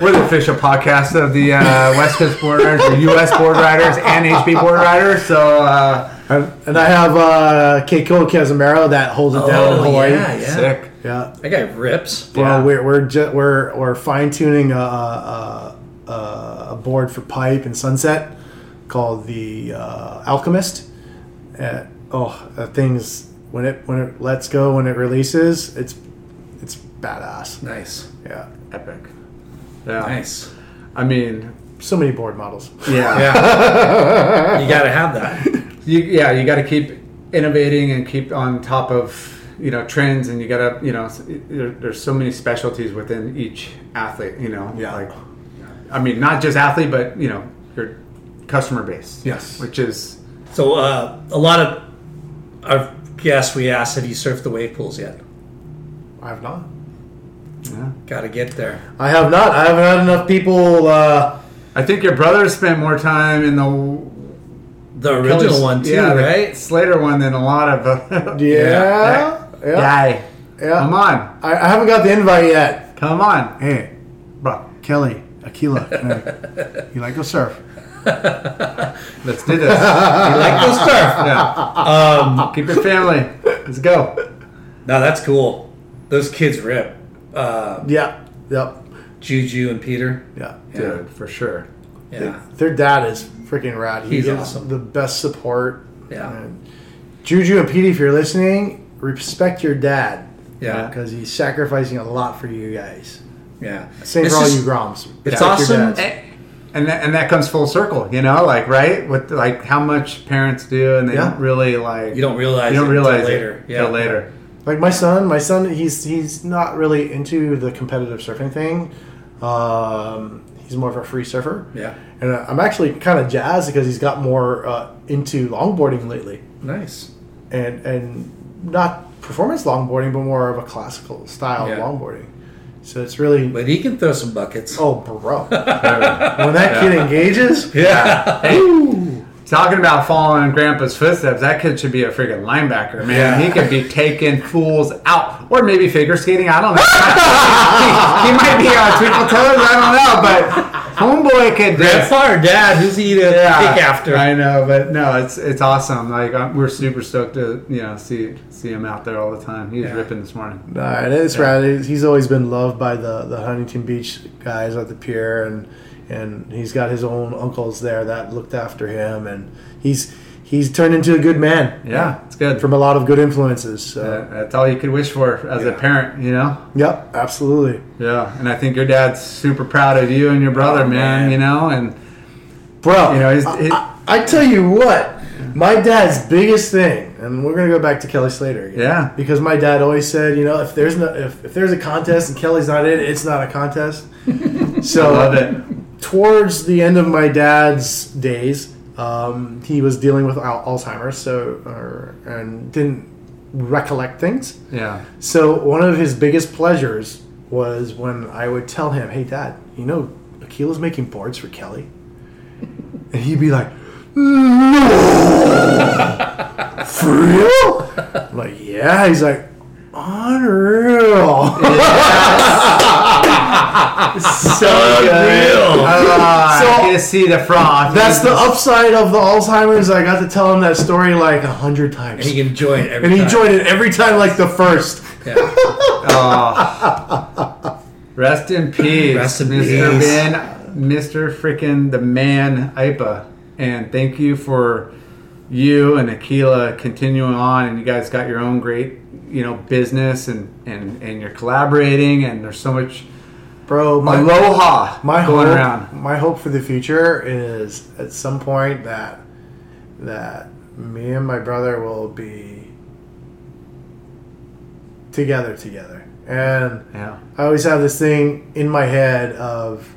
S3: We're the official podcast of the uh, West Coast Board Riders, the U.S. Board Riders, and HB Board Riders. So. Uh,
S4: and, and I have uh, Keiko Casimiro that holds it down in
S1: Oh,
S4: Hawaii.
S1: yeah, yeah.
S3: Sick.
S4: yeah.
S1: That guy rips.
S4: Well,
S3: Yeah.
S4: we're we're ju- we're, we're fine tuning a, a, a, a board for pipe and sunset called the uh, Alchemist. Uh, oh, that thing's when it when it lets go when it releases, it's it's badass.
S1: Nice.
S4: Yeah,
S3: Epic. Yeah.
S1: Nice.
S3: I mean,
S4: so many board models.
S3: yeah. Yeah.
S1: Yeah. you gotta have that.
S3: You, yeah, you got to keep innovating and keep on top of you know trends and you gotta you know s- there, there's so many specialties within each athlete you know
S4: Yeah.
S3: like i mean not just athlete but you know your customer base
S4: Yes.
S3: which is
S1: So uh, a lot of our guests we asked, have you surfed the wave pools yet?
S4: I have not.
S1: Got to get there.
S4: I have not. I haven't had enough people. Uh,
S3: i think your brother spent more time in the
S1: The original
S3: Kelly's-
S1: one too,
S3: yeah, the
S1: right?
S3: slater one than a lot of
S4: yeah, yeah.
S3: yeah
S4: Yeah.
S3: come on
S4: I, I haven't got the invite yet.
S3: come on
S6: Hey,
S3: bro
S6: Kelly, Aquila, hey, you like to surf?
S3: let's do this you like this surf yeah um keep your family let's go
S1: No, that's cool. Those kids rip. Uh,
S4: Yeah. Yep.
S1: Juju and Peter.
S4: Yeah.
S3: dude for sure
S1: Yeah.
S4: Their dad is freaking rad. He
S1: He's
S4: gives
S1: awesome.
S4: the best support.
S1: Yeah.
S4: And Juju and Petey, if you're listening, respect your dad
S1: Yeah.
S4: because he's sacrificing a lot for you guys.
S1: Yeah.
S4: Same
S1: This
S4: for all
S1: is-
S4: you groms.
S1: It's
S4: Respect your
S1: awesome.
S4: dads.
S3: and and that, and that comes full circle, you know, like right with like how much parents do, and they
S4: Yeah.
S3: don't really like
S1: You don't realize
S3: you don't
S1: it until
S3: realize
S1: later.
S3: it till
S1: Yeah.
S3: later.
S4: Like my son, my son, he's he's not really into the competitive surfing thing. Um, he's more of a free surfer.
S1: Yeah.
S4: And I- I'm actually kind of jazzed because he's got more uh, into longboarding lately.
S1: Nice.
S4: and and not performance longboarding, but more of a classical style
S1: Yeah.
S4: longboarding. So it's really
S1: But he can throw some buckets.
S4: oh, bro. when that kid engages,
S3: Yeah. Hey, talking about following Grandpa's footsteps, that kid should be a freaking linebacker, man. He could be taking fools out, or maybe figure skating. I don't know. he, he might be on twinkle toes. I don't know, but homeboy could. do it.
S1: Grandpa or dad? Who's he to kick after?
S3: I know, but no, it's it's awesome. Like I'm, we're super stoked to you know see see him out there all the time. He was ripping this morning.
S4: All right, it's rad. He's- He's always been loved by the, the Huntington Beach guys at the pier, and and he's got his own uncles there that looked after him, and he's he's turned into a good man.
S3: Yeah, it's good.
S4: From a lot of good influences. So.
S3: That- That's all you could wish for as a parent, you know?
S4: Yep, absolutely.
S3: Yeah. And I think your dad's super proud of you and your brother,
S4: Oh,
S3: man,
S1: man.
S3: you know? And,
S4: Bro,
S3: you know, he's, he-
S4: I, I tell you what, my dad's biggest thing, and we're gonna go back to Kelly Slater. Again,
S3: Yeah.
S4: because my dad always said, you know, if there's no, if, if there's a contest and Kelly's not in, it, it's not a contest. so
S3: I love it.
S4: towards the end of my dad's days, um, he was dealing with al- Alzheimer's, so or, and didn't recollect things.
S3: Yeah.
S4: So one of his biggest pleasures was when I would tell him, "Hey, Dad, you know, Akila's making boards for Kelly," and he'd be like, "No, for real?" I'm like, "Yeah." He's like, "Unreal." so good.
S3: Ah,
S4: So-
S3: I can see the froth.
S4: That's the upside of the Alzheimer's. I got to tell him that story like a hundred times,
S1: He can join it every
S4: and he
S1: time.
S4: enjoyed it every time, like the first.
S3: Rest in peace,
S1: Rest in
S3: Mr.
S1: peace.
S3: Ben, Mr. Freaking the Man IPA. And thank you for you and Aquila continuing on. And you guys got your own great, you know, business and and and you're collaborating. And there's so much
S4: Bro, my
S3: aloha
S4: my
S3: going
S4: hope,
S3: around.
S4: My hope for the future is at some point that that me and my brother will be together together. And
S3: Yeah.
S4: I always have this thing in my head of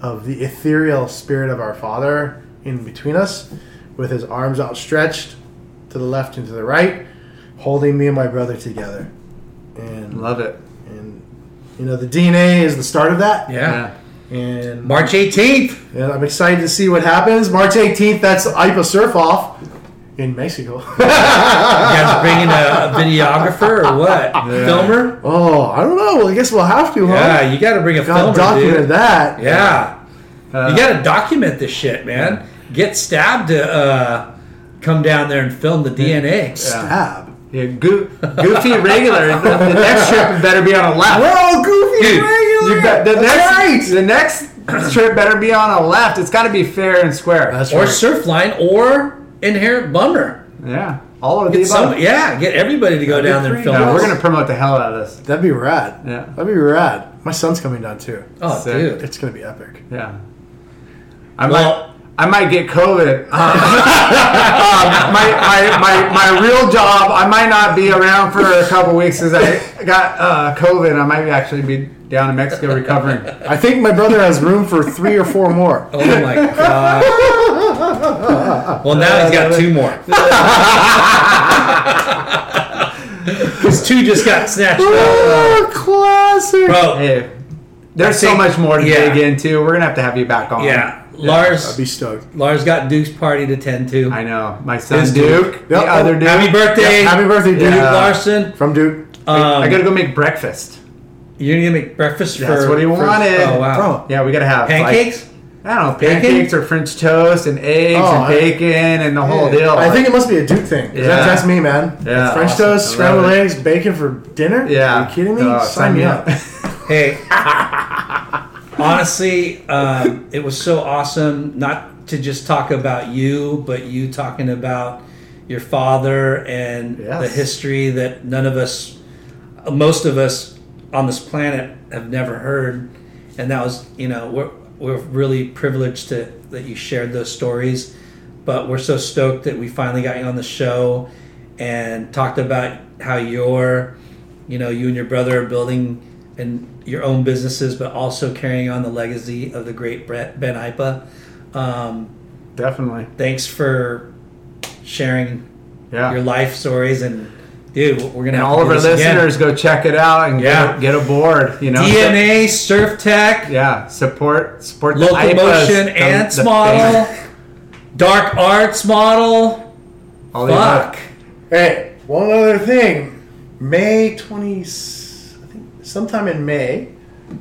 S4: of the ethereal spirit of our father in between us with his arms outstretched to the left and to the right, holding me and my brother together. And
S3: Love it.
S4: and you know the DNA is the start of that.
S1: yeah.
S4: And
S1: March 18th.
S4: and I'm excited to see what happens. March 18th, that's IPA Surf Off in Mexico.
S1: You guys are bringing a, a videographer or what? Filmer?
S4: oh, I don't know. Well, I guess we'll have to, huh?
S1: Yeah, you got to bring a
S4: Gotta
S1: filmer,
S4: document
S1: dude.
S4: that. Uh,
S1: Yeah. you got to document this shit, man. Get stabbed to uh, come down there and film the DNA.
S4: Stab.
S3: Yeah, goo- goofy regular. The, the next trip better be on a left.
S4: Whoa, Goofy
S3: Dude,
S4: Regular!
S3: you bet- the
S4: That's
S3: next the next trip better be on a left. It's got to be fair and square.
S4: That's
S1: Or
S4: right.
S1: Surfline or Inherent Bummer.
S3: yeah, all of
S1: Get
S3: these.
S1: some, yeah, get everybody to go down there and film.
S3: No,
S1: us.
S3: we're gonna promote the hell out of this.
S4: That'd be rad.
S3: Yeah.
S4: That'd be rad. My son's coming down too.
S1: Oh,
S3: Sick.
S1: dude.
S4: It's gonna be epic.
S3: Yeah. I
S1: Well-
S3: might I might get COVID. Um, my, my, my, my real job, I might not be around for a couple weeks because I got uh, COVID. I might actually be down in Mexico recovering.
S4: I think my brother has room for three or four more.
S1: Oh my god. Well, now he's got two more. His two just got snatched up.
S4: Ah,
S3: Oh, classic.
S1: Bro,
S3: Hey, there's so
S1: think-
S3: much more to
S1: yeah.
S3: dig into. We're going to have to have you back on.
S1: yeah.
S4: I'd
S1: Lars
S4: be stoked.
S1: Lars got Duke's party to tend to.
S3: I know. My son
S4: Is
S3: Duke.
S4: Duke.
S3: The
S4: Yep.
S3: other Duke.
S1: Happy birthday.
S4: Happy birthday, Duke.
S1: Duke
S3: Yeah.
S1: Larson. Um,
S4: From Duke.
S1: Uh,
S3: I got to go make breakfast.
S1: You're gonna make breakfast for
S3: That's what he
S1: for-
S3: wanted.
S1: Oh wow.
S4: Bro.
S3: Yeah, we got to have like-
S1: Pancakes?
S3: I don't know,
S1: Bacon?
S3: pancakes or French toast and eggs
S4: Oh,
S3: and
S4: I-
S3: bacon and the whole deal.
S4: I think it must be a Duke thing. 'cause
S3: Oh, Yeah.
S4: That, that's me, man.
S3: Yeah,
S4: French
S3: awesome. I
S4: toast,
S3: love
S4: scrambled
S3: it.
S4: eggs, bacon for dinner.
S3: Yeah.
S4: Are you kidding me?
S3: Uh,
S4: sign, me up.
S1: Hey, honestly, um, it was so awesome not to just talk about you, but you talking about your father and the
S3: Yes.
S1: history that none of us, most of us on this planet, have never heard. And that was, you know, we're, we're really privileged to that you shared those stories. But we're so stoked that we finally got you on the show and talked about how your you know you and your brother are building and your own businesses but also carrying on the legacy of the great Brett ben ipa um,
S3: Definitely.
S1: thanks for sharing
S3: Yeah.
S1: your life stories and dude we're gonna
S3: and
S1: have
S3: all
S1: to
S3: of
S1: do
S3: our
S1: this again.
S3: listeners, go check it out and
S1: Yeah.
S3: get, get aboard. You know,
S1: dna surf tech
S3: Yeah, support support the IPAs,
S1: locomotion
S3: the-
S1: ants
S3: the
S1: model
S3: thing,
S1: dark arts model
S3: all these
S1: fuck
S4: Hey, one other thing. May 20, I think sometime in May,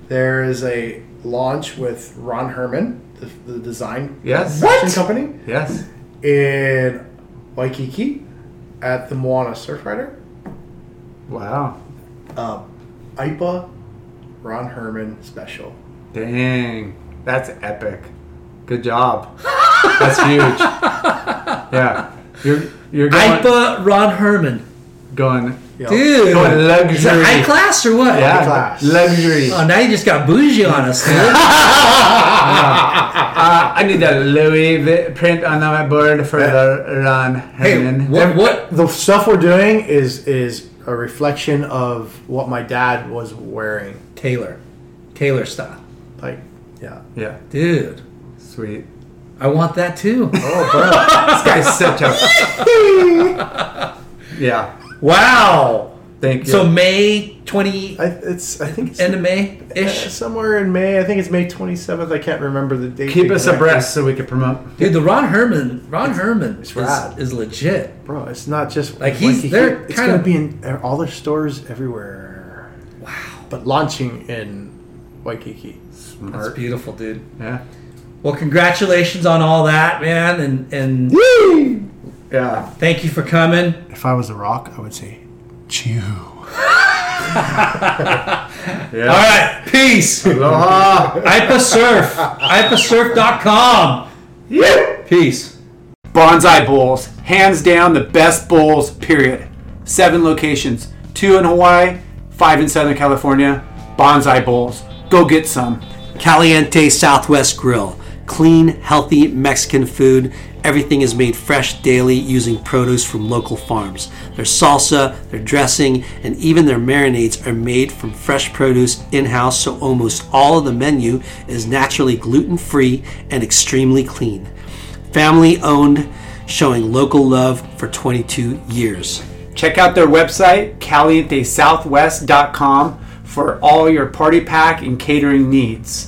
S4: there is a launch with Ron Herman, the, the design
S3: Yes.
S4: fashion company,
S3: other- Yes.
S4: in Waikiki at the Moana Surf Rider.
S3: Wow.
S4: Uh, IPA Ron Herman special.
S3: Dang. That's epic. Good job. That's huge. Yeah. You're you're going
S1: ipa ron herman
S3: going
S4: Yo,
S1: dude
S3: going
S1: is that
S3: Oh, luxury.
S1: high class or what
S3: Yeah,
S4: class.
S3: luxury.
S1: oh now you just got bougie on us dude.
S3: Uh, I need that Louis v- print on my board for the Ron
S1: Hey,
S3: Herman.
S1: what, what?
S4: The stuff we're doing is is a reflection of what my dad was wearing.
S1: Taylor. Taylor style.
S4: Like, yeah.
S3: Yeah,
S1: Dude,
S3: sweet.
S1: I want that too.
S3: This guy's such a. yeah,
S1: wow.
S3: thank you.
S1: So May 20,
S4: I, it's I think it's
S1: end of May ish.
S4: somewhere in May. I think it's May 27th. I can't remember the date.
S3: Keep us
S4: exactly.
S3: abreast so we can promote.
S1: Dude, the Ron Herman, Ron Herman is,
S4: rad.
S1: is legit.
S4: bro. It's not just
S1: Like, he's-
S4: Waikiki.
S1: they're
S4: it's
S1: kind
S4: gonna
S1: of-
S4: be in uh, all their stores everywhere. Wow! But launching in Waikiki.
S1: That's beautiful, dude.
S3: Yeah,
S1: Well, congratulations on all that, man. And, and
S3: yeah.
S1: thank you for coming.
S4: If I was the Rock, I would say
S6: Chew.
S1: All right. Peace.
S3: Aloha.
S1: IPASurf. IPASurf.com. Peace.
S7: Bonsai Bowls, hands down the best bowls, period. Seven locations, two in Hawaii, five in Southern California. Bonsai Bowls, go get some.
S5: Caliente Southwest Grill. Clean, healthy Mexican food. Everything is made fresh daily using produce from local farms. Their salsa, their dressing, and even their marinades are made from fresh produce in house, so almost all of the menu is naturally gluten free and extremely clean. Family owned, showing local love for 22 years.
S7: Check out their website, calientesouthwest.com, for all your party pack and catering needs.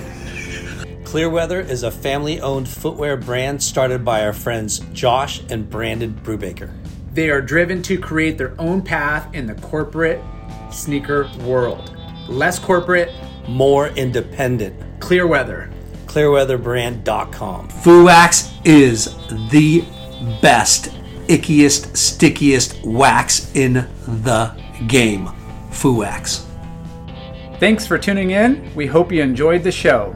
S5: Clearweather is a family owned footwear brand started by our friends Josh and Brandon Brubaker.
S7: They are driven to create their own path in the corporate sneaker world. Less corporate,
S5: More independent.
S7: clear weather.
S5: clearweatherbrand.com. FUAX is the best ickiest, stickiest wax in the game. Foo wax.
S3: Thanks for tuning in. We hope you enjoyed the show.